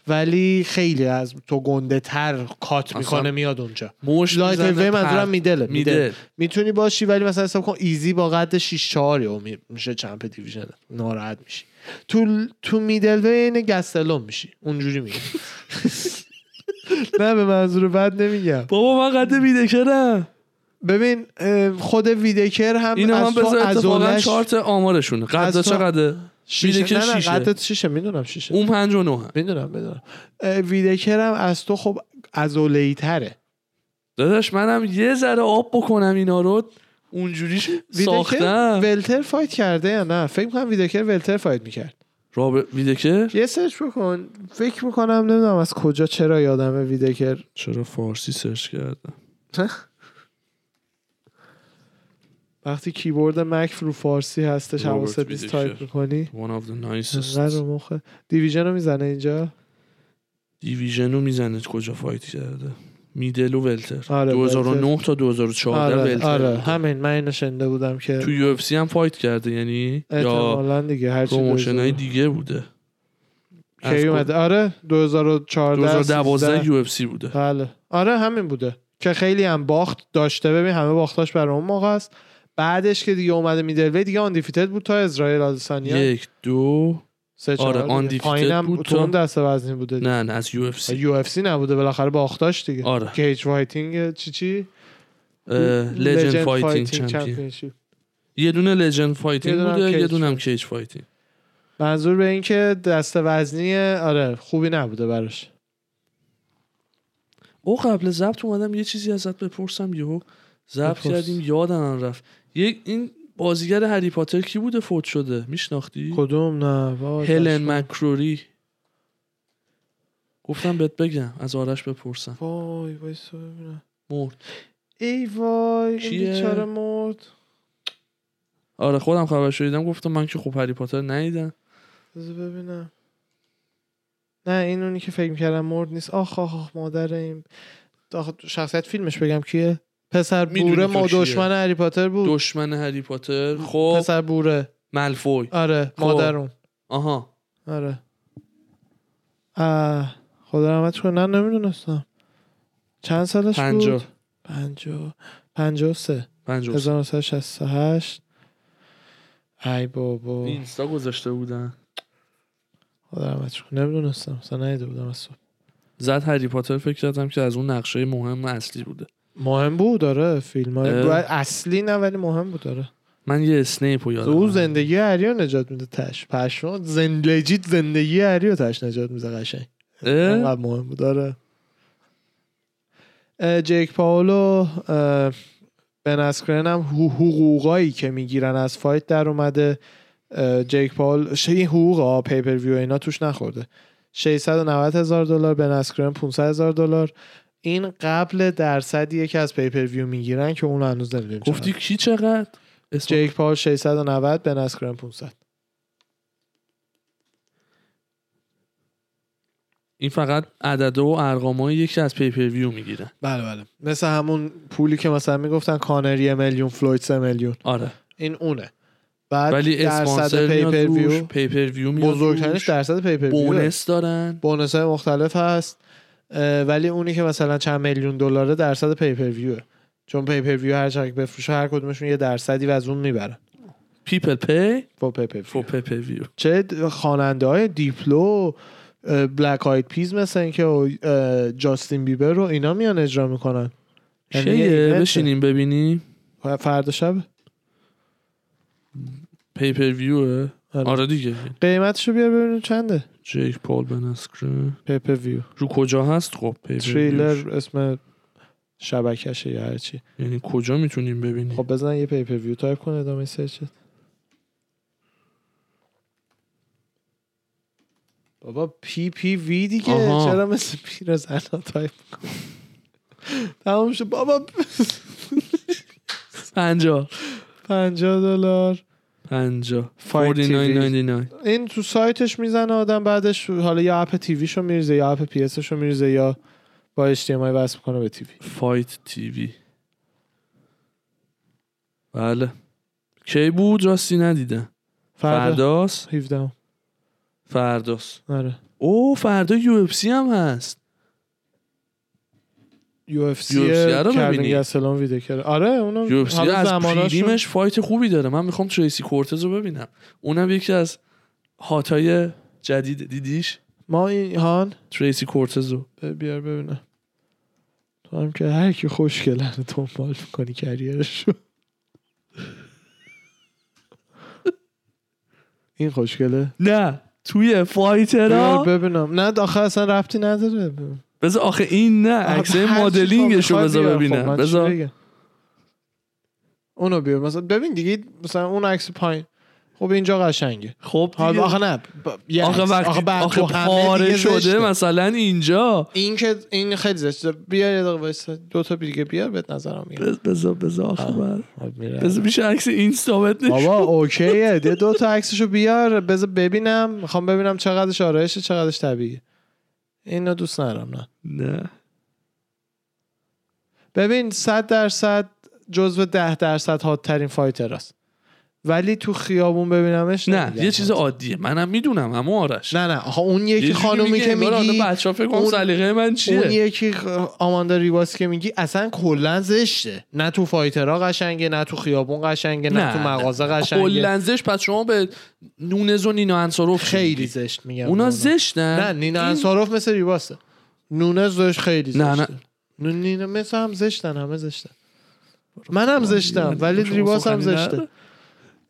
[SPEAKER 2] ولی خیلی از تو گنده تر کات میکنه میاد اونجا
[SPEAKER 1] مش
[SPEAKER 2] لایت
[SPEAKER 1] میزنه
[SPEAKER 2] هیوی
[SPEAKER 1] پر-
[SPEAKER 2] منظورم میدله
[SPEAKER 1] میدل
[SPEAKER 2] میدل میتونی باشی ولی مثلا حساب کن ایزی با قد 6 4 یا می- میشه چمپ دیویژن ناراحت میشی تو تو میدل وی این گستلون میشی اونجوری میگم نه به منظور بد نمیگم
[SPEAKER 1] بابا من قد میدکرم
[SPEAKER 2] ببین اه، خود ویدکر هم
[SPEAKER 1] اینو
[SPEAKER 2] از
[SPEAKER 1] من
[SPEAKER 2] تو
[SPEAKER 1] بذار
[SPEAKER 2] از
[SPEAKER 1] اتفاقا
[SPEAKER 2] اونش
[SPEAKER 1] چارت آمارشونه
[SPEAKER 2] از تو-
[SPEAKER 1] قد چقدره
[SPEAKER 2] شیشه
[SPEAKER 1] ویدکر
[SPEAKER 2] نه نه
[SPEAKER 1] شیشه.
[SPEAKER 2] قدت شیشه میدونم شیشه
[SPEAKER 1] اون 59 هم
[SPEAKER 2] میدونم میدونم اه، ویدکر هم از تو خب عضله تره
[SPEAKER 1] داداش منم یه ذره آب بکنم اینا رو اونجوریش
[SPEAKER 2] ویدکر
[SPEAKER 1] ساختم
[SPEAKER 2] ولتر فایت کرده یا نه فکر کنم ویدکر ولتر فایت میکرد
[SPEAKER 1] رابر ویدکر
[SPEAKER 2] یه سرچ بکن فکر میکنم نمیدونم از کجا چرا یادمه ویدکر
[SPEAKER 1] چرا فارسی سرچ کردم
[SPEAKER 2] وقتی کیبورد مک رو فارسی هستش
[SPEAKER 1] رابرت
[SPEAKER 2] حواست نیست
[SPEAKER 1] ویدکر.
[SPEAKER 2] تایپ میکنی
[SPEAKER 1] One of the
[SPEAKER 2] انقدر
[SPEAKER 1] nicest
[SPEAKER 2] رو مخه دیویژن رو میزنه اینجا
[SPEAKER 1] دیویژن رو میزنه کجا فایت کرده میدل و ولتر
[SPEAKER 2] آره،
[SPEAKER 1] 2009 تا 2014
[SPEAKER 2] آره
[SPEAKER 1] ولتر
[SPEAKER 2] آره
[SPEAKER 1] بوده.
[SPEAKER 2] همین من اینو شنیده بودم
[SPEAKER 1] تو
[SPEAKER 2] که
[SPEAKER 1] یو اف سی هم فایت کرده یعنی یا
[SPEAKER 2] احتمالا دیگه هرچی
[SPEAKER 1] پروموشن های
[SPEAKER 2] 2000
[SPEAKER 1] دیگه بوده از
[SPEAKER 2] کی
[SPEAKER 1] کد-
[SPEAKER 2] اومده آره 2014
[SPEAKER 1] 2012
[SPEAKER 2] 13.
[SPEAKER 1] یو اف سی بوده
[SPEAKER 2] بله آره همین بوده که خیلی هم باخت داشته ببین همه باختاش برای اون موقع است بعدش که دیگه اومده میدلوی دیگه آن بود تا اسرائیل آدسانیان
[SPEAKER 1] یک دو
[SPEAKER 2] سه چهار
[SPEAKER 1] آره،
[SPEAKER 2] دیگه.
[SPEAKER 1] undefeated
[SPEAKER 2] پایینم
[SPEAKER 1] بود
[SPEAKER 2] تو اون
[SPEAKER 1] تا-
[SPEAKER 2] دسته وزنی بوده دیگه.
[SPEAKER 1] نه نه از یو اف سی
[SPEAKER 2] یو اف سی نبوده بالاخره باختاش دیگه
[SPEAKER 1] آره
[SPEAKER 2] کیج فایتینگ چی چی
[SPEAKER 1] لجند فایتینگ چمپیون
[SPEAKER 2] چمپیونشیپ.
[SPEAKER 1] یه دونه لجند
[SPEAKER 2] یه
[SPEAKER 1] فایتینگ
[SPEAKER 2] دونه هم
[SPEAKER 1] بوده
[SPEAKER 2] کیج
[SPEAKER 1] یه دونه هم کیج فایتینگ
[SPEAKER 2] منظور به این که دسته وزنی آره خوبی نبوده براش
[SPEAKER 1] او قبل ضبط اومدم یه چیزی ازت بپرسم یهو ضبط
[SPEAKER 2] بپرس.
[SPEAKER 1] کردیم یادم رفت یک این بازیگر هری پاتر کی بوده فوت شده میشناختی
[SPEAKER 2] کدوم نه بابا،
[SPEAKER 1] هلن
[SPEAKER 2] داشت.
[SPEAKER 1] مکروری گفتم بهت بگم از آرش بپرسم
[SPEAKER 2] وای وای سو ببینم.
[SPEAKER 1] مرد
[SPEAKER 2] ای وای این
[SPEAKER 1] کیه؟
[SPEAKER 2] بیچاره مرد
[SPEAKER 1] آره خودم خبرش دیدم گفتم من که خوب هری پاتر ندیدم
[SPEAKER 2] بذار ببینم نه این اونی که فکر میکردم مرد نیست آخ آخ, آخ مادر این آخ، شخصیت فیلمش بگم کیه پسر
[SPEAKER 1] میدونی
[SPEAKER 2] بوره
[SPEAKER 1] تو
[SPEAKER 2] ما
[SPEAKER 1] کیه.
[SPEAKER 2] دشمن هری پاتر بود
[SPEAKER 1] دشمن هری پاتر خب
[SPEAKER 2] پسر بوره
[SPEAKER 1] ملفوی
[SPEAKER 2] آره
[SPEAKER 1] خب.
[SPEAKER 2] مادرون
[SPEAKER 1] آها
[SPEAKER 2] آره آه خدا رحمتش کنه نه نمیدونستم چند سالش
[SPEAKER 1] پنجاه.
[SPEAKER 2] بود؟ پنجاه پنجاه و سه
[SPEAKER 1] 50
[SPEAKER 2] 1968 ای بابا
[SPEAKER 1] اینستا گذاشته بودن
[SPEAKER 2] خدا رحمتش کنه نمیدونستم مثلا نهیده بودم از صبح
[SPEAKER 1] زد هری پاتر فکر کردم که از اون نقشه مهم اصلی بوده
[SPEAKER 2] مهم بود آره، داره فیلم های
[SPEAKER 1] اه.
[SPEAKER 2] اصلی نه ولی مهم بود داره
[SPEAKER 1] من یه اسنیپ رو یادم
[SPEAKER 2] او
[SPEAKER 1] اومد.
[SPEAKER 2] زندگی هریو نجات میده تش پشمان زندگیت زندگی هریو تش نجات میده قشنگ
[SPEAKER 1] اه؟
[SPEAKER 2] انقدر مهم بود آره اه، جیک پاولو اه، بن اسکرن هم حو- حقوقایی که میگیرن از فایت در اومده اه، جیک پاول ش- این حقوق ها پیپر ویو اینا توش نخورده 690 هزار دلار بن اسکرن 500 هزار دلار این قبل درصدیه که از پیپر ویو میگیرن که اون هنوز نمیدونیم
[SPEAKER 1] گفتی کی چقدر اسم
[SPEAKER 2] جیک پاول 690 بن اسکرن 500
[SPEAKER 1] این فقط عدد و ارقامایی که از پیپر ویو میگیرن
[SPEAKER 2] بله بله مثل همون پولی که مثلا میگفتن کانری یه میلیون فلوید سه میلیون
[SPEAKER 1] آره
[SPEAKER 2] این اونه بعد
[SPEAKER 1] ولی اسپانسر
[SPEAKER 2] درصد
[SPEAKER 1] میاد
[SPEAKER 2] پیپر
[SPEAKER 1] روش
[SPEAKER 2] ویو
[SPEAKER 1] پیپر ویو میاد
[SPEAKER 2] بزرگترش
[SPEAKER 1] روش.
[SPEAKER 2] درصد پیپر ویو
[SPEAKER 1] بونس دارن
[SPEAKER 2] بونس های مختلف هست اه، ولی اونی که مثلا چند میلیون دلاره درصد پیپر ویوه چون پیپر ویو هر چقدر که بفروشه هر کدومشون یه درصدی و از اون میبرن
[SPEAKER 1] پیپل پی
[SPEAKER 2] با پیپر
[SPEAKER 1] فور
[SPEAKER 2] ویو
[SPEAKER 1] پیپر ویو
[SPEAKER 2] چه خواننده های دیپلو اه، بلک آید پیز مثل که و، اه، جاستین بیبر رو اینا میان اجرا میکنن یعنی یه
[SPEAKER 1] شیه
[SPEAKER 2] ایونته.
[SPEAKER 1] بشینیم ببینیم
[SPEAKER 2] فردا شب
[SPEAKER 1] پیپر ویوه
[SPEAKER 2] آره.
[SPEAKER 1] آره دیگه
[SPEAKER 2] قیمتشو بیار ببینیم چنده
[SPEAKER 1] جیک پال بن اسکرین.
[SPEAKER 2] پیپر ویو
[SPEAKER 1] رو کجا هست خب پیپر ویوش؟
[SPEAKER 2] تریلر اسم شبکشه یا هرچی
[SPEAKER 1] یعنی کجا میتونیم ببینیم
[SPEAKER 2] خب بزن یه پیپر ویو تایپ کن ادامه سرچت بابا پی پی وی دیگه
[SPEAKER 1] آها.
[SPEAKER 2] چرا مثل پیرزن ها تایپ کن تمام شد بابا
[SPEAKER 1] پنجا
[SPEAKER 2] 50 دلار
[SPEAKER 1] پنجا
[SPEAKER 2] Fight TV.
[SPEAKER 1] 49.99
[SPEAKER 2] این تو سایتش میزنه آدم بعدش حالا یا اپ تیویشو میریزه یا اپ پی اسشو میریزه یا با HDMI وصل کنه به تیوی
[SPEAKER 1] فایت تیوی بله کی بود راستی ندیدم
[SPEAKER 2] فردا
[SPEAKER 1] فرداست
[SPEAKER 2] 17
[SPEAKER 1] فرداست
[SPEAKER 2] آره
[SPEAKER 1] او فردا یو اف سی هم هست
[SPEAKER 2] یو اف سی
[SPEAKER 1] UFC رو
[SPEAKER 2] کردن
[SPEAKER 1] ببینی؟
[SPEAKER 2] گسلون ویدیو کرد آره اونم
[SPEAKER 1] یو اف سی
[SPEAKER 2] حالا
[SPEAKER 1] از
[SPEAKER 2] زماناشو-
[SPEAKER 1] پریلیمش فایت خوبی داره من میخوام تریسی کورتز رو ببینم اونم یکی از هاتای جدید دیدیش
[SPEAKER 2] ما این هان
[SPEAKER 1] تریسی کورتز رو
[SPEAKER 2] ب- بیار ببینم تو هم که هر کی خوشگلن دنبال میکنی کریرشو این خوشگله
[SPEAKER 1] نه توی
[SPEAKER 2] بیار
[SPEAKER 1] فایترا
[SPEAKER 2] ببینم نه آخه اصلا ربطی نداره
[SPEAKER 1] بذار آخه این نه عکسای مدلینگش رو
[SPEAKER 2] رو
[SPEAKER 1] بذار
[SPEAKER 2] خب،
[SPEAKER 1] ببینم بذار
[SPEAKER 2] اونو بیار مثلا ببین دیگه مثلا اون عکس پایین خب اینجا قشنگه
[SPEAKER 1] خب
[SPEAKER 2] حالا
[SPEAKER 1] دیگه.
[SPEAKER 2] آخه نه ب- یه
[SPEAKER 1] آخه
[SPEAKER 2] عکس.
[SPEAKER 1] وقتی
[SPEAKER 2] بعد
[SPEAKER 1] آخه
[SPEAKER 2] تو همه
[SPEAKER 1] پاره
[SPEAKER 2] دیگه
[SPEAKER 1] شده
[SPEAKER 2] زشته.
[SPEAKER 1] مثلا اینجا
[SPEAKER 2] این که این خیلی زشته بیار یه دقیقه وایسا دو تا دیگه بیار بهت نظرم میگم
[SPEAKER 1] بذار بذار آخه بعد
[SPEAKER 2] بذار
[SPEAKER 1] بذار میشه عکس اینستا بهت نشون.
[SPEAKER 2] بابا اوکیه ده دو تا عکسشو بیار بذار ببینم میخوام ببینم چقدرش آرایشه چقدرش طبیعیه اینو دوست ندارم نه
[SPEAKER 1] نه
[SPEAKER 2] ببین 100 درصد جزو 10 درصد هات ترین فایتر است ولی تو خیابون ببینمش
[SPEAKER 1] نه
[SPEAKER 2] نمیگم.
[SPEAKER 1] یه چیز عادیه منم میدونم اما آرش
[SPEAKER 2] نه نه آها، اون یکی
[SPEAKER 1] یه جوری
[SPEAKER 2] خانومی
[SPEAKER 1] میگه
[SPEAKER 2] که
[SPEAKER 1] انگار
[SPEAKER 2] میگی
[SPEAKER 1] حالا بچه‌ها فکر کنم
[SPEAKER 2] اون-
[SPEAKER 1] سلیقه من
[SPEAKER 2] اون
[SPEAKER 1] چیه
[SPEAKER 2] یکی خ- آماندا ریواس که میگی اصلا کلا زشته نه تو فایترها قشنگه نه تو خیابون قشنگه نه,
[SPEAKER 1] نه،
[SPEAKER 2] تو مغازه قشنگه
[SPEAKER 1] کلا زشت پس شما به نونز و نینا انصاروف چی
[SPEAKER 2] خیلی
[SPEAKER 1] میگی؟
[SPEAKER 2] زشت میگم
[SPEAKER 1] اونا
[SPEAKER 2] اونا.
[SPEAKER 1] زشتن
[SPEAKER 2] نه نینا
[SPEAKER 1] این-
[SPEAKER 2] انصاروف مثل ریواسه نونه زشت خیلی زشته
[SPEAKER 1] نه،
[SPEAKER 2] نه
[SPEAKER 1] نه.
[SPEAKER 2] نه نینا مثل هم زشتن همه زشتن من هم زشتم ولی
[SPEAKER 1] شما
[SPEAKER 2] ریواس هم
[SPEAKER 1] سخنی
[SPEAKER 2] زشته
[SPEAKER 1] نداره.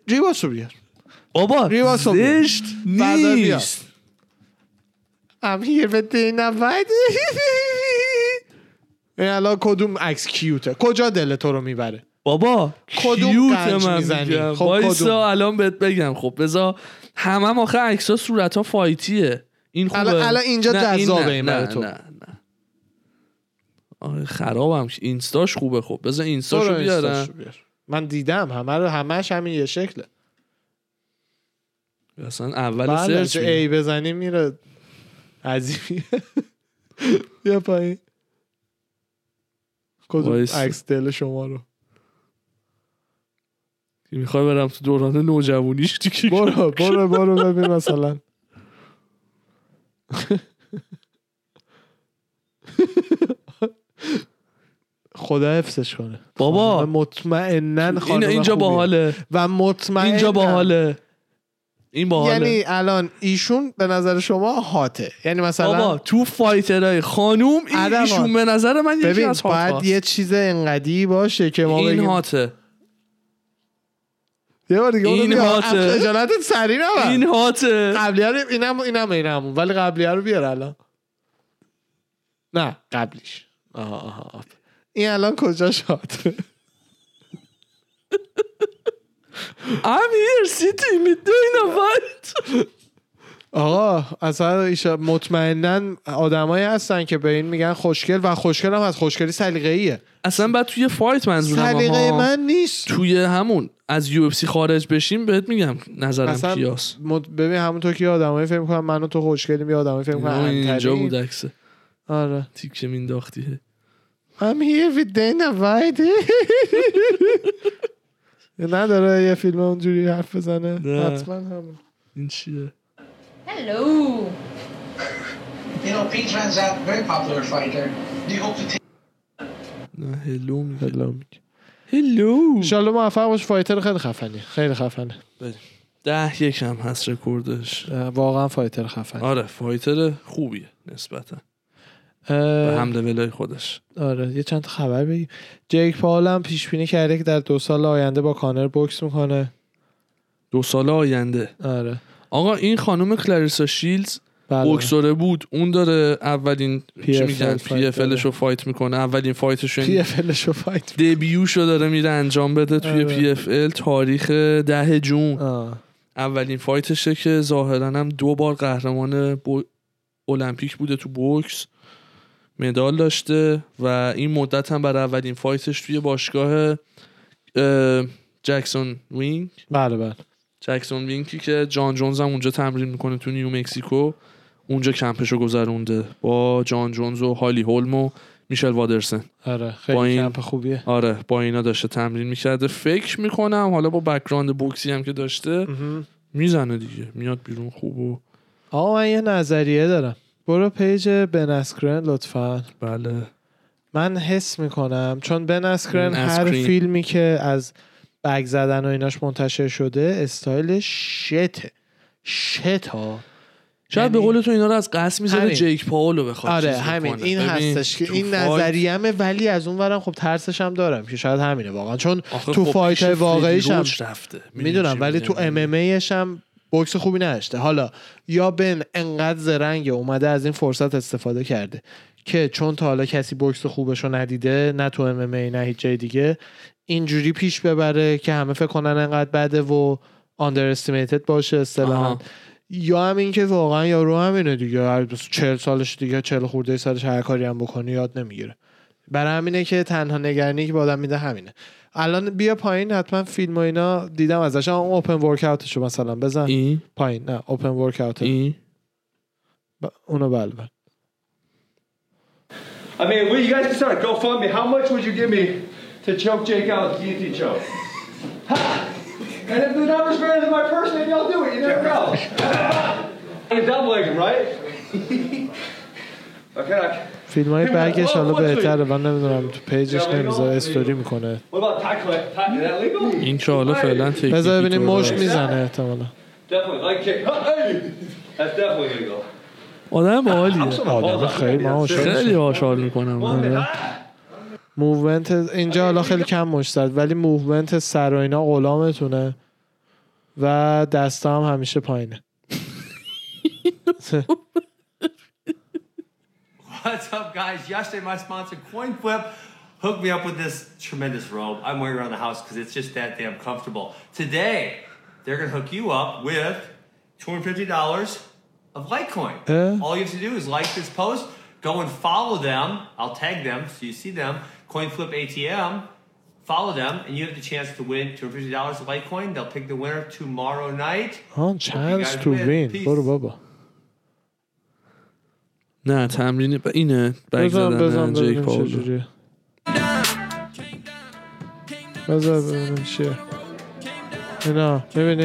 [SPEAKER 2] ریواس رو بیار
[SPEAKER 1] بابا
[SPEAKER 2] ریواس رو بیار.
[SPEAKER 1] زشت
[SPEAKER 2] فردا بیا.
[SPEAKER 1] نیست
[SPEAKER 2] I'm here with Dana White. این الان کدوم عکس کیوته کجا دل تو رو میبره
[SPEAKER 1] بابا
[SPEAKER 2] کدوم
[SPEAKER 1] کیوت
[SPEAKER 2] قنج
[SPEAKER 1] من
[SPEAKER 2] میزنی؟
[SPEAKER 1] میگم
[SPEAKER 2] خب، کدوم؟
[SPEAKER 1] وایسا الان بهت بگم خب بذار هم هم آخه عکس‌ها صورت ها فایتیه این خوبه
[SPEAKER 2] الان- الان اینجا
[SPEAKER 1] نه، این
[SPEAKER 2] جذابه
[SPEAKER 1] نه،
[SPEAKER 2] این
[SPEAKER 1] نه،
[SPEAKER 2] برای تو.
[SPEAKER 1] نه نه آره خرابم شد. اینستاش خوبه خب بذار اینستاشو
[SPEAKER 2] برو
[SPEAKER 1] بیارم
[SPEAKER 2] اینستاشو بیار. من دیدم همه رو همش همین یه شکله
[SPEAKER 1] اصلا اول
[SPEAKER 2] بله
[SPEAKER 1] سرچ
[SPEAKER 2] چه
[SPEAKER 1] می‌کنم.
[SPEAKER 2] ای بزنی میره عظیمی بیا پایین کدوم
[SPEAKER 1] وایسا.
[SPEAKER 2] عکس دل شما رو
[SPEAKER 1] میخوای برم تو دوران نوجوانیش دیگه
[SPEAKER 2] برو برو برو ببین مثلا خدا حفظش کنه
[SPEAKER 1] بابا.
[SPEAKER 2] خانم مطمئنا
[SPEAKER 1] این
[SPEAKER 2] خانم
[SPEAKER 1] اینجا
[SPEAKER 2] خوبیه.
[SPEAKER 1] باحاله
[SPEAKER 2] و مطمئنا
[SPEAKER 1] اینجا باحاله این باحاله
[SPEAKER 2] یعنی الان ایشون به نظر شما هاته یعنی مثلا
[SPEAKER 1] بابا تو فایترای خانوم این
[SPEAKER 2] آدم ها.
[SPEAKER 1] ایشون به نظر من یکی
[SPEAKER 2] ببین
[SPEAKER 1] از
[SPEAKER 2] باید
[SPEAKER 1] هات‌هاست.
[SPEAKER 2] یه چیز انقدی باشه که ما
[SPEAKER 1] این
[SPEAKER 2] بگیم
[SPEAKER 1] هاته
[SPEAKER 2] یه بار دیگه
[SPEAKER 1] این
[SPEAKER 2] اونو
[SPEAKER 1] هاته.
[SPEAKER 2] بیار خجالتت سری نبر
[SPEAKER 1] این هاته
[SPEAKER 2] قبلی ها رو اینم اینم اینم ولی قبلی ها رو بیار الان نه قبلیش آها آها آها. این الان کجا شد *laughs*
[SPEAKER 1] I'm here sitting with Dana White
[SPEAKER 2] آقا اصلا ایشا مطمئنا آدمایی هستن که به این میگن خوشگل و خوشگل هم از خوشگلی سلیقه ایه
[SPEAKER 1] اصلا بعد توی فایت منظورم
[SPEAKER 2] سلیقه
[SPEAKER 1] آها.
[SPEAKER 2] من نیست
[SPEAKER 1] توی همون از یو خارج بشیم بهت میگم نظرم
[SPEAKER 2] اصلا
[SPEAKER 1] کیاس
[SPEAKER 2] مد- ببین همونطور که یه آدمایی فکر میکنن من و تو خوشگلیم یه آدمایی فکر میکنن
[SPEAKER 1] اینجا بود عکسه
[SPEAKER 2] آره
[SPEAKER 1] تیک که مینداختی
[SPEAKER 2] I'm here with Dana White *laughs* نداره یه فیلم اونجوری حرف بزنه
[SPEAKER 1] نه.
[SPEAKER 2] حتما همون
[SPEAKER 1] این چیه
[SPEAKER 4] Hello.
[SPEAKER 5] You know, Pete turns out very popular fighter. Do you hope to take
[SPEAKER 1] نه هلو میگه هلو
[SPEAKER 2] انشالله موفق باش فایتر خیلی خفنی خیلی خفنه
[SPEAKER 1] ده یکم هست رکوردش
[SPEAKER 2] اه، واقعا فایتر خفنه
[SPEAKER 1] آره فایتر خوبیه نسبتا به
[SPEAKER 2] اه،
[SPEAKER 1] هم لولای خودش
[SPEAKER 2] آره یه چند تا خبر بگی جیک پال هم پیش بینی کرده که در دو سال آینده با کانر بوکس میکنه
[SPEAKER 1] دو سال آینده
[SPEAKER 2] آره
[SPEAKER 1] آقا این خانم کلاریسا شیلز
[SPEAKER 2] بله.
[SPEAKER 1] بکسوره بود اون داره اولین چی
[SPEAKER 2] PFL
[SPEAKER 1] میگن
[SPEAKER 2] فایت
[SPEAKER 1] پی اف رو فایت میکنه اولین فایتش
[SPEAKER 2] پی
[SPEAKER 1] رو
[SPEAKER 2] اف ال شو فایت
[SPEAKER 1] دبیوشو داره میره انجام بده توی
[SPEAKER 2] آره.
[SPEAKER 1] پی اف ال تاریخ ده جون
[SPEAKER 2] آه.
[SPEAKER 1] اولین فایتشه که ظاهرا هم دو بار قهرمان بو- المپیک بوده تو بوکس مدال داشته و این مدت هم برای اولین فایتش توی باشگاه اه، جکسون وینگ
[SPEAKER 2] بله بله
[SPEAKER 1] جکسون وینکی که جان جونز هم اونجا تمرین میکنه تو نیو مکزیکو اونجا کمپشو گذرونده با جان جونز و هالی هولم و میشل وادرسن
[SPEAKER 2] آره
[SPEAKER 1] با
[SPEAKER 2] خیلی
[SPEAKER 1] این-
[SPEAKER 2] کمپ خوبیه
[SPEAKER 1] آره با اینا داشته تمرین میکرده فکر میکنم حالا با بکراند بوکسی هم که داشته میزنه دیگه میاد بیرون خوب و
[SPEAKER 2] آقا من یه نظریه دارم برو پیج بن اسکرن لطفا
[SPEAKER 1] بله
[SPEAKER 2] من حس میکنم چون بن اسکرن
[SPEAKER 1] بن
[SPEAKER 2] هر
[SPEAKER 1] اسکرین.
[SPEAKER 2] فیلمی که از بگ زدن و ایناش منتشر شده استایل شته شت ها
[SPEAKER 1] شاید به
[SPEAKER 2] یعنی-
[SPEAKER 1] قول تو اینا رو از قصد میذاره
[SPEAKER 2] همین.
[SPEAKER 1] جیک پاولو بخواد
[SPEAKER 2] آره
[SPEAKER 1] خب، چیز
[SPEAKER 2] همین
[SPEAKER 1] بکنه.
[SPEAKER 2] این
[SPEAKER 1] ببین،
[SPEAKER 2] هستش که
[SPEAKER 1] تو
[SPEAKER 2] این
[SPEAKER 1] فایت-
[SPEAKER 2] نظریمه ولی از اون ورم خب ترسش هم دارم که شاید همینه واقعا چون
[SPEAKER 1] آخه
[SPEAKER 2] تو
[SPEAKER 1] خب
[SPEAKER 2] فایت های
[SPEAKER 1] پیش
[SPEAKER 2] واقعیش
[SPEAKER 1] فریدی
[SPEAKER 2] هم
[SPEAKER 1] روج رفته می‌دونی
[SPEAKER 2] میدونم
[SPEAKER 1] چی
[SPEAKER 2] ولی
[SPEAKER 1] می‌گم؟
[SPEAKER 2] تو ام ام هم بکس خوبی نداشته حالا یا بن انقدر زرنگ اومده از این فرصت استفاده کرده که چون تا حالا کسی بکس خوبش رو ندیده نه تو ام نه هیچ جای دیگه اینجوری پیش ببره که همه فکر کنن انقدر بده و آندر باشه اصطلاحا
[SPEAKER 1] آها.
[SPEAKER 2] یا هم این که واقعا یارو همینه دیگه هر دوست- چهل سالش دیگه چهل خورده سالش هر کاری هم بکنه یاد نمیگیره برای همینه که تنها نگرانی که به آدم میده همینه الان بیا پایین حتما فیلم و اینا دیدم ازش اما اوپن ورکاوتشو مثلا بزن
[SPEAKER 1] این
[SPEAKER 2] پایین نه اوپن ورکاوت
[SPEAKER 1] این
[SPEAKER 2] ب... اونو بله بله
[SPEAKER 6] I mean, well, you guys can start a GoFundMe. How much would you give me to choke Jake out with the guillotine choke? Ha! And if the number's greater than my purse, maybe I'll do it. You never know. I'm doubling him, right? *laughs* okay. I-
[SPEAKER 2] فیلم های برگش حالا
[SPEAKER 6] آه، آه،
[SPEAKER 2] بهتره من نمیدونم تو پیجش نمیذاره استوری میکنه
[SPEAKER 6] What about tackle? Tackle? Is that legal?
[SPEAKER 1] این که حالا فعلا تکنیکی
[SPEAKER 2] بذار ببینیم
[SPEAKER 1] طور
[SPEAKER 2] مش
[SPEAKER 1] هست.
[SPEAKER 2] میزنه احتمالا
[SPEAKER 6] Definitely leg kick. Ha, hey! That's definitely illegal.
[SPEAKER 1] آدم باحالیه
[SPEAKER 2] آدم خب، خیلی آره. من عاشقش.
[SPEAKER 1] خیلی آشار میکنم آره.
[SPEAKER 2] موومنت اینجا حالا خیلی کم مش زد ولی موومنت سر و اینا غلامتونه و دستا هم همیشه پایینه
[SPEAKER 7] What's up, guys? Yesterday, my sponsor, CoinFlip, hooked me up with this tremendous robe. I'm wearing around the house because it's just that damn comfortable. Today, they're going to hook you up with $250 of Litecoin.
[SPEAKER 2] Yeah.
[SPEAKER 7] All you have to do is like this post, go and follow them. I'll tag them so you see them. CoinFlip ATM. Follow them, and you have the chance to win $250 of Litecoin. They'll pick the winner tomorrow night.
[SPEAKER 2] آن چانس تو وین برو بابا
[SPEAKER 1] نه تمرین ب- اینه بگ
[SPEAKER 2] بزن
[SPEAKER 1] زدن
[SPEAKER 2] بزن
[SPEAKER 1] جیک
[SPEAKER 2] ببینیم
[SPEAKER 1] پاولو
[SPEAKER 2] چجوریه بزن ببینیم چیه اینا ببینی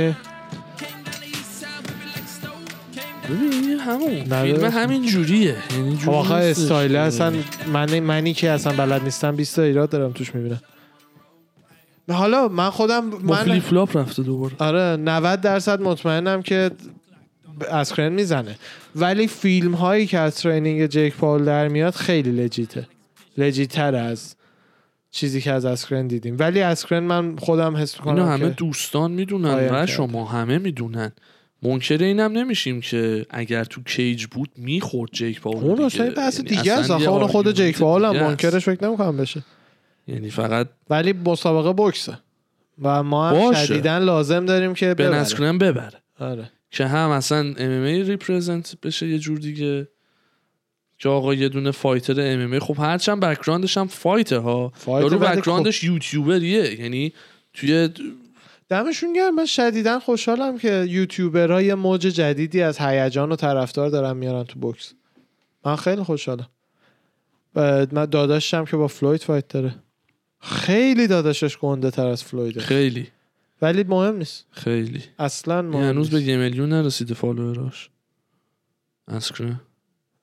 [SPEAKER 1] ببین این همون
[SPEAKER 2] نداره.
[SPEAKER 1] فیلم همین جوریه یعنی جوری
[SPEAKER 2] خب، آخه
[SPEAKER 1] نیستش
[SPEAKER 2] استایل
[SPEAKER 1] که-
[SPEAKER 2] اصلا من منی که اصلا بلد نیستم 20 تا ایراد دارم توش میبینم حالا من خودم
[SPEAKER 1] با
[SPEAKER 2] من
[SPEAKER 1] فلیپ فلاپ رفته دوباره
[SPEAKER 2] آره 90 درصد مطمئنم که ب- از کرن میزنه ولی فیلم هایی که از ترینینگ جیک پاول در میاد خیلی لجیته لجیتر از چیزی که از اسکرن دیدیم ولی اسکرن من خودم حس
[SPEAKER 1] اینا
[SPEAKER 2] کنم
[SPEAKER 1] همه
[SPEAKER 2] که
[SPEAKER 1] دوستان میدونن
[SPEAKER 2] آیا
[SPEAKER 1] و
[SPEAKER 2] کرد.
[SPEAKER 1] شما همه میدونن منکر اینم نمیشیم که اگر تو کیج بود میخورد جیک پاول
[SPEAKER 2] اون
[SPEAKER 1] دیگه.
[SPEAKER 2] اصلا خب، یه بحث
[SPEAKER 1] یعنی
[SPEAKER 2] دیگه است
[SPEAKER 1] اصلا یه
[SPEAKER 2] آخه اون خود
[SPEAKER 1] آرگومنت
[SPEAKER 2] جیک فعال هم
[SPEAKER 1] دیگه است.
[SPEAKER 2] منکرش فکر نمیکنم بشه
[SPEAKER 1] یعنی فقط
[SPEAKER 2] ولی مسابقه بوکسه و ما هم
[SPEAKER 1] باشه.
[SPEAKER 2] شدیدن لازم داریم که
[SPEAKER 1] به
[SPEAKER 2] ببره
[SPEAKER 1] نسکنم ببره
[SPEAKER 2] آره.
[SPEAKER 1] که هم اصلا ام ام ای ریپرزنت بشه یه جور دیگه که آقا یه دونه فایتر ام ام ای خب هرچند بک‌گراندش هم فایته ها
[SPEAKER 2] فایته
[SPEAKER 1] یارو
[SPEAKER 2] ولی
[SPEAKER 1] بک‌گراندش یوتیوبریه یعنی توی
[SPEAKER 2] دمشون گرم من شدیدا خوشحالم که یوتیوبرها یه موج جدیدی از هیجان و طرفدار دارن میارن تو بوکس من خیلی خوشحالم و من داداشم که با فلوید فایت داره خیلی داداشش گنده تر از فلویده
[SPEAKER 1] خیلی
[SPEAKER 2] ولی مهم نیست
[SPEAKER 1] خیلی
[SPEAKER 2] اصلا مهم
[SPEAKER 1] یه یعنی هنوز
[SPEAKER 2] نیست.
[SPEAKER 1] به یه میلیون نرسیده فالووراش اسکرین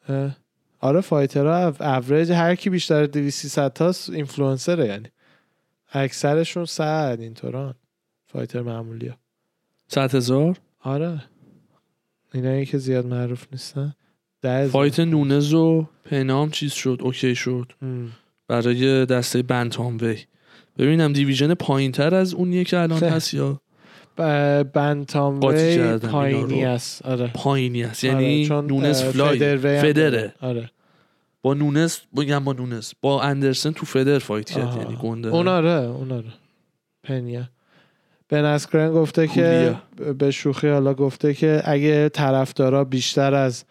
[SPEAKER 2] اه. آره فایترها اوریج هر کی بیشتر 200 300 تاست اینفلوئنسره یعنی اکثرشون صد اینطوران فایتر معمولی ها.
[SPEAKER 1] صد هزار
[SPEAKER 2] آره اینایی که زیاد معروف نیستن ده هزار.
[SPEAKER 1] فایت نونز و پنام چیز شد اوکی شد
[SPEAKER 2] مم.
[SPEAKER 1] برای دسته بنتام وی ببینم دیویژن پایین تر از اونیه که الان
[SPEAKER 2] خیلی.
[SPEAKER 1] هست یا
[SPEAKER 2] ب- بنتام
[SPEAKER 1] قاطی
[SPEAKER 2] وی
[SPEAKER 1] کردن
[SPEAKER 2] پایینی
[SPEAKER 1] اینا رو.
[SPEAKER 2] است آره
[SPEAKER 1] پایینی هست
[SPEAKER 2] آره،
[SPEAKER 1] یعنی
[SPEAKER 2] چون،
[SPEAKER 1] نونز
[SPEAKER 2] اه،
[SPEAKER 1] فلای
[SPEAKER 2] فدروی هم
[SPEAKER 1] فدره
[SPEAKER 2] داره. آره
[SPEAKER 1] با نونز بگم با نونز با اندرسن تو فدر فایت کرد
[SPEAKER 2] آها.
[SPEAKER 1] یعنی گنده
[SPEAKER 2] اون آره اون آره پنیا بن اسکرن گفته
[SPEAKER 1] پولیا.
[SPEAKER 2] که به شوخی حالا گفته که اگه طرفدارا بیشتر از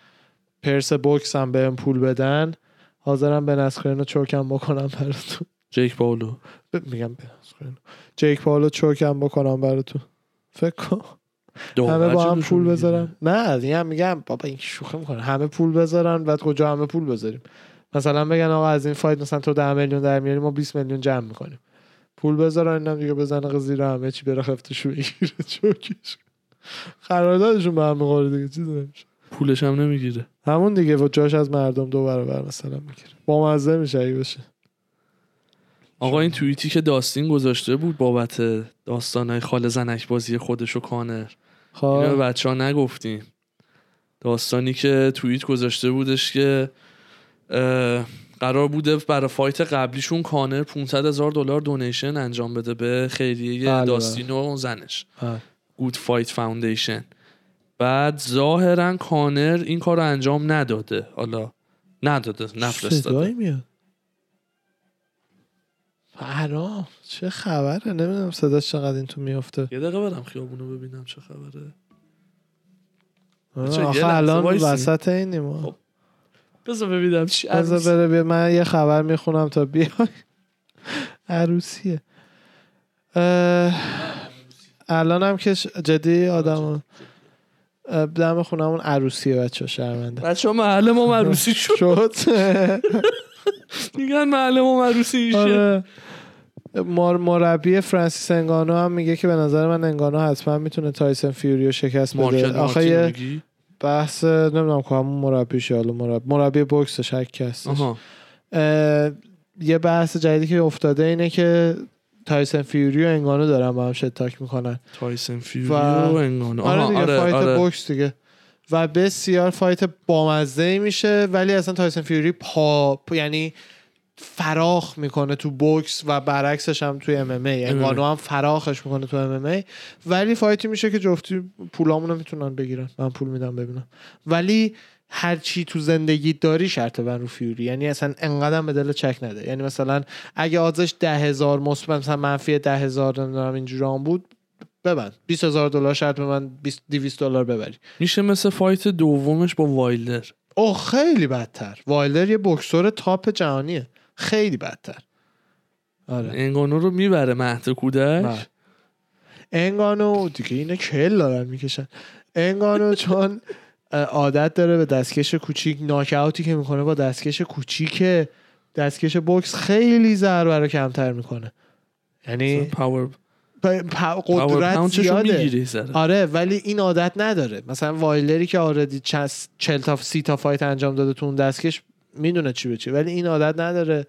[SPEAKER 2] پرس بوکس هم بهم پول بدن حاضرم بن اسکرن رو چوکم بکنم براتون *laughs*
[SPEAKER 1] جیک پاولو
[SPEAKER 2] ب- میگم بن اسکرن جیک پالو چوکم بکنم براتون فکر کن همه
[SPEAKER 1] داور
[SPEAKER 2] با هم
[SPEAKER 1] جلوشون
[SPEAKER 2] پول
[SPEAKER 1] می‌گیره.
[SPEAKER 2] بذارم نه دیگه هم میگم بابا این شوخه میکنه همه پول بذارن بعد کجا همه پول بذاریم مثلا بگن آقا از این فایت مثلا تو 10 میلیون در میاری ما 20 میلیون جمع میکنیم پول بذارن اینم دیگه بزنه زیر همه چی بره خفتشو بگیره *laughs* چوکش قراردادشون به هم میخوره دیگه چیزی نمیشه
[SPEAKER 1] پولش هم نمیگیره
[SPEAKER 2] همون دیگه و جاش از مردم دو برابر مثلا میگیره با مزه میشه اگه بشه
[SPEAKER 1] آقا این توییتی که داستین گذاشته بود بابت داستانهای خال زنک بازی خودش و کانر اینو
[SPEAKER 2] خب
[SPEAKER 1] به بچه ها نگفتیم داستانی که توییت گذاشته بودش که اه، قرار بوده برای فایت قبلیشون کانر 500 هزار دلار دونیشن انجام بده به خیریه
[SPEAKER 2] بله، بله.
[SPEAKER 1] داستین و زنش
[SPEAKER 2] بله.
[SPEAKER 1] گود فایت فاوندیشن بعد ظاهرا کانر این کار رو انجام نداده حالا نداده
[SPEAKER 2] صدایی
[SPEAKER 1] نفرستاده
[SPEAKER 2] میاد فرام چه خبره نمیدونم صداش چقدر این تو میفته
[SPEAKER 1] یه دقیقه برم خیابونو ببینم چه خبره بچه‌ها، یه
[SPEAKER 2] آخه
[SPEAKER 1] لحظه
[SPEAKER 2] الان
[SPEAKER 1] وایسین.
[SPEAKER 2] وسط اینیم ما
[SPEAKER 1] خب، بذار ببینم چی
[SPEAKER 2] بذار
[SPEAKER 1] عروس.
[SPEAKER 2] بره بیا من یه خبر میخونم تا بیای عروسیه الان هم که ش- جدی آدم دم خونمون عروسیه بچه شرمنده
[SPEAKER 1] بچه ها محل ما
[SPEAKER 2] *laughs*
[SPEAKER 1] عروسی شد
[SPEAKER 2] شد
[SPEAKER 1] میگن معلم و عروسی *laughs* میشه
[SPEAKER 2] آره. مار مربی فرانسیس انگانو هم میگه که به نظر من انگانو حتما میتونه تایسن فیوریو شکست
[SPEAKER 1] مارکت
[SPEAKER 2] بده آخه
[SPEAKER 1] مارتین رو
[SPEAKER 2] یه
[SPEAKER 1] میگی؟
[SPEAKER 2] بحث نمیدونم که همون مربیشه حالا مربی مربی بوکسش هر کی هستش.
[SPEAKER 1] آها
[SPEAKER 2] اه، یه بحث جدیدی که افتاده اینه که تایسن فیوری و انگانو دارن با هم شتاک میکنن
[SPEAKER 1] تایسن فیوری
[SPEAKER 2] و-
[SPEAKER 1] و انگانو
[SPEAKER 2] آره
[SPEAKER 1] آها
[SPEAKER 2] دیگه
[SPEAKER 1] آره
[SPEAKER 2] فایت
[SPEAKER 1] آره
[SPEAKER 2] بوکس دیگه و بسیار فایت بامزه میشه ولی اصلا تایسن فیوری پا پا- یعنی فراخ میکنه تو بوکس و برعکسش هم توی ام ام ای انگانو یعنی هم فراخش میکنه تو ام ام ای ولی فایتی میشه که جفتی پولامونو میتونن بگیرن من پول میدم ببینم ولی هر چی تو زندگی داری شرط بر رو فیوری یعنی اصلا انقدر به دل چک نده یعنی مثلا اگه آزش ده هزار مثبت مثلا منفی ده هزار نمیدونم اینجوران بود ببند 20 هزار دلار شرط به من 20 200 دلار ببری
[SPEAKER 1] میشه مثل فایت دومش با وایلدر
[SPEAKER 2] او خیلی بدتر وایلر یه بکسور تاپ جهانیه خیلی بدتر آره
[SPEAKER 1] انگانو رو میبره مهد
[SPEAKER 2] بله.
[SPEAKER 1] کودک
[SPEAKER 2] انگانو دیگه اینه کل دارن میکشن انگانو چون اه، عادت داره به دستکش کوچیک ناکاوتی که میکنه با دستکش کوچیک دستکش بکس خیلی ضربه رو کمتر میکنه یعنی
[SPEAKER 1] پاور
[SPEAKER 2] پ- پ-
[SPEAKER 1] پاور
[SPEAKER 2] قدرت
[SPEAKER 1] پاونچشو
[SPEAKER 2] زیاده
[SPEAKER 1] میگیره سر
[SPEAKER 2] آره ولی این عادت نداره مثلا وایلری که آردی چس 40 تا 30 تا فایت انجام داده تو اون دستکش میدونه چی به چی ولی این عادت نداره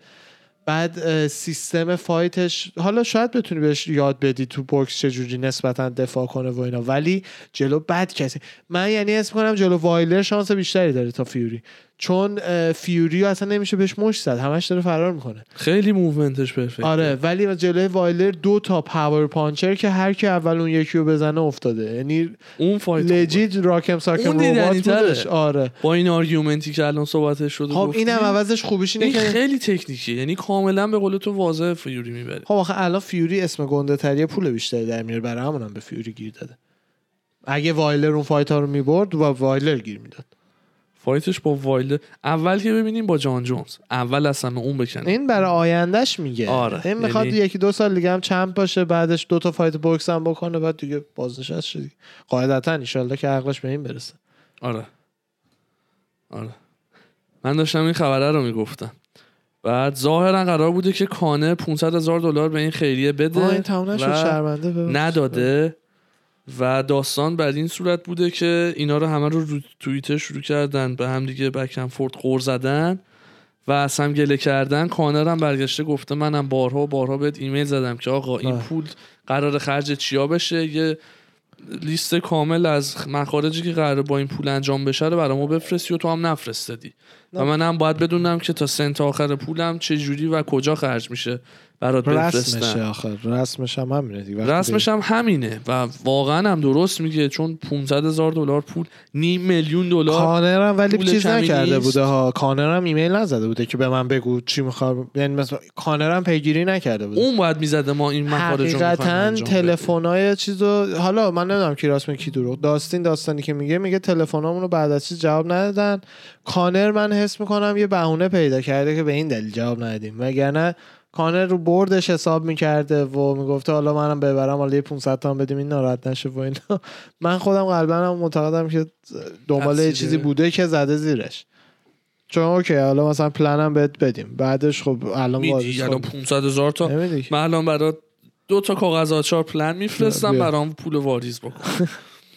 [SPEAKER 2] بعد اه، سیستم فایتش حالا شاید بتونی بهش یاد بدی تو بوکس چجوری نسبتا دفاع کنه و اینا ولی جلو بد کسی من یعنی اسم کنم جلو وایلر شانس بیشتری داره تا فیوری چون اه، فیوریو اصلا نمیشه بهش مش زد همش داره فرار میکنه
[SPEAKER 1] خیلی موومنتش پرفکت
[SPEAKER 2] آره ولی و جلوی وایلر دو تا پاور پانچر که هر کی اول اون یکی رو بزنه افتاده یعنی
[SPEAKER 1] اون فایت خوبه.
[SPEAKER 2] لجیت راکم ساکم
[SPEAKER 1] اون
[SPEAKER 2] ربات
[SPEAKER 1] دیدنی‌تره.
[SPEAKER 2] بودش آره
[SPEAKER 1] با این آرگومنتی که الان صحبتش شده
[SPEAKER 2] خب
[SPEAKER 1] گفتی،
[SPEAKER 2] اینم عوضش خوبیش اینه
[SPEAKER 1] این
[SPEAKER 2] که
[SPEAKER 1] خیلی تکنیکیه یعنی کاملا به قول تو واضح فیوری میبره
[SPEAKER 2] خب آخه الان فیوری اسم گنده تریه پول بیشتری در میاره برای همون هم به فیوری گیر داده اگه وایلر اون فایت ها رو میبرد با وایلر گیر میداد
[SPEAKER 1] فایتش با وایلد اول که ببینیم با جان جونز اول اصلا اون بکنه
[SPEAKER 2] این برای آیندهش میگه
[SPEAKER 1] آره.
[SPEAKER 2] این میخواد
[SPEAKER 1] یعنی-
[SPEAKER 2] یکی دو سال دیگه هم چمپ باشه بعدش دو تا فایت بوکس هم بکنه بعد دیگه بازنشست شدی قاعدتا ایشالله که عقلش به این برسه
[SPEAKER 1] آره آره من داشتم این خبره رو میگفتم بعد ظاهرا قرار بوده که کانر 500 هزار دلار به این خیریه بده
[SPEAKER 2] آه، این تمام نشد
[SPEAKER 1] و
[SPEAKER 2] شرمنده ببخشید.
[SPEAKER 1] نداده و داستان بر این صورت بوده که اینا رو همه رو رو توییتر شروع کردن به هم دیگه بکم فورد قور زدن و از هم گله کردن کانر هم برگشته گفته منم بارها و بارها بهت ایمیل زدم که آقا این
[SPEAKER 2] آه.
[SPEAKER 1] پول قرار خرج چیا بشه یه لیست کامل از مخارجی که قراره با این پول انجام بشه رو برای ما بفرستی و تو هم نفرستادی و منم باید بدونم که تا سنت آخر پولم چه جوری و کجا خرج میشه برات بفرستم
[SPEAKER 2] رسمشه آخر رسمش هم همینه دیگه وقتی
[SPEAKER 1] رسمش هم همینه و واقعا هم درست میگه چون 500 هزار دلار پول نیم میلیون دلار
[SPEAKER 2] کانر هم ولی
[SPEAKER 1] پول
[SPEAKER 2] چیز
[SPEAKER 1] کمی
[SPEAKER 2] نکرده
[SPEAKER 1] نیست.
[SPEAKER 2] بوده ها کانر هم ایمیل نزده بوده که به من بگو چی میخواد یعنی مثلا کانر هم پیگیری نکرده بوده
[SPEAKER 1] اون باید میزده ما این مخارج رو می‌خوایم
[SPEAKER 2] حقیقتا
[SPEAKER 1] انجام بدیم.
[SPEAKER 2] تلفنای چیزو حالا من نمیدونم کی راست میگه کی دروغ داستین داستانی که میگه میگه تلفنامون رو بعد از چیز جواب ندادن کانر من حس میکنم یه بهونه پیدا کرده که به این دلیل جواب ندادیم وگرنه کانر رو بردش حساب میکرده و میگفته حالا منم ببرم حالا یه 500 تا هم بدیم این ناراحت نشه و اینا من خودم قلبا هم معتقدم که دنبال یه
[SPEAKER 1] تفسیره.
[SPEAKER 2] چیزی بوده که زده زیرش چون اوکی حالا مثلا پلنم بهت بدیم بعدش خب الان
[SPEAKER 1] میدی
[SPEAKER 2] واضحه.
[SPEAKER 1] الان 500 هزار تا
[SPEAKER 2] نمیدی.
[SPEAKER 1] من الان برات دو تا کاغذ آچار پلن میفرستم
[SPEAKER 2] بیا.
[SPEAKER 1] برام پول واریز بکن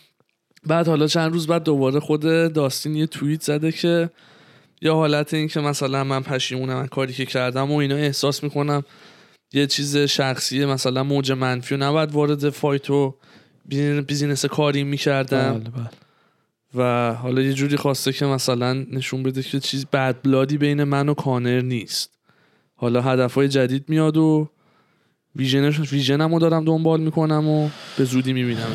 [SPEAKER 1] *laughs* بعد حالا چند روز بعد دوباره خود داستین یه توییت زده که یا حالت این که مثلا من پشیمونم از کاری که کردم و اینا احساس میکنم یه چیز شخصی مثلا موج منفی و نباید وارد فایت و بیزین- بیزینس کاری میکردم
[SPEAKER 2] بله، بله.
[SPEAKER 1] و حالا یه جوری خواسته که مثلا نشون بده که چیز بد بلادی بین من و کانر نیست حالا هدفهای جدید میاد و ویژنش ویژنمو دارم دنبال میکنم و به زودی میبینم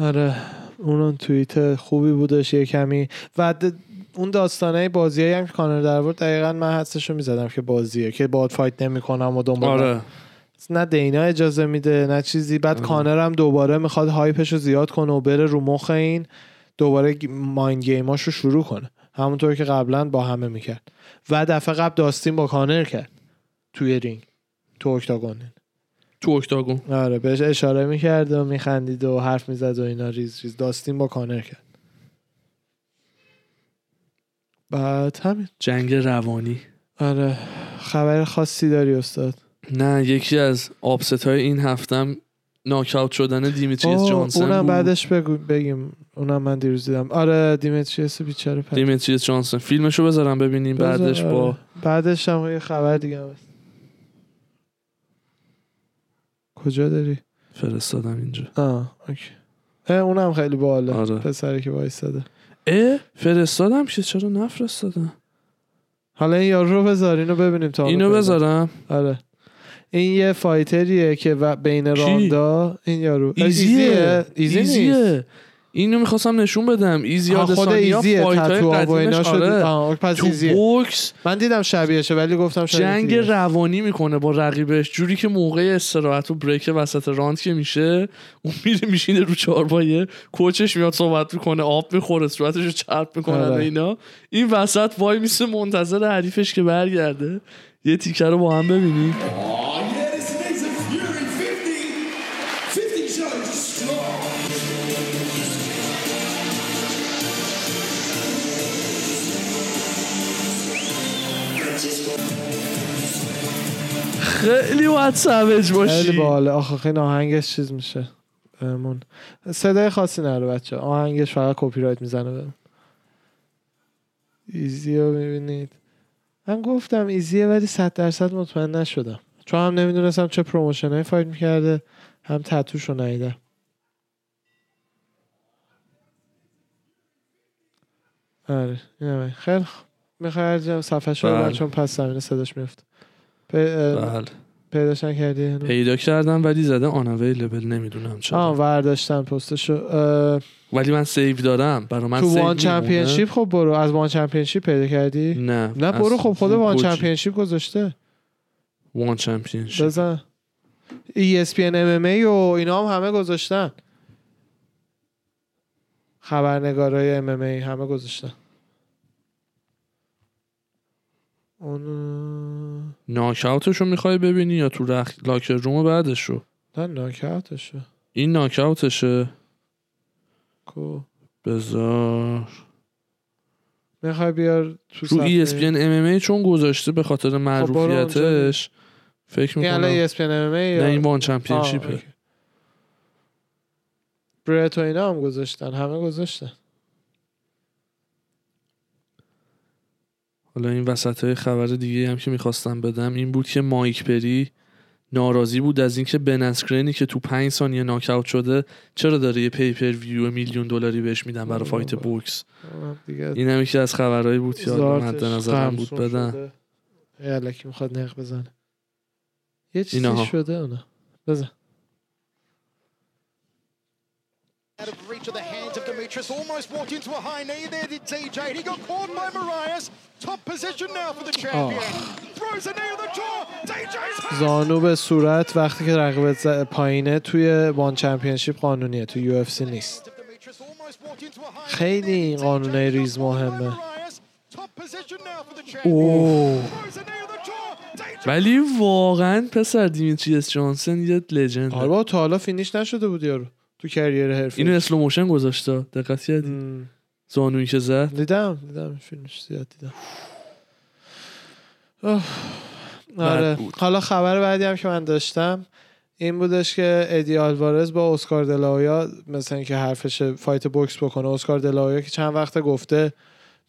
[SPEAKER 2] آره اون توییت خوبی بودش یه کمی و د- اون داستانه بازیایی هم که کانر در آورد دقیقا من حدسش رو میزدم که بازیه که باد فایت نمیکنم و دنبال
[SPEAKER 1] آره
[SPEAKER 2] نه دینا اجازه میده نه چیزی بعد کانر هم دوباره میخواد هایپش رو زیاد کنه و بره رو مخ این دوباره گ- مایند گیماش رو شروع کنه همونطور که قبلا با همه میکرد و دفعه قبل داستین با کانر کرد توی رینگ تو اکتاگون
[SPEAKER 1] تو اکتاگون
[SPEAKER 2] آره بهش اشاره میکرد و میخندید و حرف میزد و اینا ریز ریز داستین با کانر کرد بعد همین
[SPEAKER 1] جنگ روانی
[SPEAKER 2] آره خبر خاصی داری استاد
[SPEAKER 1] نه یکی از آبست های این هفتم ناکاوت شدن دیمیتریس
[SPEAKER 2] آه،
[SPEAKER 1] جانسن
[SPEAKER 2] اونم
[SPEAKER 1] بود.
[SPEAKER 2] بعدش بگو بگیم اونم من دیروز دیدم آره دیمیتریس بیچاره پر
[SPEAKER 1] دیمیتریس جانسن فیلمشو بذارم ببینیم بعدش با
[SPEAKER 2] بعدش هم یه خبر دیگه هم هست کجا داری؟
[SPEAKER 1] فرستادم اینجا
[SPEAKER 2] آه اوکی اه، اونم خیلی باله
[SPEAKER 1] آره.
[SPEAKER 2] پسری که وایستاده
[SPEAKER 1] اه فرستادم که چرا نفرستادم
[SPEAKER 2] حالا این یارو رو بذار اینو ببینیم تا
[SPEAKER 1] اینو
[SPEAKER 2] آخر.
[SPEAKER 1] بذارم
[SPEAKER 2] آره این یه فایتریه که و بین
[SPEAKER 1] کی؟
[SPEAKER 2] راندا این یارو
[SPEAKER 1] ایزیه
[SPEAKER 2] ایزی نیست
[SPEAKER 1] ایزیه اینو میخواستم نشون بدم ایزی
[SPEAKER 2] آه، خود
[SPEAKER 1] آدسانیا
[SPEAKER 2] ایزیه
[SPEAKER 1] فایتای
[SPEAKER 2] تتو و اینا
[SPEAKER 1] قدیمش،
[SPEAKER 2] شده
[SPEAKER 1] آره.
[SPEAKER 2] آه، پس
[SPEAKER 1] تو
[SPEAKER 2] ایزیه
[SPEAKER 1] بوکس
[SPEAKER 2] من دیدم شبیهشه ولی گفتم شاید
[SPEAKER 1] جنگ
[SPEAKER 2] ایزیه.
[SPEAKER 1] روانی میکنه با رقیبش جوری که موقع استراحت و بریک وسط راند که میشه اون میره میشینه رو چارپایه کوچش میاد صحبت میکنه آب میخوره صورتش رو چرب میکنن و
[SPEAKER 2] آره.
[SPEAKER 1] اینا این وسط وای میسه منتظر حریفش که برگرده یه تیکه رو با هم ببینیم
[SPEAKER 8] Oh, yeah, this makes a Fury 50. 50 shots strong.
[SPEAKER 1] خیلی باید سوج
[SPEAKER 2] خیلی
[SPEAKER 1] باشی
[SPEAKER 2] باله آخه خیلی آهنگش چیز میشه بهمون صدای خاصی نره بچه آهنگش فقط کپی رایت میزنه بهمون ایزی رو میبینید من گفتم ایزیه ولی صد درصد مطمئن نشدم چون هم نمیدونستم چه پروموشن های فایت میکرده هم تتوش رو ندیدم آره اینم. خیلی خوب میخوای صفحه شو رو
[SPEAKER 1] بله.
[SPEAKER 2] چون پس زمینه صداش میفت
[SPEAKER 1] بله
[SPEAKER 2] پیداش نکردی هنوز؟
[SPEAKER 1] پیدا کردم ولی زده آنوی لبل نمیدونم چرا
[SPEAKER 2] آه ورداشتن پستشو اه،
[SPEAKER 1] ولی من سیو دارم برا من
[SPEAKER 2] تو
[SPEAKER 1] سیو
[SPEAKER 2] وان
[SPEAKER 1] میمونه.
[SPEAKER 2] چمپینشیپ خب برو از وان چمپینشیپ پیدا کردی
[SPEAKER 1] نه
[SPEAKER 2] نه برو خب خود وان
[SPEAKER 1] گوجی.
[SPEAKER 2] چمپینشیپ گذاشته
[SPEAKER 1] وان چمپیونشیپ
[SPEAKER 2] بزن E ESPN MMA و اینا هم همه گذاشتن خبرنگارای MMA همه گذاشتن اون
[SPEAKER 1] ناکاوتشو میخوای ببینی یا تو رخ... لاکر روم بعدش رو
[SPEAKER 2] نه ناکاتشه
[SPEAKER 1] این ناکاوتشه
[SPEAKER 2] کو
[SPEAKER 1] بذار
[SPEAKER 2] میخوای بیار تو
[SPEAKER 1] رو E
[SPEAKER 2] صفحه؟ خب،
[SPEAKER 1] ESPN MMA چون گذاشته به خاطر
[SPEAKER 2] برو اونجا
[SPEAKER 1] معروفیتش فکر
[SPEAKER 2] این الان E
[SPEAKER 1] میکنم
[SPEAKER 2] ESPN MMA
[SPEAKER 1] نه
[SPEAKER 2] یا-
[SPEAKER 1] این وان
[SPEAKER 2] آه،
[SPEAKER 1] چمپیونشیپه
[SPEAKER 2] اوکی. برت و اینا هم گذاشتن همه گذاشتن
[SPEAKER 1] حالا این وسط های خبر دیگه هم که میخواستم بدم این بود که مایک پری ناراضی بود از اینکه بن اسکرینی که تو پنج ثانیه ناکاوت شده چرا داره یه پیپر ویو میلیون دلاری بهش میدن برای فایت بوکس
[SPEAKER 2] اونم دیگه
[SPEAKER 1] این هم یکی از خبرهایی بود که حالا
[SPEAKER 2] زارتش
[SPEAKER 1] مد نظرم بود
[SPEAKER 2] قمصون
[SPEAKER 1] بدن
[SPEAKER 2] شده. یه الکی میخواد نق بزنه یه چیزی
[SPEAKER 1] ایناها.
[SPEAKER 2] شده اونا بزن
[SPEAKER 9] out of reach of the hands of Demetrius. Almost walked into a high knee there, did TJ. And he got caught by Marias. Top position now for the
[SPEAKER 2] Oh.
[SPEAKER 9] champion. Throws a knee on the jaw. TJ's hand.
[SPEAKER 2] زانو به صورت وقتی که رقیبت ز- پایینه توی وان چمپینشیپ قانونیه تو یو اف سی نیست
[SPEAKER 9] Demetrius almost walked into a high knee
[SPEAKER 2] خیلی این قانونه
[SPEAKER 9] there,
[SPEAKER 2] ریز
[SPEAKER 9] got caught by
[SPEAKER 2] مهمه
[SPEAKER 9] Marias. Top position now for the
[SPEAKER 2] اوه.
[SPEAKER 9] champion. Throws a knee on the jaw. TJ.
[SPEAKER 1] ولی واقعا پسر دیمیتریس جانسن یه لجند
[SPEAKER 2] آره بابا، تا حالا فینیش نشده بود یارو تو کریر حرفی
[SPEAKER 1] اینو اسلو موشن گذاشته دقت کردی زانویی که زد
[SPEAKER 2] دیدم دیدم این فیلمش زیاد دیدم اوه. آره
[SPEAKER 1] بد بود.
[SPEAKER 2] حالا خبر بعدی هم که من داشتم این بودش که ادی آلوارز با اسکار دلاویا مثل اینکه حرفش فایت بوکس بکنه اسکار دلاویا که چند وقت گفته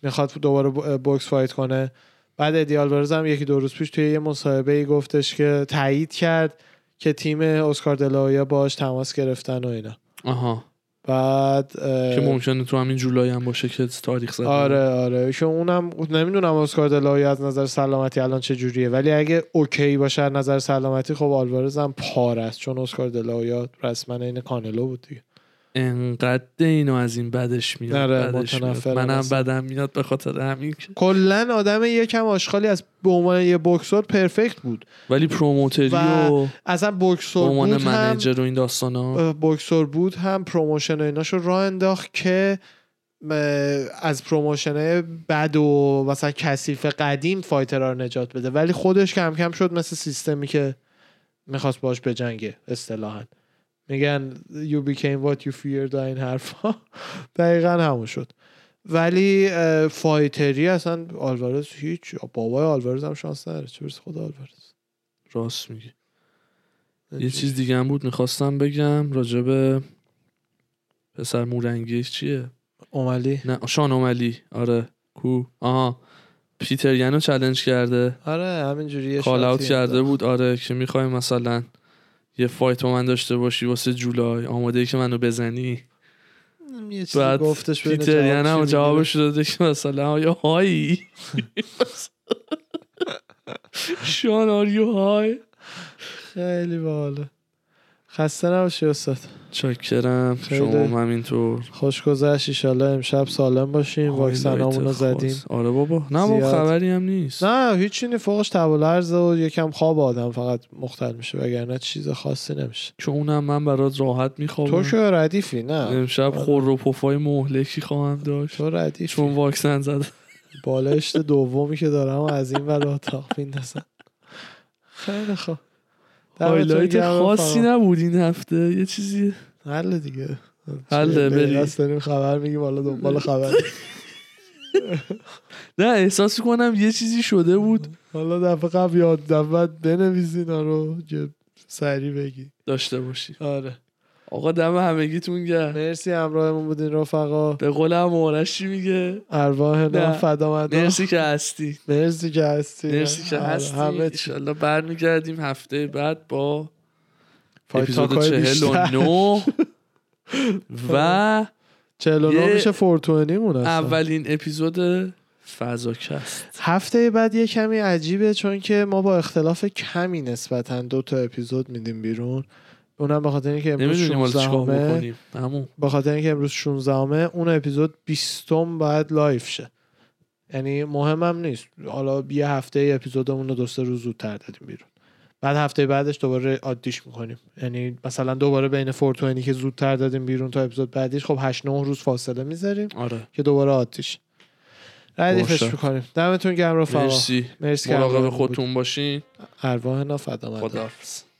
[SPEAKER 2] میخواد دوباره ب- بوکس فایت کنه بعد ادی آلوارز هم یکی دو روز پیش توی یه مصاحبه ای گفتش که تایید کرد که تیم اسکار دلاویا باش تماس گرفتن و اینا
[SPEAKER 1] آها
[SPEAKER 2] بعد
[SPEAKER 1] که ممکنه تو همین جولای هم باشه که تاریخ زده
[SPEAKER 2] آره آره چون اونم نمیدونم اسکار دلایی از نظر سلامتی الان چه جوریه ولی اگه اوکی باشه از نظر سلامتی خب آلوارز هم پار است چون اسکار دلایی رسما این کانلو بود دیگه
[SPEAKER 1] انقدر اینو از این بدش میاد
[SPEAKER 2] آره،
[SPEAKER 1] بدش میاد.
[SPEAKER 2] متنفرم
[SPEAKER 1] منم
[SPEAKER 2] اصلا.
[SPEAKER 1] بدم میاد به خاطر همین که-
[SPEAKER 2] کلا آدم یکم آشغالی از به عنوان یه بوکسور پرفکت بود
[SPEAKER 1] ولی پروموتری
[SPEAKER 2] و
[SPEAKER 1] و
[SPEAKER 2] اصلا
[SPEAKER 1] به
[SPEAKER 2] بوکسور بود
[SPEAKER 1] عنوان
[SPEAKER 2] هم
[SPEAKER 1] منیجر و این داستان ها
[SPEAKER 2] اه، بوکسور بود هم پروموشن و ایناشو راه انداخت که م، از پروموشن بد و مثلا کثیف قدیم فایترها رو نجات بده ولی خودش کم کم شد مثل سیستمی که میخواست باش بجنگه اصطلاحا میگن you became what you feared و این حرفا *laughs* دقیقا همون شد ولی اه، فایتری اصلا آلوارز هیچ بابای آلوارز هم شانس نداره چه برسه خود آلوارز
[SPEAKER 1] راست میگی یه چیز دیگه هم بود میخواستم بگم راجب پسر مورنگیش چیه
[SPEAKER 2] اوملی
[SPEAKER 1] نه شان اوملی آره کو آها پیتر ینو چلنج کرده
[SPEAKER 2] آره همینجوری یه
[SPEAKER 1] کال اوت
[SPEAKER 2] شاتی
[SPEAKER 1] کرده
[SPEAKER 2] انداخت.
[SPEAKER 1] بود آره که میخوای مثلا یه فایت با من داشته باشی واسه جولای آماده ای که منو بزنی
[SPEAKER 2] یه چیزی
[SPEAKER 1] بعد
[SPEAKER 2] گفتش ببینه
[SPEAKER 1] پیتر
[SPEAKER 2] جواب
[SPEAKER 1] یعنی
[SPEAKER 2] چی
[SPEAKER 1] هم
[SPEAKER 2] می‌ده.
[SPEAKER 1] جوابش داده که مثلا آیا هایی شان آر یو های
[SPEAKER 2] خیلی باحاله خسته نباشی استاد
[SPEAKER 1] چاکرم
[SPEAKER 2] خیلی.
[SPEAKER 1] شما هم همینطور
[SPEAKER 2] خوش گذشت ایشالله امشب سالم باشیم واکسنامون رو
[SPEAKER 1] خواست.
[SPEAKER 2] زدیم
[SPEAKER 1] آره بابا نه بابا
[SPEAKER 2] زیاد.
[SPEAKER 1] خبری هم نیست
[SPEAKER 2] نه هیچی نی فوقش تب و لرزه و یکم خواب آدم فقط مختل میشه وگرنه چیز خاصی نمیشه
[SPEAKER 1] که اونم من برات راحت
[SPEAKER 2] تو
[SPEAKER 1] میخوام
[SPEAKER 2] که ردیفی نه
[SPEAKER 1] امشب خور و پفای مهلکی خواهم داشت
[SPEAKER 2] تو ردیفی
[SPEAKER 1] چون واکسن زدم
[SPEAKER 2] بالشت دومی که دارم از این ور اتاق میندازم خیلی خوب دمتون
[SPEAKER 1] هایلایت
[SPEAKER 2] گرم
[SPEAKER 1] خاصی
[SPEAKER 2] رفقا.
[SPEAKER 1] نبود این هفته یه چیزی
[SPEAKER 2] حل دیگه
[SPEAKER 1] حله، بری.
[SPEAKER 2] بری داریم خبر میگیم حالا دنبال خبر
[SPEAKER 1] نه احساس کنم یه چیزی شده بود
[SPEAKER 2] آره. حالا دفعه قبل یاد دفعه بعد بنویس اینا رو که سریع بگی
[SPEAKER 1] داشته باشی
[SPEAKER 2] آره
[SPEAKER 1] آقا دم همگیتون گرم
[SPEAKER 2] مرسی همراهمون بودین رفقا
[SPEAKER 1] به قولم مورش چی میگه
[SPEAKER 2] ارواح نام
[SPEAKER 1] نه.
[SPEAKER 2] فدا مدام.
[SPEAKER 1] مرسی که هستی
[SPEAKER 2] مرسی که هستی
[SPEAKER 1] مرسی که
[SPEAKER 2] آره،
[SPEAKER 1] هستی
[SPEAKER 2] همه چی
[SPEAKER 1] انشالله برمیگردیم هفته بعد با
[SPEAKER 2] فایت
[SPEAKER 1] اپیزود
[SPEAKER 2] تاک‌های
[SPEAKER 1] چهل و
[SPEAKER 2] بیشتر.
[SPEAKER 1] نو و
[SPEAKER 2] *laughs* چهل و نه
[SPEAKER 1] یه
[SPEAKER 2] میشه فورتونی مون اصلا
[SPEAKER 1] اولین اپیزود فضا کست
[SPEAKER 2] هفته بعد یه کمی عجیبه چون که ما با اختلاف کمی نسبتا دو تا اپیزود میدیم بیرون اونم به خاطر اینکه امروز
[SPEAKER 1] نمیدونیم حالا چیکار
[SPEAKER 2] 16
[SPEAKER 1] بکنیم همون
[SPEAKER 2] به خاطر اینکه امروز 16 اون اپیزود 20 باید لایف شه یعنی مهمم نیست حالا یه هفته اپیزودمون رو دو سه روز زودتر دادیم بیرون بعد هفته بعدش دوباره عادیش میکنیم یعنی مثلا دوباره بین 420 که زودتر دادیم بیرون تا اپیزود بعدیش خب 8 9 روز فاصله میذاریم
[SPEAKER 1] آره
[SPEAKER 2] که دوباره عادیش ردیفش
[SPEAKER 1] باشه.
[SPEAKER 2] میکنیم دمتون گرم رفقا
[SPEAKER 1] مرسی
[SPEAKER 2] مرسی که همراه
[SPEAKER 1] مراقب
[SPEAKER 2] ما بود.
[SPEAKER 1] خودتون باشین
[SPEAKER 2] ارواح نافدا
[SPEAKER 1] خداحافظ